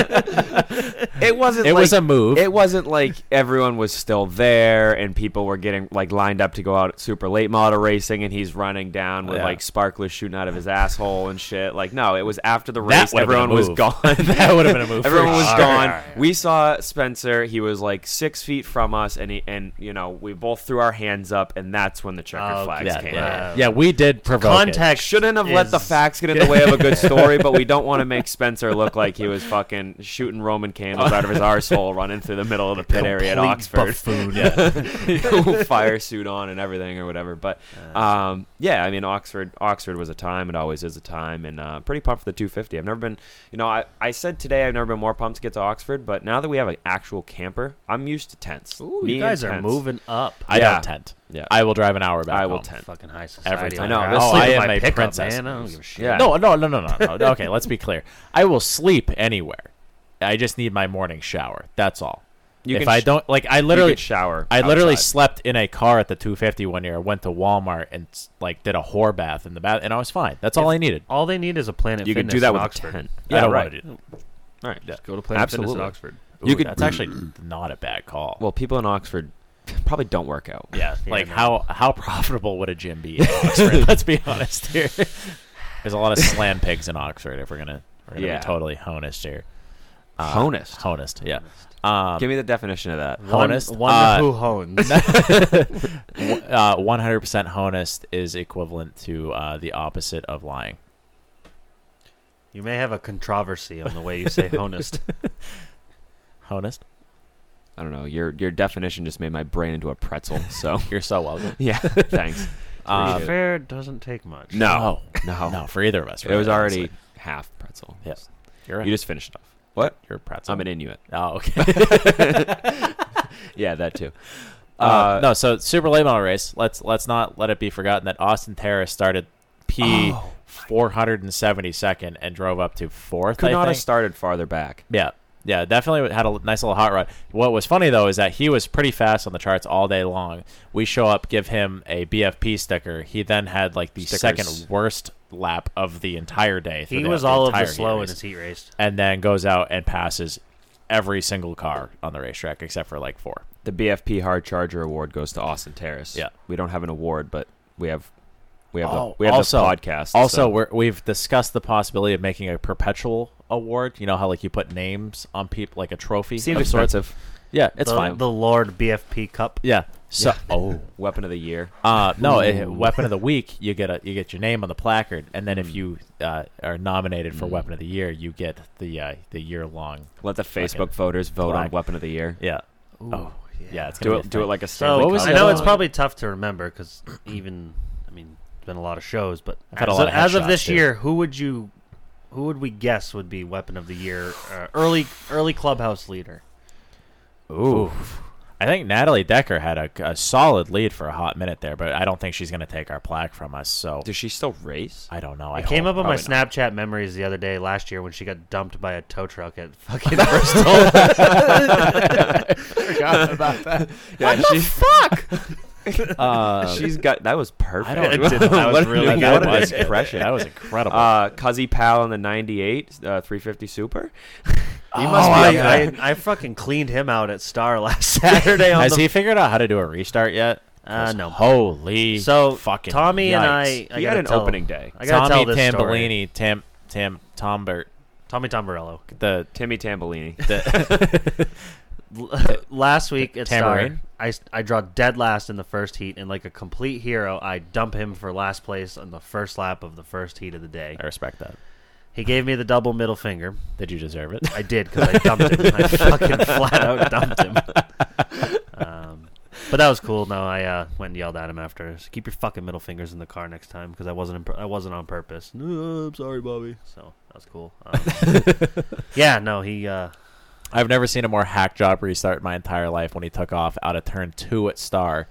it wasn't.
It
like,
was a move.
It wasn't like everyone was still there and people were getting like lined up to go out at super late model racing, and he's running down with
Yeah.
like sparklers shooting out of his asshole and shit. Like no, it was after the
That
race.
would've been a
Everyone was
move.
gone.
That would've been a move for
Everyone was
sure.
gone. We saw Spencer. He was like six feet from us, and he and you know we both threw our hands up, and that's when the checkered
Oh,
flags
yeah,
came out.
yeah,
out.
yeah, we did provoke it.
Contact
Shouldn't have let the
is-
facts get in the way of a good story, but we don't want to make Spencer look like he was fucking shooting Roman candles out of his arsehole running through the middle of the pit area at
Complete
Oxford.
buffoon, yeah.
Fire suit on and everything or whatever. But um, yeah, I mean Oxford Oxford was a time, it always is a time, and uh, pretty pumped for the two fifty. I've never been you know, I, I said today I've never been more pumped to get to Oxford, but now that we have an actual camper, I'm used to tents.
Ooh,
Me
you
and
guys are
tents.
moving up.
I
Yeah.
don't tent.
Yeah.
I will drive an hour back.
I will
home.
tent.
Fucking high society.
Everything.
I know,
I'll
this
sleep
is
in
my
my pickup,
princess.
man. I don't give a shit.
Yeah.
No, no, no, no, no, no. okay, let's be clear. I will sleep anywhere. I just need my morning shower. That's all.
You
if
can
I
sh-
don't like, I literally
could shower
I literally
outside.
slept in a car at the 250 one year. I went to Walmart and like did a whore bath in the bath, and I was fine. That's all I needed.
All they need is a Planet
You
Fitness
could do that
in
with
Oxford.
a tent.
I don't
right.
want to do.
All right.
Just go to Planet Fitness
Absolutely.
in Oxford.
Ooh,
You could-
That's actually not a bad call.
Well, people in Oxford probably don't work out.
yeah, like how how profitable would a gym be? In Oxford? Let's be honest here. There's a lot of slam pigs in Oxford. If we're gonna, we're gonna
Yeah.
be totally honest here. Uh,
Honest.
honest, yeah. Um,
Give me the definition of that.
honest.
One, one
uh,
who hones.
uh, 100% honest is equivalent to uh, the opposite of lying.
you may have a controversy on the way you say honest.
Honest?
I don't know. Your your definition just made my brain into a pretzel. So
You're so welcome.
yeah, thanks.
To
Um,
be fair, it doesn't take much.
no,
no,
no,
for either of us.
It was
really,
already
honestly.
half pretzel.
Yeah. You're right.
You just finished it off. What?
You're a pretzel.
I'm an Inuit.
Oh, okay.
Yeah, that too.
Uh, no, so super late model race. Let's let's not let it be forgotten that Austin Terrace started
Oh
P 472nd and drove up to fourth.
Could
I
not
think.
have started farther back.
Yeah. Yeah, definitely had a nice little hot rod. What was funny though is that he was pretty fast on the charts all day long. We show up, give him a BFP sticker. He then had like the
Stickers.
second worst lap of the entire day. through
He
the-
was all of the
entire heat
slow in
race.
his heat race.
and then goes out and passes every single car on the racetrack except for like four.
The BFP Hard Charger Award goes to Austin Terrace.
Yeah.
we don't have an award, but we have we have the,
Oh,
we have
also,
the podcast.
Also,
so-
we're, we've discussed the possibility of making a perpetual award. You know how like you put names on people like a trophy.
seems
of sorts.
expensive.
Yeah, it's
the,
fine.
The Lord BFP Cup.
yeah. So oh.
Weapon of the year.
Uh, no, it, weapon of the week. You get a you get your name on the placard, and
Mm.
then if you uh, are nominated for weapon of the year, you get the uh, the year long.
Let the Facebook
Fucking
voters vote on
black.
weapon of the year.
Yeah. oh yeah. It's gonna
Do
be
it. Do it like a
So
Stanley
What was
I
Cup.
the
know
other
it's
one?
probably tough to remember because even I mean, it's been a lot of shows, but
I've had a
as,
lot
of,
of
as of
headshots,
this
too.
year, who would you, who would we guess would be weapon of the year, uh, early early clubhouse leader?
a ooh. I think Natalie Decker had a, a solid lead for a hot minute there, but I don't think she's gonna take our plaque from us. So
Does she still race?
I don't know.
It
I
came up
hope.
on my
probably
Snapchat memories the other day last year when she got dumped by a tow truck at fucking Bristol.
Yeah, what the fuck? She's got that was perfect.
I don't. that was
What-
really
what an
good. That was-
impression.
That was incredible.
Uh, Cuzzy Pal in the '98 uh, 350 Super.
oh,
I,
yeah.
I, I fucking cleaned him out at Star last Saturday. On
Has
the,
he figured out how to do a restart yet?
Uh, no.
Holy.
so
fucking.
Tommy and I,
yikes.
I
He
gotta
had an
tell-
opening day.
I gotta
Tommy
tell this story.
Tambellini, Tam Tam Tombert,
Tommy Tombarello.
the
Timmy Tambellini.
last week at Star,
Tamarine?
I, I draw dead last in the first heat, and like a complete hero, I dump him for last place on the first lap of the first heat of the day.
I respect that.
He gave me the double middle finger.
Did you deserve it?
I did because I dumped him. I fucking flat out dumped him. Um, but that was cool. No, I uh, went and yelled at him after. So keep your fucking middle fingers in the car next time because I wasn't imp- I wasn't on purpose. No, Uh, I'm sorry, Bobby. So that was cool. Um, yeah, no, he. Uh,
I've never seen a more hack job restart in my entire life when he took off out of turn two at Star.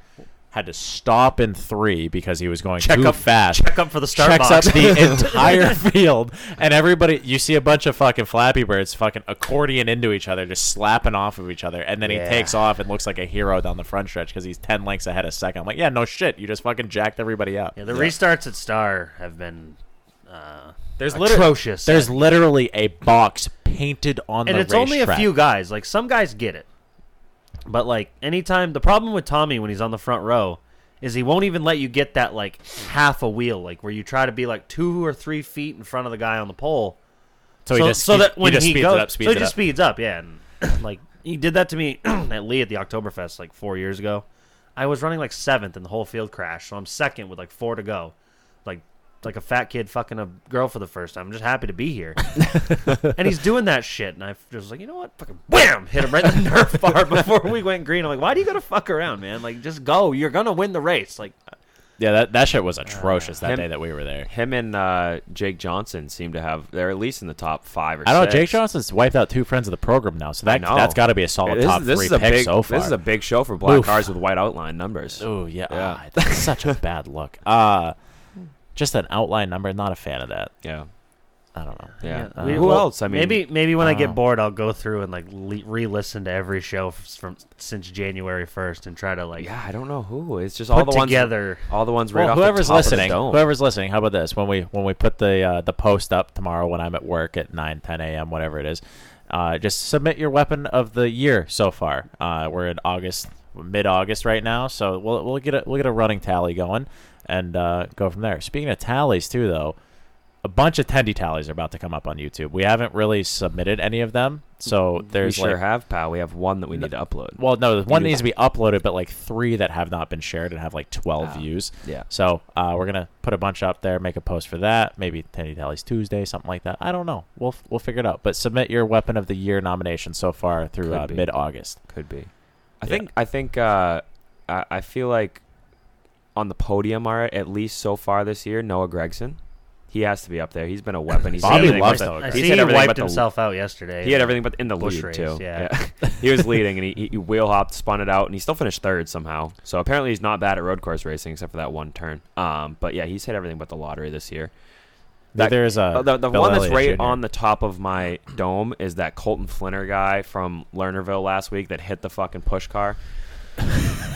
had to stop in three because he was going
Check
too
up-
fast.
check up for the start
Checks
box.
up the entire field, and everybody you see a bunch of fucking Flappy Birds fucking accordion into each other, just slapping off of each other, and then
Yeah.
he takes off and looks like a hero down the front stretch because he's ten lengths ahead of second. I'm like, yeah, no shit, you just fucking jacked everybody up.
Yeah, the restarts at Star have been uh,
There's liter-
atrocious.
There's literally a box painted on
and
the
it's only a
racetrack.
few guys. Like some guys get it, but like anytime the problem with Tommy when he's on the front row is he won't even let you get that like half a wheel, like where you try to be like two or three feet in front of the guy on the pole.
So he just-
so
he-
that
he
when he,
just speeds it
goes,
up, speeds
so he
it
just
up.
speeds up, yeah. And like he did that to me at Lee at the Oktoberfest like four years ago. I was running like seventh, and the whole field crashed, so I'm second with like four to go, like like a fat kid fucking a girl for the first time. I'm just happy to be here. and he's doing that shit, and I just was like, you know what? Fucking wham! Hit him right in the nerf bar before we went green. I'm like, why do you gotta fuck around, man? Like, just go. You're gonna win the race. Like,
Yeah, that, that shit was atrocious that
Him-
day that we were there.
Him and uh, Jake Johnson seem to have they're at least in the top five or.
I don't know.
six.
Jake Johnson's wiped out two friends of the program now, so
I
that
know.
that's got to be a solid
This
top
is- this
three
is a
pick
big-
so far.
This is a big show for black
Oof.
cars with white outline numbers.
Oh yeah,
Yeah.
Ah, that's such a bad look. Uh just an outline number. Not a fan of that.
Yeah.
I don't know.
Yeah.
Uh,
We- Who
well,
else? I mean, um,
maybe maybe when I,
I
get
don't know.
bored, I'll go through and like le- re-listen to every show f- from since January 1st and try to like
Yeah, I don't know who. It's just
Put
all the ones
together-
All the ones right
Well,
off
whoever's
the top
listening,
Of the dome.
whoever's listening, how about this? When we when we put the uh, the post up tomorrow, when I'm at work at 9, 10 a.m., whatever it is, uh, just submit your weapon of the year so far. Uh, we're in August, mid August right now, so we'll we'll get a we'll get a running tally going and uh, go from there. Speaking of tallies, too, though, a bunch of tendy tallies are about to come up on YouTube. We haven't really submitted any of them, so
Mm, we
there's
sure
like
have pal. We have one that we need to upload.
well, no, one
You-
needs to be uploaded, but like three that have not been shared and have like 12
Ah,
views.
yeah.
So uh, we're gonna put a bunch up there, make a post for that. Maybe Tandy Tallies Tuesday, something like that. I don't know. We'll f- we'll figure it out. But submit your Weapon of the Year nomination so far through
Could
uh,
be.
mid August.
Could be. I
Yeah.
think. I think. Uh, I, I feel like on the podium are at least so far this year. Noah Gregson, he has to be up there. He's been a weapon. He's
Bobby
everything
loves
but-
Noah
I
he's
see
hit
he
everything but
wiped
the-
himself out yesterday.
He had everything but in the
Bush
lead
race,
too.
yeah.
he was leading and he, he- he wheel hopped, spun it out, and he still finished third somehow. So apparently he's not bad at road course racing except for that one turn. Um, but yeah, he's hit everything but the lottery this year. That-
There's a
Uh, the the one that's right on the top of my dome is that Colton Flinner guy from Lernerville last week that hit the fucking push car.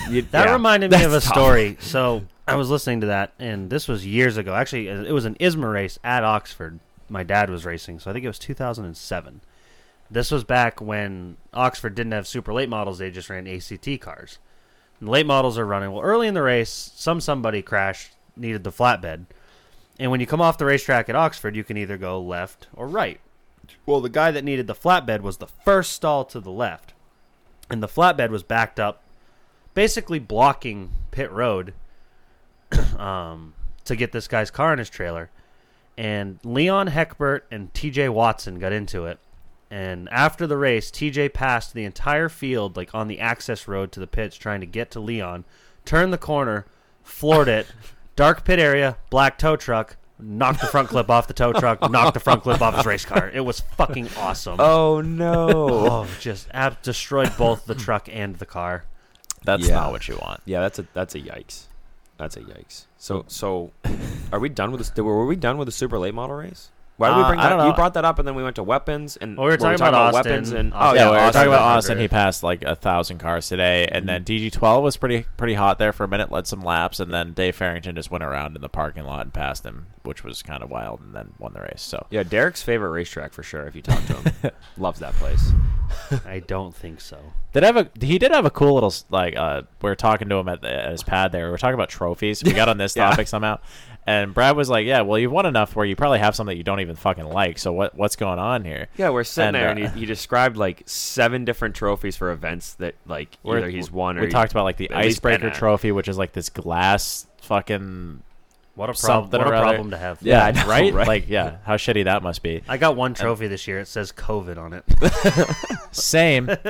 You-
That
yeah,
reminded me of a
that's tough.
story. So I was listening to that, and this was years ago. Actually, uh, it was an ISMA race at Oxford. My dad was racing, so I think it was 2007. This was back when Oxford didn't have super late models; they just ran ACT cars. And the late models are running well. Early in the race, some somebody crashed, needed the flatbed, and when you come off the racetrack at Oxford, you can either go left or right. Well, the guy that needed the flatbed was the first stall to the left, and the flatbed was backed up basically blocking pit road um, to get this guy's car in his trailer. And Leon Heckbert and TJ Watson got into it. And after the race, TJ passed the entire field, like on the access road to the pits, trying to get to Leon, turned the corner, floored it, dark pit area, black tow truck, knocked the front clip off the tow truck, knocked the front clip off his race car. It was fucking awesome.
Oh no.
Oh, just ab- destroyed both the truck and the car.
That's
Yeah.
not what you want.
yeah, that's a that's a yikes. That's a yikes.
Oh.
So so, are we done with this? Were we done with the super late model race? Why did we
Uh,
bring
I
that?
don't know.
You brought that up, and then we went to weapons, and
Well, we were talking about Austin.
weapons, and
Austin.
oh yeah,
yeah, we were
Austin. Mm-hmm.
talking about
Hunter.
Austin. He passed like a thousand cars today, and then DG12 was pretty pretty hot there for a minute, led some laps, and then Dave Farrington just went around in the parking lot and passed him, which was kind of wild, and then won the race. So
Yeah, Derek's favorite racetrack for sure. If you talk to him, loves that place.
I don't think so.
Did have a he did have a cool little like uh we were talking to him at, the, at his pad there. We were talking about trophies. We got on this
Yeah.
topic somehow, and Brad was like, "Yeah, well, you've won enough where you probably have something that you don't even fucking like. So what what's going on here?"
Yeah, we're sitting
And,
there,
uh,
and he, he described like seven different trophies for events that like
we're-
either he's won or
we
he's
talked about like the
at least been
icebreaker
at.
trophy, which is like this glass fucking
What a problem!
something
What a
or other.
problem to have.
Yeah,
I know,
right?
right?
Like yeah, how shitty that must be.
I got one trophy this year. It says COVID on it.
Same,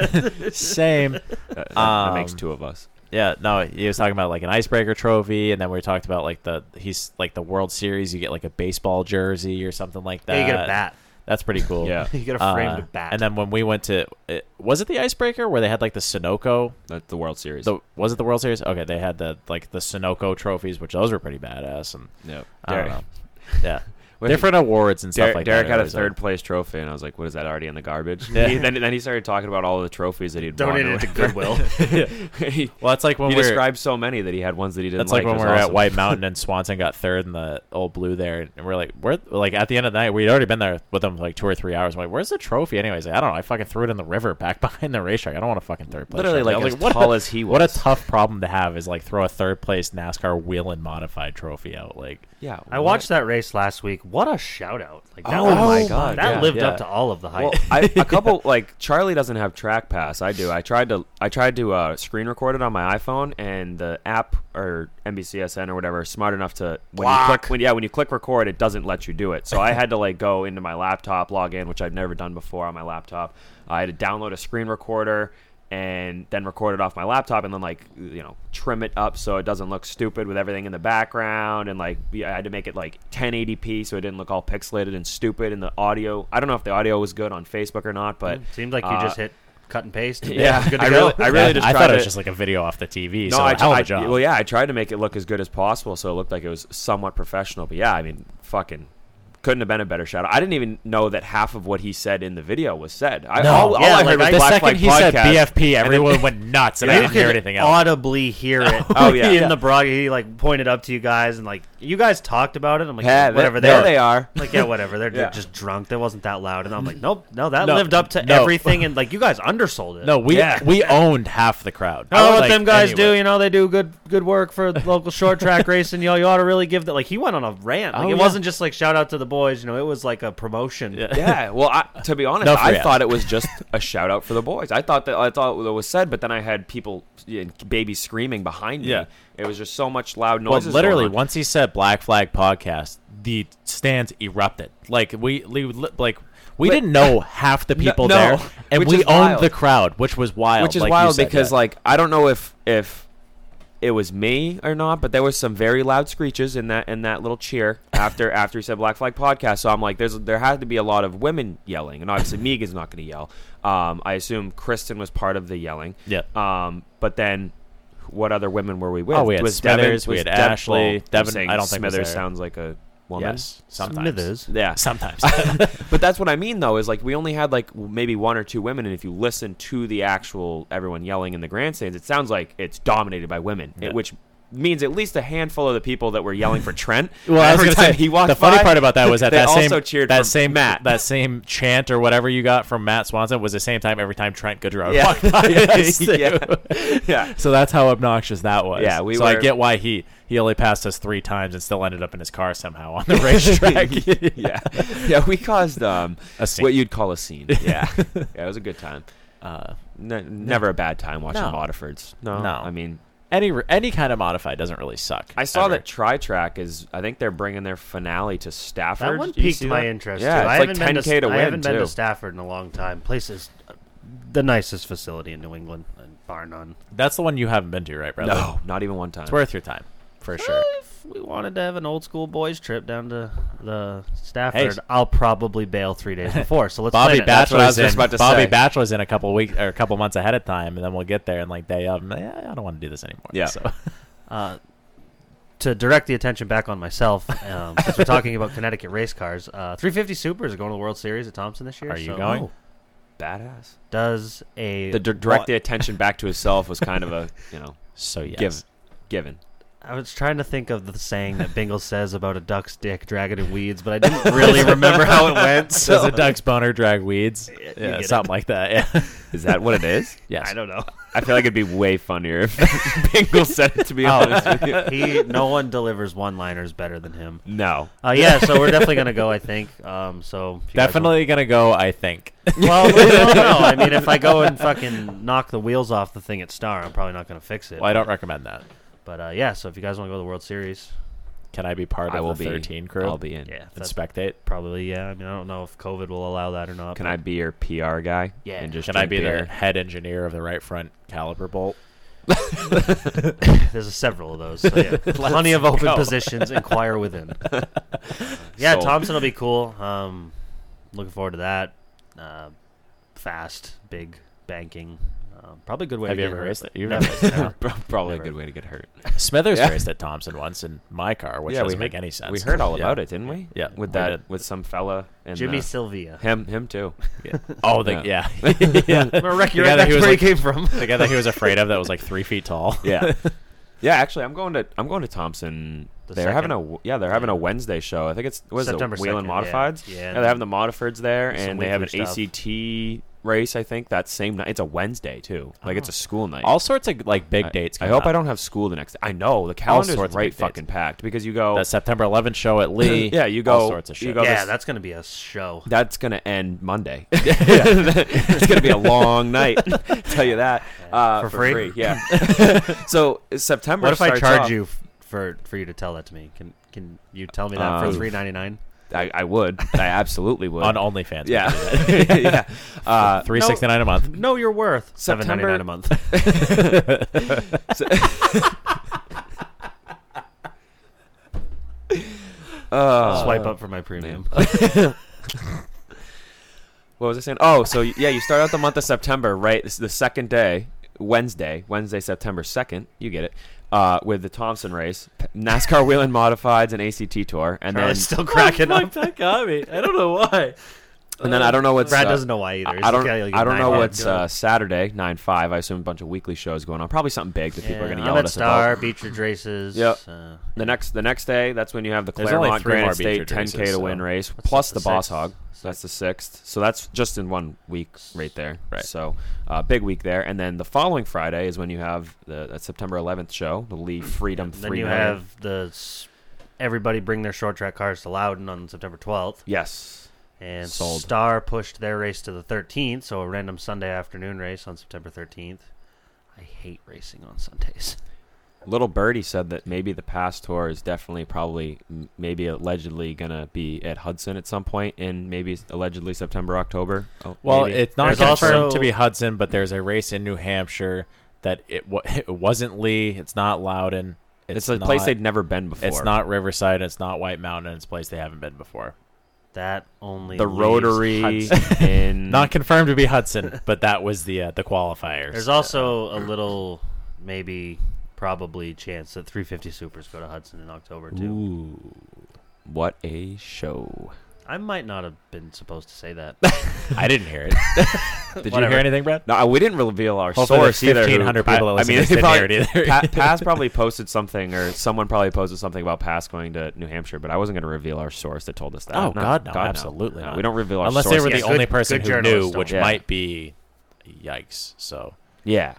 same.
uh, That, that makes
Um,
two of us.
Yeah, no, he was talking about like an icebreaker trophy, and then we talked about like the he's like the World Series. You get like a baseball jersey or something like that.
Yeah, you get a bat.
That's pretty cool. Uh,
Yeah.
You got a framed bat.
And then when we went to, it, was it the Icebreaker where they had like the Sunoco?
The, the World Series.
The, was it the World Series? Okay, they had the like the Sunoco trophies, which those were pretty badass. And
Yep.
I don't
Derek-
know. Yeah, different awards and
Derek,
stuff like
Derek
that. uh,
had
are
a
always
third place trophy, and I was like, "What is that already in the garbage?"
Yeah.
He- then, then he started talking about all the trophies that he'd
Donated
won
it to Goodwill.
he,
Well, it's like when
he
we're-
described so many that he had ones that he didn't.
That's like, when
It was
we were at
awesome.
White Mountain and Swanson got third in the old blue there, and we're like, we're like at the end of the night, we'd already been there with them for like two or three hours. I'm like, where's the trophy? Anyways, I don't know. I fucking threw it in the river back behind the racetrack. I don't want a fucking third place.
Literally,
trophy. I
like,
was
as
what a-
tall as he
What a
was.
tough problem to have is like throw a third place NASCAR wheel and modified trophy out. Like,
yeah,
I watched that race last week. What a shout out! Like that
Oh
was-
my God,
that
yeah,
lived
yeah.
up to all of the hype.
Well, I, a couple like Charlie doesn't have Track Pass. I do. I tried to I tried to uh, screen record it on my iPhone, and the app or NBCSN or whatever is smart enough to when you click when yeah when you click record, it doesn't let you do it. So I had to like go into my laptop, log in, which I've never done before on my laptop. I had to download a screen recorder and then record it off my laptop and then like you know trim it up so it doesn't look stupid with everything in the background and like yeah, I had to make it like 1080p so it didn't look all pixelated and stupid and the audio I don't know if the audio was good on Facebook or not
Mm,
but
Seemed like you
uh,
just hit cut and paste. and
yeah,
good to
I
go.
really- I really just
I
tried
thought it was
to-
just like a video off the TV.
no,
so
I,
hell of
I-
a job.
well yeah I tried to make it look as good as possible so it looked like it was somewhat professional but yeah I mean fucking couldn't have been a better shout out. I didn't even know that half of what he said in the video was said. I,
No,
all, all
yeah,
I heard
like,
was
the
Black Flag
second he
podcast,
said BFP,
and then-
everyone went nuts, and I
You
didn't hear
could
anything else.
Audibly hear it.
Oh, yeah.
in
Yeah.
the broad, he like pointed up to you guys and like you guys talked about it. I'm like,
Yeah,
yeah,
there-
whatever.
there
were-
they are.
Like, yeah, whatever. They're,
Yeah.
they're just drunk. That wasn't that loud. And I'm like, nope, no, that
No,
lived up to
no.
everything. And like, you guys undersold it.
no, we
Yeah.
we owned half the crowd.
I don't know what
Like,
them guys do.
anyway.
You know, they do good good work for local short track racing. You know, you ought to really give that. Like, he went on a rant. Like,
Oh, yeah.
it wasn't just like shout out to the boys. You know, it was like a promotion.
Yeah, well, I, to be honest,
No free
I
ads.
thought it was just a shout out for the boys. I thought that I thought that was said, but then I had people, yeah, babies screaming behind me.
Yeah.
it was just so much loud
Well,
noise.
literally, once he said "Black Flag Podcast," the stands erupted. Like we, we like we
But-
didn't know half the people
no,
there, and
which
we
is
owned
wild.
the crowd, which was wild.
which is
like you
wild
said,
because
yeah.
like I don't know if if it was me or not, but there was some very loud screeches in that in that little cheer after after he said Black Flag podcast. So I'm like, there's there had to be a lot of women yelling, and obviously Megan's not going to yell. Um, I assume Kristen was part of the yelling.
Yeah.
Um, but then. What other women were we with?
Oh, we had
was
Smithers,
Devin,
we
was
had
Dev-
Ashley,
well, I'm
Devin-
saying
I don't think was
Smithers
there.
sounds like a woman.
yes, sometimes,
Smithers.
Yeah,
sometimes.
but that's what I mean, though, is like we only had like w- maybe one or two women, and if you listen to the actual everyone yelling in the grandstands, it sounds like it's dominated by women, it-
Yeah.
which means at least a handful of the people that were yelling for Trent.
well, I was
every
gonna
time
say
he walked
the funny
by,
part about that was that
they
that
also
same
cheered for
that same
Matt.
that same chant or whatever you got from Matt Swanson was the same time every time Trent Goodrow
Yeah.
walked by.
Yes,
too.
yeah. Yeah.
So that's how obnoxious that was.
Yeah, we
so I
were-
get why he he only passed us three times and still ended up in his car somehow on the racetrack.
yeah, yeah, we caused um
A scene.
what you'd call a scene. Yeah, yeah, it was a good time.
Uh,
Ne- never a bad time watching
No.
Waterfords. No,
No.
I mean.
any any kind of modified doesn't really suck.
I saw
ever.
that Tri Track is. I think they're bringing their finale to Stafford.
That one
Did you
piqued
see
my
that?
interest.
Yeah,
too. I
it's like
haven't been
10k to win
I haven't been
too.
to Stafford in a long time. Place is uh, the nicest facility in New England, uh, bar none.
That's the one you haven't been to, right, Bradley?
No, Uh, not even one time.
it's worth your time for sure.
If we wanted to have an old school boys trip down to the Stafford,
Hey.
I'll probably bail three days before. So let's.
Bobby
plan it. That's what I
Batchelor's
was
in.
just about to
Bobby
say.
Batchelor's in a couple weeks or a couple months ahead of time, and then we'll get there and like day of. and, Yeah, I don't want to do this anymore.
Yeah.
So.
uh, to direct the attention back on myself, um, since we're talking about Connecticut race cars, uh, 350 Supers are going to the World Series at Thompson this year.
Are you
so-
going?
Oh.
badass.
does a
the direct the attention back to himself was kind of a you know
So yes.
give, given.
I was trying to think of the saying that Bingle says about a duck's dick dragging in weeds, but I didn't really remember how it went. So
Does a duck's boner drag weeds?
you
Yeah,
get
something like that. Yeah.
Is that what it is?
yes.
I don't know.
I feel like it'd be way funnier if Bingle said it. To be honest with you,
Oh, He, no one delivers one-liners better than him.
no.
Uh, yeah, so we're definitely gonna go. I think. Um, so if you guys
Definitely gonna go. I think.
want- Well, well, no. I mean, if I go and fucking knock the wheels off the thing at Star, I'm probably not gonna fix it.
Well, I don't recommend that.
But uh, yeah, so if you guys want to go to the World Series,
Can I be part
I
of
will
the
be
13 crew?
I'll be in.
yeah,
and
that's
spectate.
probably yeah. I mean, I don't know if COVID will allow that or not.
Can
but-
I be your PR guy?
Yeah.
And just
Can I
drink
be the
beer?
head engineer of the right front caliper bolt?
There's several of those. So yeah. Plenty of open
go.
positions. Inquire within. yeah,
Sold.
Thompson will be cool. Um, looking forward to that. Uh, fast, big banking. Uh, probably a good way.
Have
to
you
get
ever
hurt,
raced
but
it? You've
never-
never raced it, huh?
never.
Probably
Never.
a good way to get hurt.
Smithers
Yeah.
raced at Thompson once in my car, which
Yeah, we
doesn't make
heard-
any sense.
We heard all
Yeah.
about it, didn't we?
Yeah,
with
we
that,
did.
with some fella and uh,
Jimmy Sylvia.
Him, him too.
Oh, the, yeah. yeah.
I'm gonna wreck
The
your
guy
head,
that he
that's
was
where
like-
he came from.
The guy that he was afraid of that was like three feet tall.
Yeah, yeah. Actually, I'm going to I'm going to Thompson.
The
they're having
second.
a w- yeah they're having a Wednesday show. I think it's what is
September
it Wheel
2nd, yeah.
Modifieds.
Yeah,
they're having the Modifieds there,
some
and they have an
weekly stuff.
ACT race. I think that same night. It's a Wednesday too. Like it's a school night.
Oh. All sorts of like big
I-
dates.
I
come
hope
up.
I don't have school the next. I know the calendar's
sorts of
right
big dates.
fucking packed because you go.
That September 11th show at Lee.
Yeah, you
all
go-
sorts of
you
shit.
go-
yeah,
this-
that's gonna be a show.
that's gonna end Monday. it's gonna be a long night. Tell you that uh,
For free?
Yeah. so September.
What if I
starts
charge
off-
you f- for for you to tell that to me? Can can you tell me that
Um,
for three ninety nine?
I, I would. I absolutely would.
on OnlyFans.
yeah. yeah. Uh,
three sixty nine a month.
Know your worth. Seven ninety nine
September-
a month.
uh,
Swipe up for my premium.
What was I saying? Oh, so y- yeah, you start out the month of September, right? This is the second day, Wednesday, Wednesday, September second. You get it. Uh, with the Thompson race, P- NASCAR Wheel and Modifieds, and ACT Tour, and
Charlie's
then
still cracking up.
that got me. I don't know why.
and then I don't know what's
Brad
uh,
doesn't know why either. He's
I don't.
got, like, a
I don't know
nine-hour
what's
job.
uh, Saturday nine five. I assume a bunch of weekly shows going on. Probably something big that people are going to
Yeah,
yell at
I'm at
us
Star
about.
Beach Ridge Races.
Yep.
Uh,
The next the next day, that's when you have the
There's only
Claremont
three more
Granite
Beach
State
Ridge
10K
races,
to
so-
win race,
What's
plus
that,
the,
the
Boss
sixth?
Hog. So that's the sixth. So that's just in one week right there.
Right.
So uh, big week there, and then the following Friday is when you have the that September 11th show, the Lee Freedom
Mm, then
Three
you
Million.
have the s- everybody bring their short track cars to Loudon on September 12th,
yes,
and
Sold.
Star pushed their race to the 13th, so a random Sunday afternoon race on September 13th. I hate racing on Sundays.
Little Birdie said that maybe the past tour is definitely probably m- maybe allegedly gonna be at Hudson at some point in maybe allegedly September October. Oh,
Well,
maybe.
it's not
There's
confirmed
also-
to be Hudson, but there's a race in New Hampshire that it, wa it wasn't Lee. It's not Loudon.
it's,
It's,
a place
not-
they'd never been before.
It's not Riverside. It's not White Mountain. It's a place they haven't been before.
That only
the
leaves
Rotary
Hudson.
in
Not confirmed to be Hudson, but that was the uh, the qualifiers.
There's also a little, maybe, probably chance that 350 Supers go to Hudson in October too.
Ooh, what a show!
I might not have been supposed to say that.
I didn't hear it. Did you
Whatever.
hear anything, Brad?
No, uh, we didn't reveal our
Hopefully
source
there's
either. who-
1,500 people that
I, I
listen
mean,
to this
they
didn't hear
probably,
it either.
Pa- Paz probably posted something, or someone probably posted something about Pass going to New Hampshire, but I wasn't going to reveal our source that told us that.
Oh, God, no, absolutely not.
We don't reveal our
Unless
source.
they were the
Yeah,
only
good-
person
good
who knew,
journalists don't.
which
Yeah.
might be yikes. So
yeah,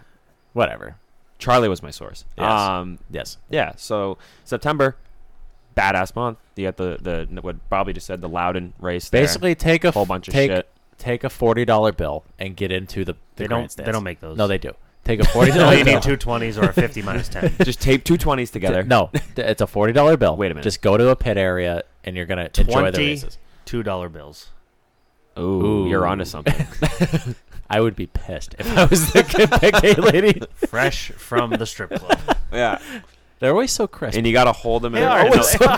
whatever.
Charlie was my source.
Yes.
Um,
Yes.
yeah. So September, badass month. You got the the what Bobby just said, the Loudon race. there.
Basically, take a
Whole bunch of
take,
shit.
Take a forty dollar bill and get into the. the
They don't-
grandstands.
they don't make those.
No, they do. Take a forty
No,
dollar.
you need two twenties or a fifty minus ten.
just tape two twenties together.
No, th- it's a forty dollar bill.
Wait a minute.
Just go to a pit area and you're gonna enjoy the
Twenty
races.
two dollar bills.
Ooh, you're onto something.
I would be pissed if I was the Kentucky lady.
Fresh from the strip club.
yeah.
They're always so crisp.
and you got to hold them in,
They
the,
are,
in
they
the-
are. So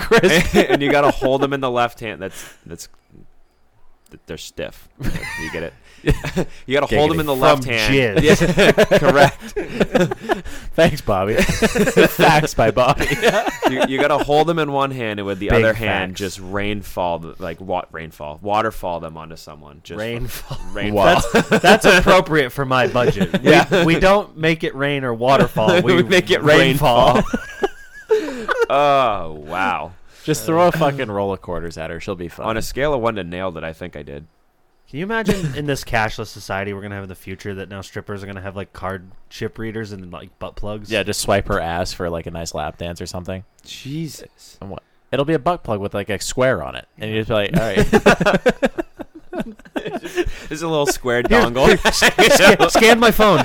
crisp.
and you got to hold them in the left hand. That's that's th- they're stiff. You get it. you got to hold them in the
Giggity.
left
From
hand.
jizz.
Yeah, correct.
Thanks, Bobby. Facts by Bobby.
You, you got to hold them in one hand and with the
Big
other hand
facts.
just rainfall th- like what rainfall waterfall them onto someone. Just
Rainfall.
rainfall.
That's, that's appropriate for my budget. We,
Yeah.
we don't make it rain or waterfall. We,
We make it
rainfall.
oh wow.
Just throw a fucking roll of quarters at her. She'll be fine.
On a scale of one to nailed it, I think I did.
Can you imagine in this cashless society we're gonna have in the future that now strippers are gonna have like card chip readers and like butt plugs?
yeah, just swipe her ass for like a nice lap dance or something.
Jesus.
And what? It'll be a butt plug with like a square on it, and you just be like, all right,
This is a little square dongle.
Scan, scan my phone.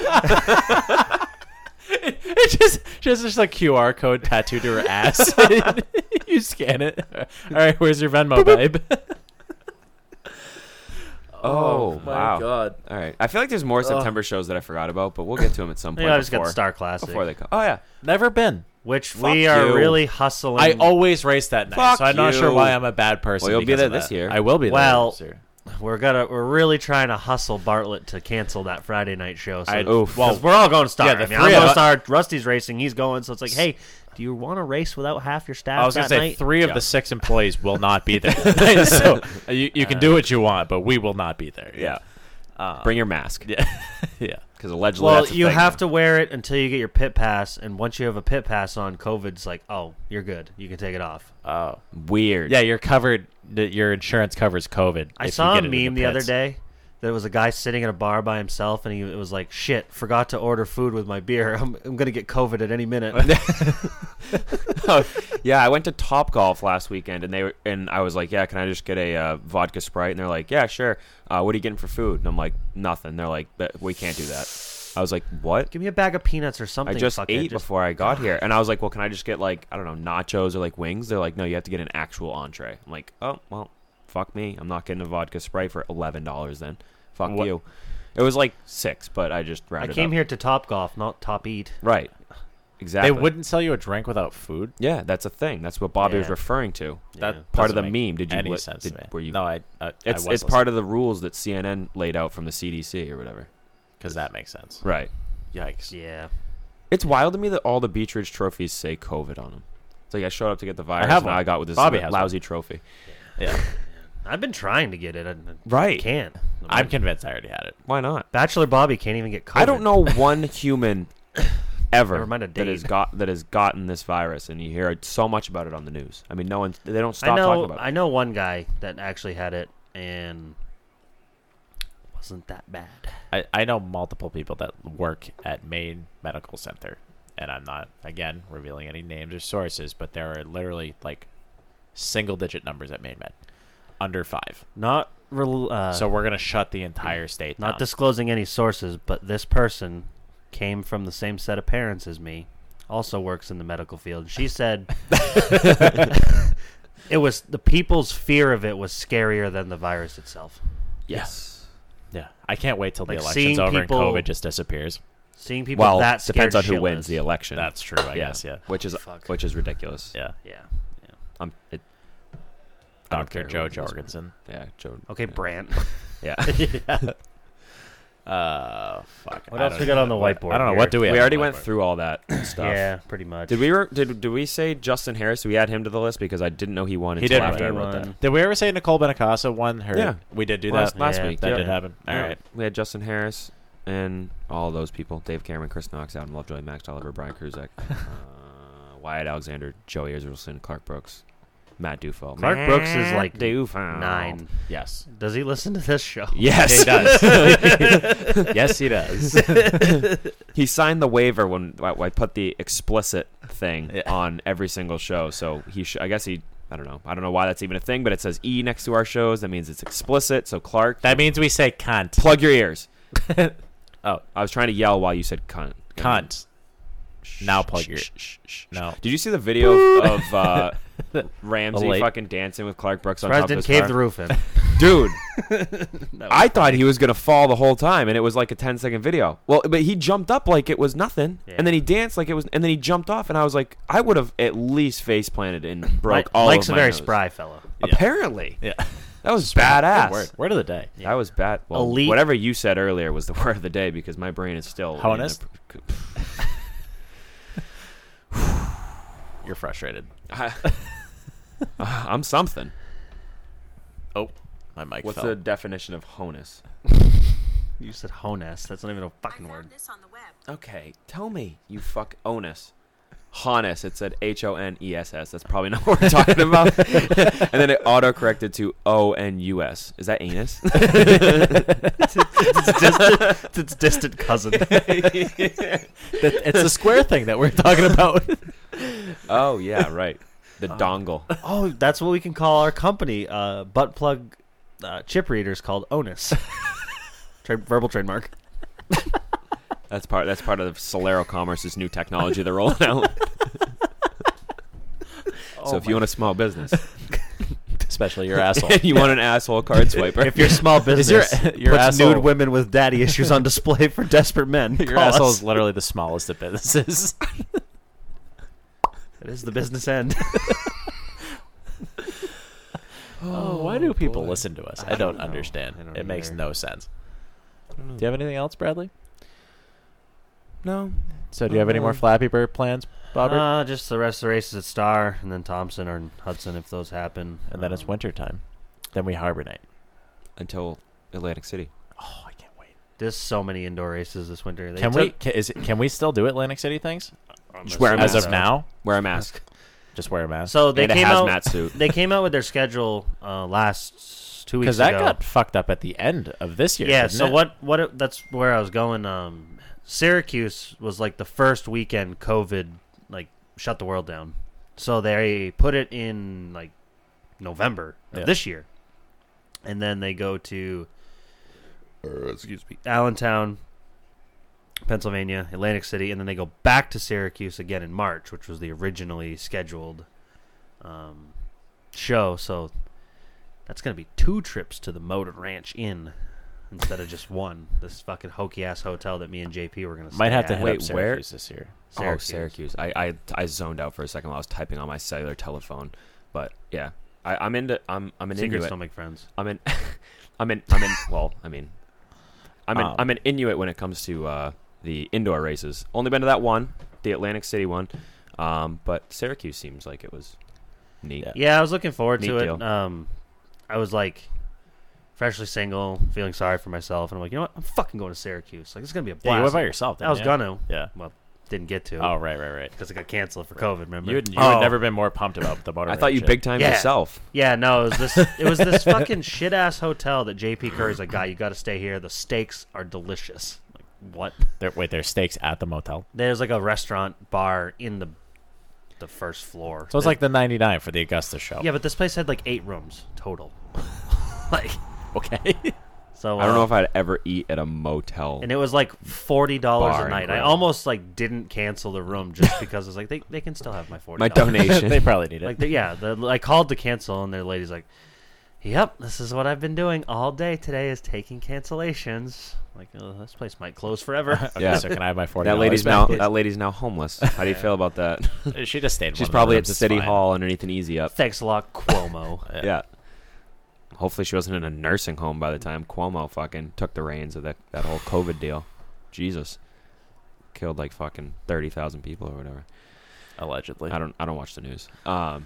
it's just just just a QR code tattooed to her ass. you scan it. All right, where's your Venmo, babe?
Oh, wow.
god.
All right. I feel like there's more September shows that I forgot about, but we'll get to them at some point.
Yeah, I just got
before-
the Star Classic,
before they come. Oh yeah,
Never been.
which
Fuck
we are
you.
really hustling.
I always race that night,
Fuck
so I'm not
you.
sure why I'm a bad person.
Well, you'll be
because
there
of
this
that.
year.
I will be there
Well,
this year.
We're gonna we're really trying to hustle Bartlett to cancel that Friday night show. So
I- oof.
'cause
Well,
we're all going star.
yeah, the
I
three
mean, I'm
of
going
us-
star. Rusty's racing. He's going. So it's like, hey, do you want to race without half your staff?
I was
going
gonna
to
say three of the six employees will not be there, so uh, you, you can do what you want, but we will not be there.
Yeah.
Uh,
Bring your mask.
Yeah, yeah.
Because allegedly,
Well,
that's a
you
thing.
have to wear it until you get your pit pass, and once you have a pit pass on, COVID's like, oh, you're good. You can take it off.
Oh,
weird.
Yeah, you're covered. that Your insurance covers COVID.
I
if you
saw a
get it
meme
in
the, other
pits.
day. There was a guy sitting at a bar by himself, and he it was like, "Shit, forgot to order food with my beer. I'm, I'm gonna get COVID at any minute."
yeah, I went to Top Golf last weekend, and they were, and I was like, "Yeah, can I just get a uh, vodka sprite?" And they're like, "Yeah, sure." Uh, what are you getting for food? And I'm like, "Nothing." They're like, "That- "We can't do that." I was like, "What?"
Give me a bag of peanuts or something.
I just
fuck it,
ate before I got here, and I was like, "Well, can I just get like I don't know nachos or like wings?" They're like, "No, you have to get an actual entree." I'm like, "Oh well, fuck me. I'm not getting a vodka sprite for eleven dollars then. Fuck
What-
you." It was like six, but I just
I
rounded.
came
up.
here to Top Golf, not Top Eat.
Right. Exactly.
They wouldn't sell you a drink without food.
Yeah, that's a thing. That's what Bobby was
Yeah.
referring to.
That
part of the
doesn't make
meme. Did you
any
li-
sense
did-
to me.
Were you?
No, I- I- I
it's
was
it's part of the rules that CNN laid out from the CDC or whatever.
Because that makes sense.
Right.
Yikes.
Yeah.
It's wild to me that all the Beach Ridge trophies say COVID on them. It's like I showed up to get the virus
have
and I
one.
got with this
Bobby has
lousy trophy.
Yeah.
I've been trying to get it. I
Right.
Can't.
I'm convinced I already had it.
Why not?
Bachelor Bobby can't even get COVID.
I don't know one human ever
Never mind a
that has
date.
got that has gotten this virus, and you hear so much about it on the news. I mean, no one they don't stop
I know.
talking about it.
I know one guy that actually had it and wasn't that bad.
I, I know multiple people that work at Maine Medical Center, and I'm not again revealing any names or sources, but there are literally like single digit numbers at Maine Med, under five.
Not. Rel- uh,
so we're gonna shut the entire state.
Not
down.
disclosing any sources, but this person came from the same set of parents as me, also works in the medical field. She said it was the people's fear of it was scarier than the virus itself.
Yes.
Yeah, I can't wait till the
Like,
election's
seeing
over
people-
and COVID just disappears.
Seeing people
Well,
that scared
depends on who
shitless.
wins the election.
That's true, I guess. Yeah,
Which is which is ridiculous.
yeah.
Yeah. yeah.
I'm, it, I don't
Doctor
care
Joe
who wins.
Jorgensen.
Yeah, Joe.
Okay, Brant.
Yeah.
Uh, fuck.
What
I
else
don't
we got
know.
on the
What-
whiteboard
I don't know.
here?
What do we? have
we
on
already
the
went
whiteboard?
through all that stuff.
yeah, pretty much.
Did we re- did, did we say Justin Harris? We had him to the list because I didn't know he won
He
until
didn't
after I
win.
wrote that.
Anyone?
Did we ever say Nicole Benacasa won her?
Yeah.
we did do
last
that
last
Yeah,
week.
That
yeah.
did happen. All
Yeah.
right.
We had Justin Harris and all those people: Dave Cameron, Chris Knox, Adam Lovejoy, Max Oliver, Brian Kruzek, uh, Wyatt Alexander, Joey Israelson, Clark Brooks, Matt Dufault.
Clark
Matt
Brooks is like
Dufault.
nine.
Yes.
Does he listen to this show?
Yes,
He does. yes, he does.
he signed the waiver when I, I put the explicit thing
Yeah.
on every single show. So he, sh- I guess he, I don't know, I don't know why that's even a thing, but it says E next to our shows. That means it's explicit. So Clark,
That means we say cunt.
plug your ears.
oh,
I was trying to yell while you said cunt.
cunt. Now plug your.
Shh, shh, shh.
No.
Did you see the video of uh, Ramsey
late-
fucking dancing with Clark Brooks on
Surprised
top of
didn't
his
cave
car?
the roof in.
dude. I thought he was gonna fall the whole time, and it was like a 10 second video. Well, but he jumped up like it was nothing,
Yeah.
and then he danced like it was, and then he jumped off, and I was like, I would have at least face planted and broke
Mike-
all.
Mike's
of
a
my
very
nose.
spry fellow.
Apparently,
Yeah.
that was
Good Word.
badass.
word of the day.
That was bad. Well,
Elite.
whatever you said earlier was the word of the day because my brain is still in the-
Honest? You're frustrated.
I, am something.
Oh, my mic
What's
fell.
the definition of honus?
You said honest. That's not even a fucking word.
Okay, tell me, you fuck onus. Honus. It said H O N E S S. That's probably not what we're talking about. and then it auto corrected to O N U S. Is that anus?
it's, distant, it's its distant cousin.
That- it's the square thing that we're talking about.
oh yeah, right. The dongle.
Oh, that's what we can call our company. Uh, butt plug uh, chip readers called Onus. Trade, verbal trademark.
That's part. That's part of Solero Commerce's new technology they're rolling out.
Oh
so if you own a small business
Especially your asshole.
and you want an asshole card swiper,
If you're a small
Is your-
business,
your
puts
asshole-
nude women with daddy issues on display for desperate men.
Your
call
asshole
us.
is literally the smallest of businesses.
It is the business end.
Oh, why do people listen to us? I, don't, understand.
I don't
it makes
either.
no sense.
know.
Do you have anything else, Bradley?
No.
So, do you have any more
Um,
Flappy Bird plans, Bobbert?
Uh, just the rest of the races at Star and then Thompson or Hudson if those happen. Um,
and then it's winter time. Then we harbor night.
until Atlantic City.
There's so many indoor races this winter. They
Can we?
took-
Can, is it, can we still do Atlantic City things?
Just wear a
As
mask.
of now,
Wear a mask.
just wear a mask.
So they
And a
came
hazmat
out.
suit.
They came out with their schedule uh, last two weeks
because that
ago.
got fucked up at the end of this year.
yeah.
didn't
So
it?
what? What? it- That's where I was going. Um, Syracuse was like the first weekend COVID like shut the world down. So they put it in like November of
Yeah.
this year, and then they go to
excuse me.
Allentown, Pennsylvania, Atlantic City, and then they go back to Syracuse again in March, which was the originally scheduled um, show. So that's going to be two trips to the Motor Ranch Inn instead of just one. This fucking hokey ass hotel that me and JP were going to
Might have to
at.
hit
Wait,
up
where-
Syracuse this year.
Oh, Syracuse. I, I I zoned out for a second while I was typing on my cellular telephone, but yeah, I, I'm into. I'm I'm an
Secrets
Inuit.
don't make friends.
I'm in. I'm in. I'm in. Well, I mean, I'm an
Um,
I'm an Inuit when it comes to uh, the indoor races. Only been to that one, the Atlantic City one, um, but Syracuse seems like it was neat.
Yeah.
Yeah, I was looking forward to
Neat
it.
deal.
Um, I was like freshly single, feeling sorry for myself, and I'm like, you know what? I'm fucking going to Syracuse. Like, it's gonna be a blast.
Yeah, you went by yourself,
I
didn't
was
you?
gonna.
Yeah.
Well, didn't get to.
Oh, right, right, right.
because it got canceled for COVID. Remember?
You had, you
Oh.
had never been more pumped about the motor.
I thought you
Ranch
big
yet.
time
Yeah.
yourself.
Yeah, no, it was this. It was this fucking shit ass hotel that JP Curry's like, guy, you got to stay here. The steaks are delicious. Like, what?
There, wait, there's steaks at the motel.
There's like a restaurant bar in the the first floor.
So it's like the 99 for the Augusta show.
yeah, but this place had like eight rooms total. like,
Okay.
so
I don't
uh,
know if I'd ever eat at a motel.
and it was like forty dollars
Bar
a
and
night. I
grill.
almost like didn't cancel the room just because I was like, they, they can still have my forty.
My donation.
they probably need it.
Like the, yeah, the, I called to cancel, and the lady's like, "Yep, this is what I've been doing all day today is taking cancellations." Like, oh, this place might close forever.
okay,
Yeah.
So can I have my 40?
that lady's now that lady's now homeless. How do you feel about that?
she just stayed. in one
She's
of the
probably at
rooms, it's
City
fine.
Hall underneath an easy up.
Thanks a lot, Cuomo.
Yeah. Hopefully she wasn't in a nursing home by the time Cuomo fucking took the reins of that, that whole COVID deal. Jesus. Killed like fucking 30,000 people or whatever.
Allegedly.
I don't I don't watch the news. Um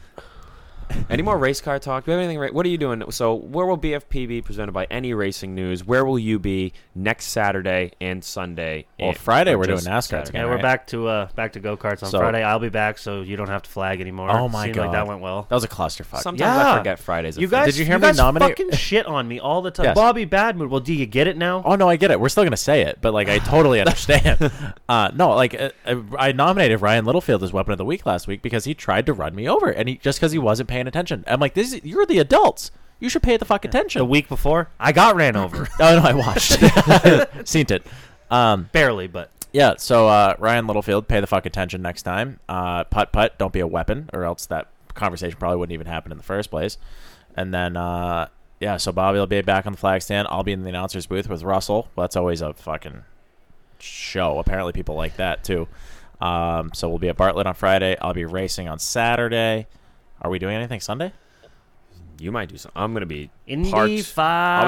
any more race car talk? Do we have anything? ra- What are you doing? So, where will BFP be presented by any racing news? Where will you be next Saturday and Sunday?
Well,
and-
Friday
or
we're doing
just
NASCAR
Saturday?
together.
yeah, we're back to uh back to go karts on
So-
Friday. I'll be back, so you don't have to flag anymore.
Oh my
Seemed
god,
like that went well.
That was a clusterfuck.
Sometimes
Yeah.
I forget Fridays. a
You
thing.
guys,
Did you hear me
guys
nominate-
Fucking shit on me all the time.
Yes.
Bobby Badmood. Well, do you get it now?
Oh no, I get it. We're still gonna say it, but like I totally understand. uh, no, like uh, uh, I nominated Ryan Littlefield as weapon of the week last week because he tried to run me over, and he just because he wasn't paying attention. I'm like, this is, you're the adults. You should pay the fuck attention.
The week before, I got ran over
Oh no, I watched, seen it. Um,
barely, but
yeah. So uh, Ryan Littlefield, pay the fuck attention next time. Uh, putt putt, don't be a weapon, or else that conversation probably wouldn't even happen in the first place. And then uh, yeah, so Bobby will be back on the flag stand. I'll be in the announcers booth with Russell. Well, that's always a fucking show. Apparently, people like that too. Um, so we'll be at Bartlett on Friday. I'll be racing on Saturday. Are we doing anything Sunday?
You might do something. I'm gonna be
Indy
parked. I'll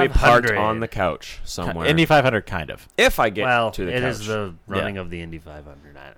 be
500.
parked on the couch somewhere.
Indy 500, kind of.
if I get
well,
to the
it
couch.
is the running of the Indy 500. I-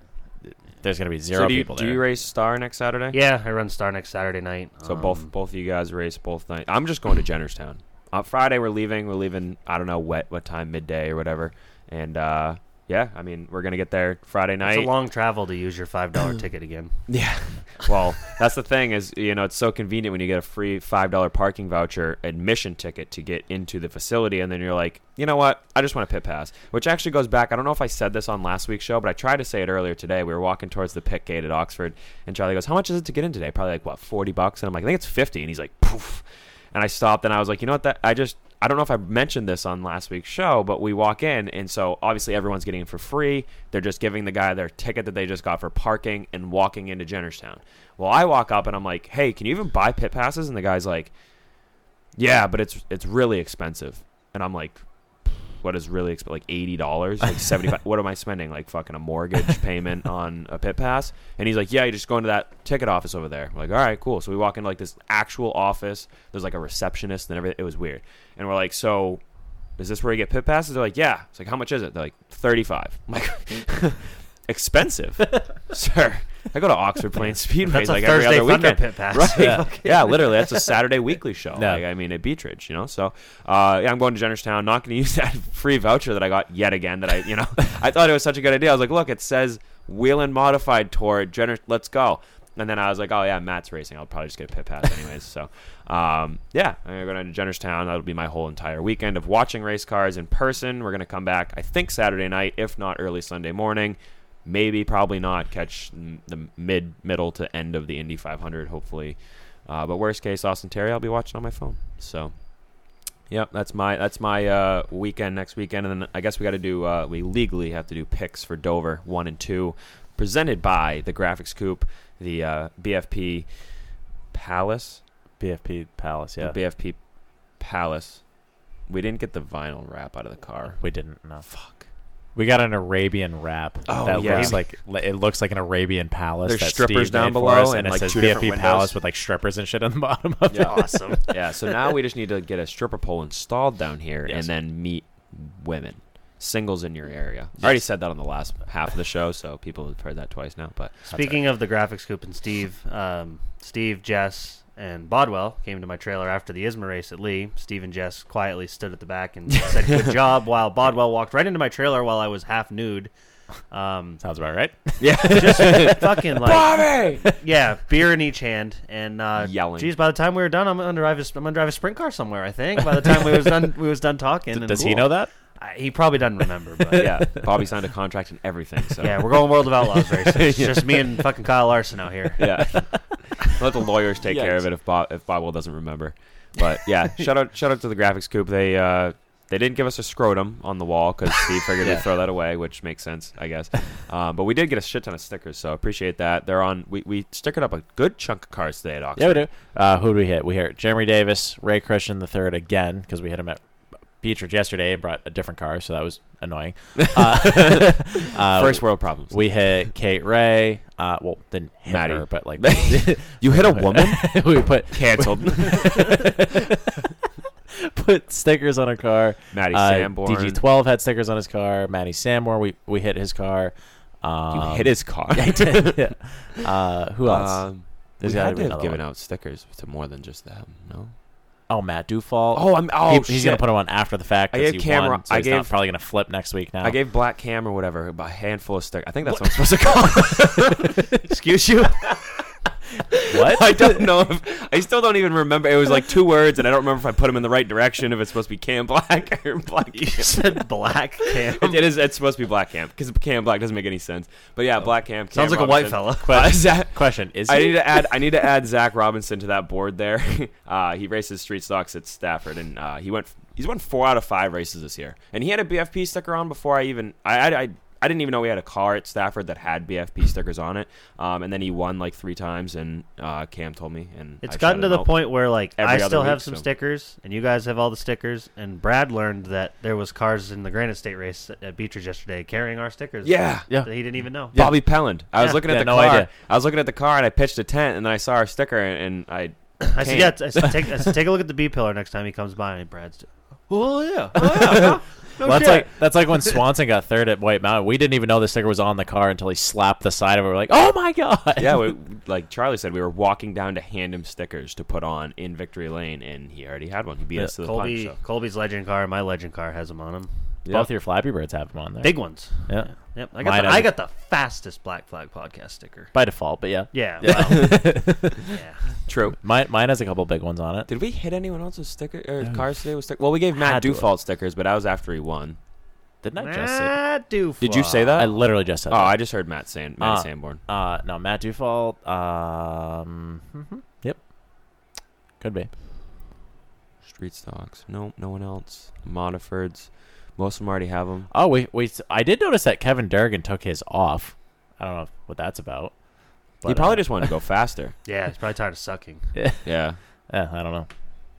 There's gonna be zero
so do you,
people
do
there.
you race Star next Saturday?
Yeah, I run Star next Saturday night.
So
Um,
both both of you guys race both nights. I'm just going to Jennerstown. On Friday we're leaving. We're leaving. I don't know what what time, midday or whatever. And uh, yeah, I mean we're gonna get there Friday night.
It's a long travel to use your five dollar ticket again.
Yeah. Well, that's the thing is, you know, it's so convenient when you get a free $5 parking voucher admission ticket to get into the facility and then you're like, "You know what? I just want a pit pass." Which actually goes back, I don't know if I said this on last week's show, but I tried to say it earlier today. We were walking towards the pit gate at Oxford and Charlie goes, "How much is it to get in today?" Probably like what, 40 bucks? And I'm like, "I think it's 50." And he's like, "Poof." And I stopped and I was like, "You know what? That I just I don't know if I mentioned this on last week's show, but we walk in, and so obviously everyone's getting in for free. They're just giving the guy their ticket that they just got for parking and walking into Jennerstown. Well, I walk up and I'm like, "Hey, can you even buy pit passes?" And the guy's like, "Yeah, but it's it's really expensive." And I'm like, what is really exp- like eighty dollars, like seventy five. what am I spending? Like fucking a mortgage payment on a pit pass? And he's like, yeah, you just go into that ticket office over there. We're like, all right, cool. So we walk into like this actual office. There's like a receptionist and everything. It was weird. And we're like, so is this where you get pit passes? They're like, yeah. It's like, how much is it? They're like, 35. I'm like, expensive, sir. I go to Oxford Plains Speedway
That's a
like every
Thursday
other
Thunder
weekend.
pit pass.
Right.
Yeah.
Yeah. literally. That's a Saturday weekly show. Like, I mean, at Beechridge, you know? So, uh, yeah, I'm going to Jennerstown. Not going to use that free voucher that I got yet again that I, you know, I thought it was such a good idea. I was like, look, it says Wheeling Modified Tour, Jenner, let's go. And then I was like, oh, yeah, Matt's racing. I'll probably just get a pit pass anyways. so, um, yeah, I'm going to Jennerstown. That'll be my whole entire weekend of watching race cars in person. We're going to come back, I think, Saturday night, if not early Sunday morning. Maybe, probably not catch m- the mid, middle to end of the Indy 500, hopefully. Uh, but worst case, Austin Terry, I'll be watching on my phone. So, Yep, that's my that's my uh, weekend next weekend, and then I guess we got to do uh, we legally have to do picks for Dover one and two, presented by the Graphics Coop, the uh, BFP Palace,
BFP Palace, yeah.
the BFP Palace. We didn't get the vinyl wrap out of the car.
We didn't. No.
Fuck.
We got an Arabian wrap.
Oh,
that
yeah.
looks like it looks like an Arabian palace.
There's
that
strippers
Steve
down
made for
below
us, and,
and,
it
like,
says
two
BFP
different windows.
Palace with like strippers and shit on the bottom of it.
yeah, so now we just need to get a stripper pole installed down here and
Yes.
then meet women. Singles in your area. I already said that on the last half of the show, so people have heard that twice now. But
Speaking of the graphics scoop and Steve, um, Steve, Jess, and Bodwell came to my trailer after the ISMA race at Lee. Steve and Jess quietly stood at the back and said, "Good job," while Bodwell walked right into my trailer while I was half nude. Um,
Sounds about right.
Yeah, just fucking like
Bobby!
Yeah, beer in each hand and uh,
Yelling.
Geez, by the time we were done, I'm gonna drive a, I'm gonna drive a sprint car somewhere. I think by the time we was done, we was done talking. and
Does he know that?
I, he probably doesn't remember, but
yeah, Bobby signed a contract and everything. So
Yeah, we're going World of Outlaws races. It's just me and fucking Kyle Larson out here.
yeah. Let the lawyers take care of it if Bob if Bob Will doesn't remember. But yeah, shout out shout out to the graphics coop. They uh, they didn't give us a scrotum on the wall because Steve figured
Yeah.
we'd throw that away, which makes sense, I guess. Um, but we did get a shit ton of stickers, so appreciate that. They're on. We we stickered up a good chunk of cars today at Oxford.
Yeah, we do. Uh, who do we hit? We hit Jeremy Davis, Ray Christian the third again because we hit him at Beatrice yesterday and brought a different car, so that was annoying. Uh, uh,
First world problems.
We hit Kate Ray. Uh, well, didn't hit
Maddie.
her, but like
You hit a woman? Uh,
we put
Canceled.
put stickers on a car.
Matty
uh,
Sanborn.
DG12 had stickers on his car. Matty Sanborn, we, we hit his car. Um,
hit his car?
I did. yeah. Uh, who else?
Um,
There's
we
gotta
had to
be
have
another
given
one.
out stickers to more than just them. No.
Oh, Matt Dufall.
Oh, I'm- oh,
He- he's gonna
shit.
put him on after the fact.
I
'cause
gave
he won,
Cameron-
so
I
he's not
gave-
probably gonna flip next week
Oh.
now.
I gave Black Cam or whatever a handful of stickers. I think that's what, I'm supposed to call. it. Excuse you.
What?
I don't know. If, I still don't even remember. It was like two words, and I don't remember if I put them in the right direction. If it's supposed to be Cam Black or Black. Cam.
You said black cam.
It- it is. It's supposed to be Black Cam because Cam Black doesn't make any sense. But yeah, Black Cam. Cam
Oh. Sounds like a white
Robinson.
fella.
Uh, Zach-
Question is,
I
he-
need to add. I need to add Zach Robinson to that board there. Uh, he races street stocks at Stafford, and uh, he went. He's won four out of five races this year, and he had a BFP sticker on before I even. I I. I I didn't even know we had a car at Stafford that had BFP stickers on it, um, and then he won like three times, and uh, Cam told me, and
It's
I
gotten
shouted
to
him
the
out
point where like
every
I
other
still have
week,
some
so-
stickers, and you guys have all the stickers. And Brad learned that there was cars in the Granite State race at Beatrice yesterday carrying our stickers.
Yeah.
Yeah.
that he didn't even know.
Bobby Pelland. I was
Yeah.
looking at
Yeah,
the
no
car.
idea.
I was looking at the car, and I pitched a tent, and then I saw our sticker, and, and I.
I said,
came.
yeah, I said, take, I said, take a look at the B pillar next time he comes by. And Brad's, oh yeah,
well, that's like that's like when Swanson got third at White Mountain. We didn't even know the sticker was on the car until he slapped the side of it. We're like, oh my god.
yeah, we, like Charlie said, we were walking down to hand him stickers to put on in Victory Lane, and he already had one. He beat us to the
Colby,
punch. So.
Colby's legend car, and my legend car has them on them.
Both your Flappy Birds have them on there.
Big ones.
Yeah.
Yep. I got,
Mine
the,
have-
I got the fastest Black Flag podcast sticker.
by default, but yeah.
Yeah. well, yeah.
True.
Mine mine has a couple big ones on it.
Did we hit anyone else's sticker or cars today? With stick- well, we gave Matt
Had to have.
Dufault stickers, but that was after he won.
Didn't I just say?
Matt Dufall.
Did you say that?
I literally just said.
oh,
that.
I just heard Matt saying Matt
Uh,
Sanborn.
Uh, no, Matt Dufault. Um, mhm. yep, could be.
Street stocks. No, no one else. Modifords. Most of them already have them.
Oh, we we. I did notice that Kevin Durgan took his off. I don't know what that's about. uh,
he probably just wanted to go faster.
Yeah, he's probably tired of sucking.
Yeah.
Yeah, Eh, I don't know.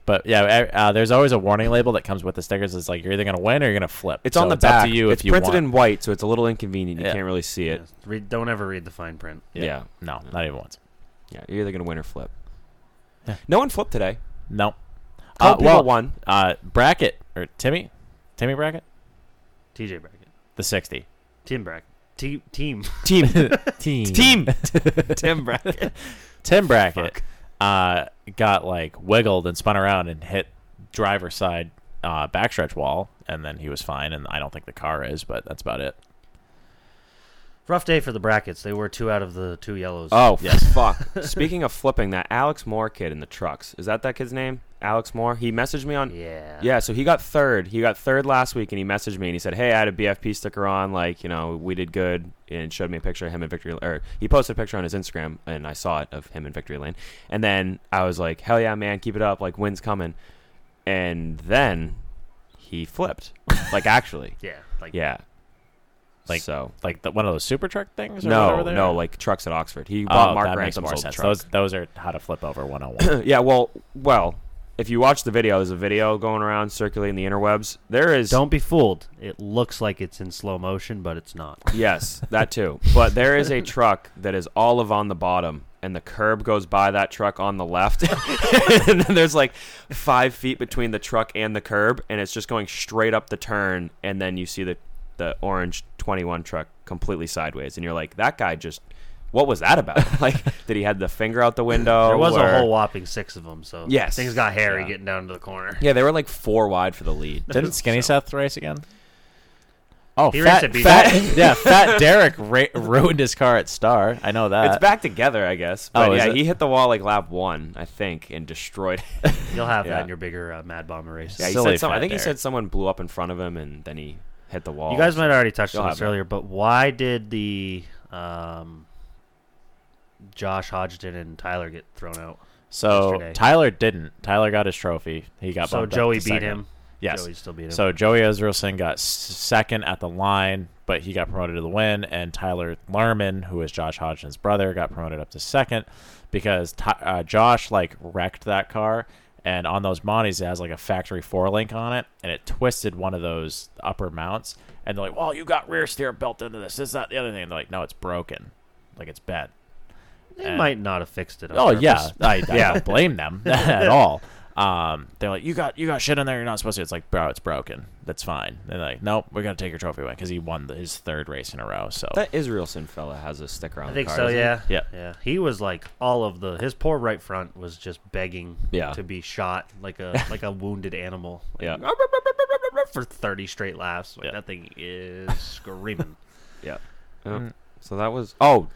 But yeah, uh, there's always a warning label that comes with the stickers. It's like you're either gonna win or you're gonna flip.
It's
So
on the
up
back.
to you
it's
if you
printed
want.
in white, so it's a little inconvenient. You
Yeah.
can't really see it.
Read, don't ever read the fine print.
Yeah.
No, not even once.
Yeah, you're either gonna win or flip. No one flipped today.
No.
Couple people
well,
won.
Uh, bracket or Timmy, Timmy bracket,
TJ bracket.
the sixty.
Team bracket. Te- team.
Team. Team.
Team.
Tim bracket.
Tim bracket uh, got like wiggled and spun around and hit driver side uh, backstretch wall, and then he was fine. And I don't think the car is, but that's about it.
Rough day for the brackets. They were two out of the two yellows.
Oh fuck! Speaking of flipping, that Alex Moore kid in the trucks is that that kid's name? Alex Moore. He messaged me on.
Yeah.
Yeah. So he got third. He got third last week, and he messaged me and he said, "Hey, I had a BFP sticker on. Like, you know, we did good." And showed me a picture of him in victory. Or he posted a picture on his Instagram, and I saw it of him in victory lane. And then I was like, "Hell yeah, man! Keep it up! Like, win's coming." And then he flipped. Like, actually.
Yeah, like-
yeah.
Like-
so.
Like the, one of those super truck things. Or
No,
whatever they
no,
are?
like trucks at Oxford. He
Oh,
bought Mark
that makes
Ransom's
more
old
sense.
truck.
Those those are how to flip over 101.
yeah, well, well, if you watch the video, there's a video going around circulating the interwebs. There is
Don't be fooled. It looks like it's in slow motion, but it's not.
yes, that too. But there is a truck that is olive on the bottom, and the curb goes by that truck on the left, and then there's like five feet between the truck and the curb, and it's just going straight up the turn, and then you see the the orange 21 truck completely sideways, and you're like, that guy just. What was that about? Like, did he had the finger out the window?
there was
or-
a whole whopping six of them, so
Oh, Yes.
things got hairy
Yeah.
getting down to the corner.
Yeah, they were like four wide for the lead.
Didn't Skinny Seth race again? Oh,
He
fat,
raced at BJ.
fat, yeah, Fat Derek ra- ruined his car at Star. I know that.
It's back together, I guess. But
Oh, is
yeah,
it?
he hit the wall like lap one, I think, and destroyed. it.
You'll have
Yeah.
that in your bigger uh, Mad Bomber race.
yeah, he
Silly
said some, I
Fat
think he
Derek.
said someone blew up in front of him, and then he hit the wall.
You guys might have already touched
You'll
on
have
this
that.
earlier, but why did the um, Josh Hodgson and Tyler get thrown out?
So
yesterday?
Tyler didn't. Tyler got his trophy. He got
So
bumped up
Joey
to
beat
second.
him.
Yes.
Joey still beat him.
So Joey Israelson got s- second at the line, but he got promoted to the win, and Tyler Lerman, who is Josh Hodgson's brother, got promoted up to second because Ty- uh, Josh like wrecked that car, and on those Monties it has like a factory four link on it, and it twisted one of those upper mounts, and they're like, "Well, you got rear steer built into this. This, that, the other thing." And they're like, "No, it's broken. Like it's bent."
they
Eh.
and-
might not have fixed it. on
Oh
purpose.
yeah, I, I don't blame them at all. Um, they're like, you got you got shit in there. You're not supposed to. It's like, bro, it's broken. That's fine. They're like, nope, we're gonna take your trophy away because he won the, his third race in a row. So
That Israelson fella has a sticker on
I think
the car.
so.
doesn't he?
Yeah.
Yeah.
Yeah. He was like all of the his poor right front was just begging
Yeah.
to be shot like a like a wounded animal. Like,
Yeah.
"Ruff, ruff, ruff, ruff, ruff, ruff," for thirty straight laughs. Like
Yeah.
that thing is screaming.
Yeah. Oh, So that was. Oh,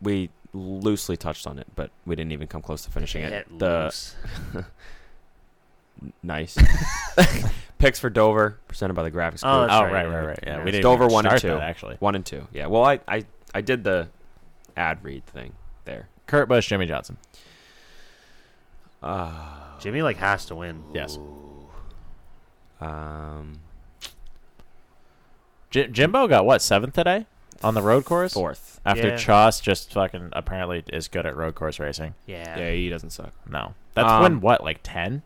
we loosely touched on it, but we didn't even come close to finishing it.
Get
The
loose.
nice picks for Dover presented by the graphics. Crew.
Oh, that's
oh right, right, right. Yeah, we didn't
Dover
even
one and
start
two.
that,
Oh.
actually.
one and two. Yeah. Well, I I I did the ad read thing there.
Kurt Busch, Jimmy Johnson.
Jimmy like has to win.
Yes,
Um,
J- Jimbo got what seventh today on the road course.
fourth.
after
Yeah.
Chas just fucking apparently is good at road course racing.
Yeah.
Yeah, he doesn't suck.
No, that's
Um,
win what like ten.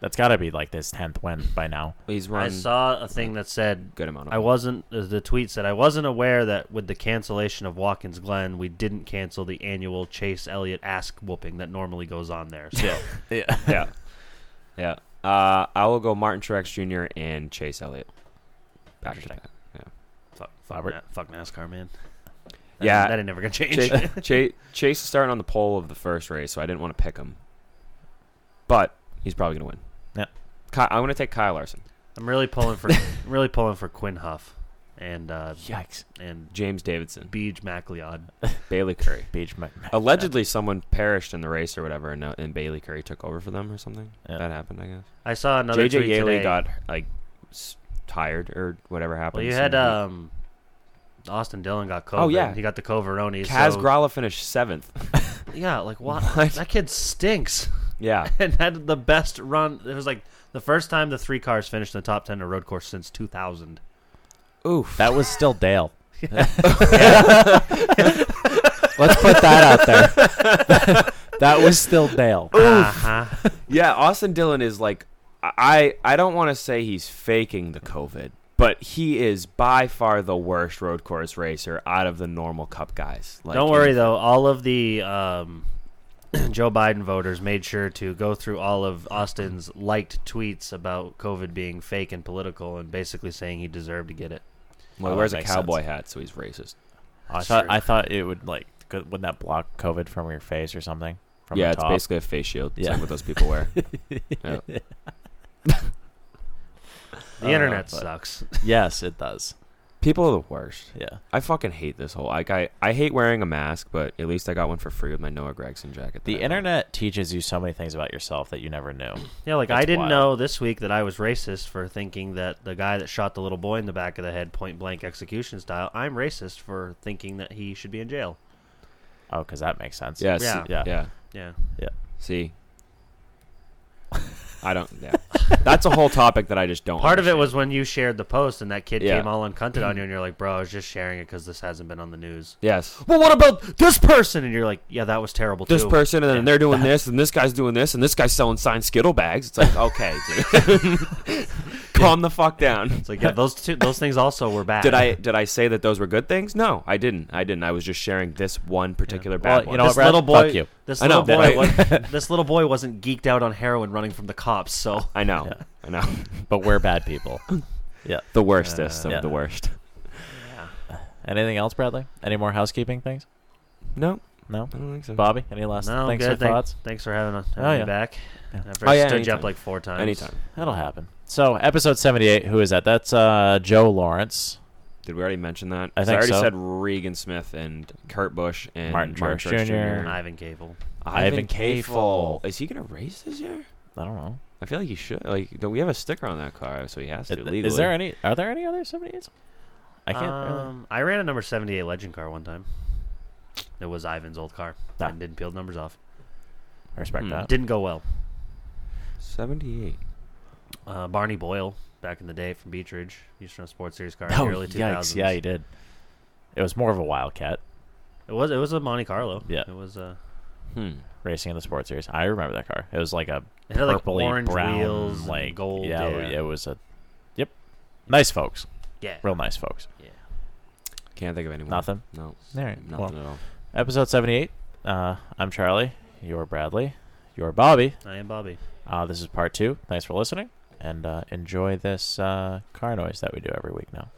That's got to be like this tenth win by now.
He's run
I saw a thing that said
good amount of
I wasn't uh, the tweet said I wasn't aware that with the cancellation of Watkins Glen, we didn't cancel the annual Chase Elliott ass whooping that normally goes on there. So
Yeah.
yeah. Yeah. Uh, I will go Martin Truex Jr. and Chase Elliott. Back to back. Yeah.
fuck, fuck,
Robert.
Na- fuck NASCAR, man. That
Yeah.
ain't- that ain't never gonna change.
Chase, Chase, Chase is starting on the pole of the first race, so I didn't want to pick him. But he's probably going to win.
Yeah.
Ky- I'm going to take Kyle Larson.
I'm really pulling for I'm really pulling for Quinn Huff and uh,
Yikes.
and
James Davidson.
Beej MacLeod.
Bailey Curry.
Beach Mc- Mc-
Allegedly, someone perished in the race or whatever, and, uh, and Bailey Curry took over for them or something.
Yeah.
That happened, I guess.
I saw another
JJ
tweet today.
Yaley got like s- tired or whatever happened.
well, you
so
had
he-
um, Austin Dillon got COVID.
Oh, yeah.
he got the Coveroni.
Kaz
uh, so,
Grala finished seventh.
Yeah, like what?
What?
That kid stinks.
yeah.
and had the best run. It was like the first time the three cars finished in the top ten of road course since 2000.
Oof.
That was still Dale. Let's put that out there. That was still Dale.
Oh,
Oof. yeah, Austin Dillon is like I I don't want to say he's faking the COVID, but he is by far the worst road course racer out of the normal Cup guys. Like,
Don't worry though. All of the um, Joe Biden voters made sure to go through all of Austin's liked tweets about COVID being fake and political, and basically saying he deserved to get it.
Well, he
Oh,
wears
that
a
makes
cowboy
sense.
hat, so he's racist.
I thought I thought it would like go- wouldn't that block COVID from your face or something? From
yeah,
the
it's
top?
basically a face shield. It's
Yeah.
like what those people wear. Yeah.
The internet sucks.
yes, it does.
People are the worst.
Yeah.
I fucking hate this whole. Like, I, I hate wearing a mask, but at least I got one for free with my Noah Gregson jacket.
The internet teaches you so many things about yourself that you never knew.
Yeah, like I
That's
didn't
wild.
know this week that I was racist for thinking that the guy that shot the little boy in the back of the head, point blank execution style. I'm racist for thinking that he should be in jail.
Oh, because that makes sense.
Yes.
Yeah.
Yeah.
Yeah. Yeah.
Yeah.
See. I don't. Yeah. That's a whole topic that I just don't.
Part of it was when you shared the post and that kid
Yeah.
came all uncunted on you, and you're like, "Bro, I was just sharing it because this hasn't been on the news."
Yes.
Well, what about this person? And you're like, "Yeah, that was terrible."
This
too."
person, and then
Yeah.
they're doing this, and this guy's doing this, and this guy's selling signed Skittle bags. It's like, okay, dude. calm the fuck down.
It's like, yeah, those two, those things also were bad.
ah.
Did I did I say that those were good things? No, I didn't. I didn't. I was just sharing this one particular bad one.
this little boy, this
I know,
little boy,
right?
was, this little boy wasn't geeked out on heroin running from the cops. So
I know. I know.
But we're bad people. Yeah.
The worstest
Uh,
of
yeah.
the worst.
Anything else, Bradley? Any more housekeeping things?
No.
No.
I don't think so.
Bobby, any last
No,
things
good.
or
Thank-
thoughts?
thanks for having us-
Oh,
having me
yeah.
back.
Yeah.
After I Oh, yeah, stood you up, anytime. like, four times. Anytime.
That'll happen. So episode seventy eight. Who is that? That's uh, Joe Lawrence.
Did we already mention that?
I
'Cause
think
already
so.
said Regan Smith and Kurt Busch and
Martin Truex Jr.
And Ivan Cavill.
Ivan
Ivan
Cavill. Is he gonna race this year?
I don't know.
I feel like he should. Like, do we have a sticker on that car? So he has to legally.
Is there any? Are there any other seventy eights? I can't. really.
Um, I ran a number seventy-eight legend car one time. It was Ivan's old car.
Ah.
And didn't peel the numbers off.
I respect
Hmm.
that.
Didn't go well.
Seventy-eight.
Uh, Barney Boyle, back in the day from Beach Ridge, used to run a sports series car in
Oh,
the early two
yikes!
thousands.
Yeah, he did. It was more of a wildcat.
It was it was a Monte Carlo.
Yeah.
It was uh, a
Hmm.
Racing in the sports series. I remember that car. It was like a
It had, like,
purpley
orange
brown,
wheels and
like
gold,
Yeah,
yeah.
it was a. Yep, nice folks.
Yeah.
real nice folks.
Can't think of anyone.
Nothing.
No.
All right.
Nothing
well,
at all.
Episode seventy-eight. Uh, I'm Charlie. You're Bradley. You're Bobby.
I am Bobby.
Uh, this is part two. Thanks for listening, and uh, enjoy this uh, car noise that we do every week now.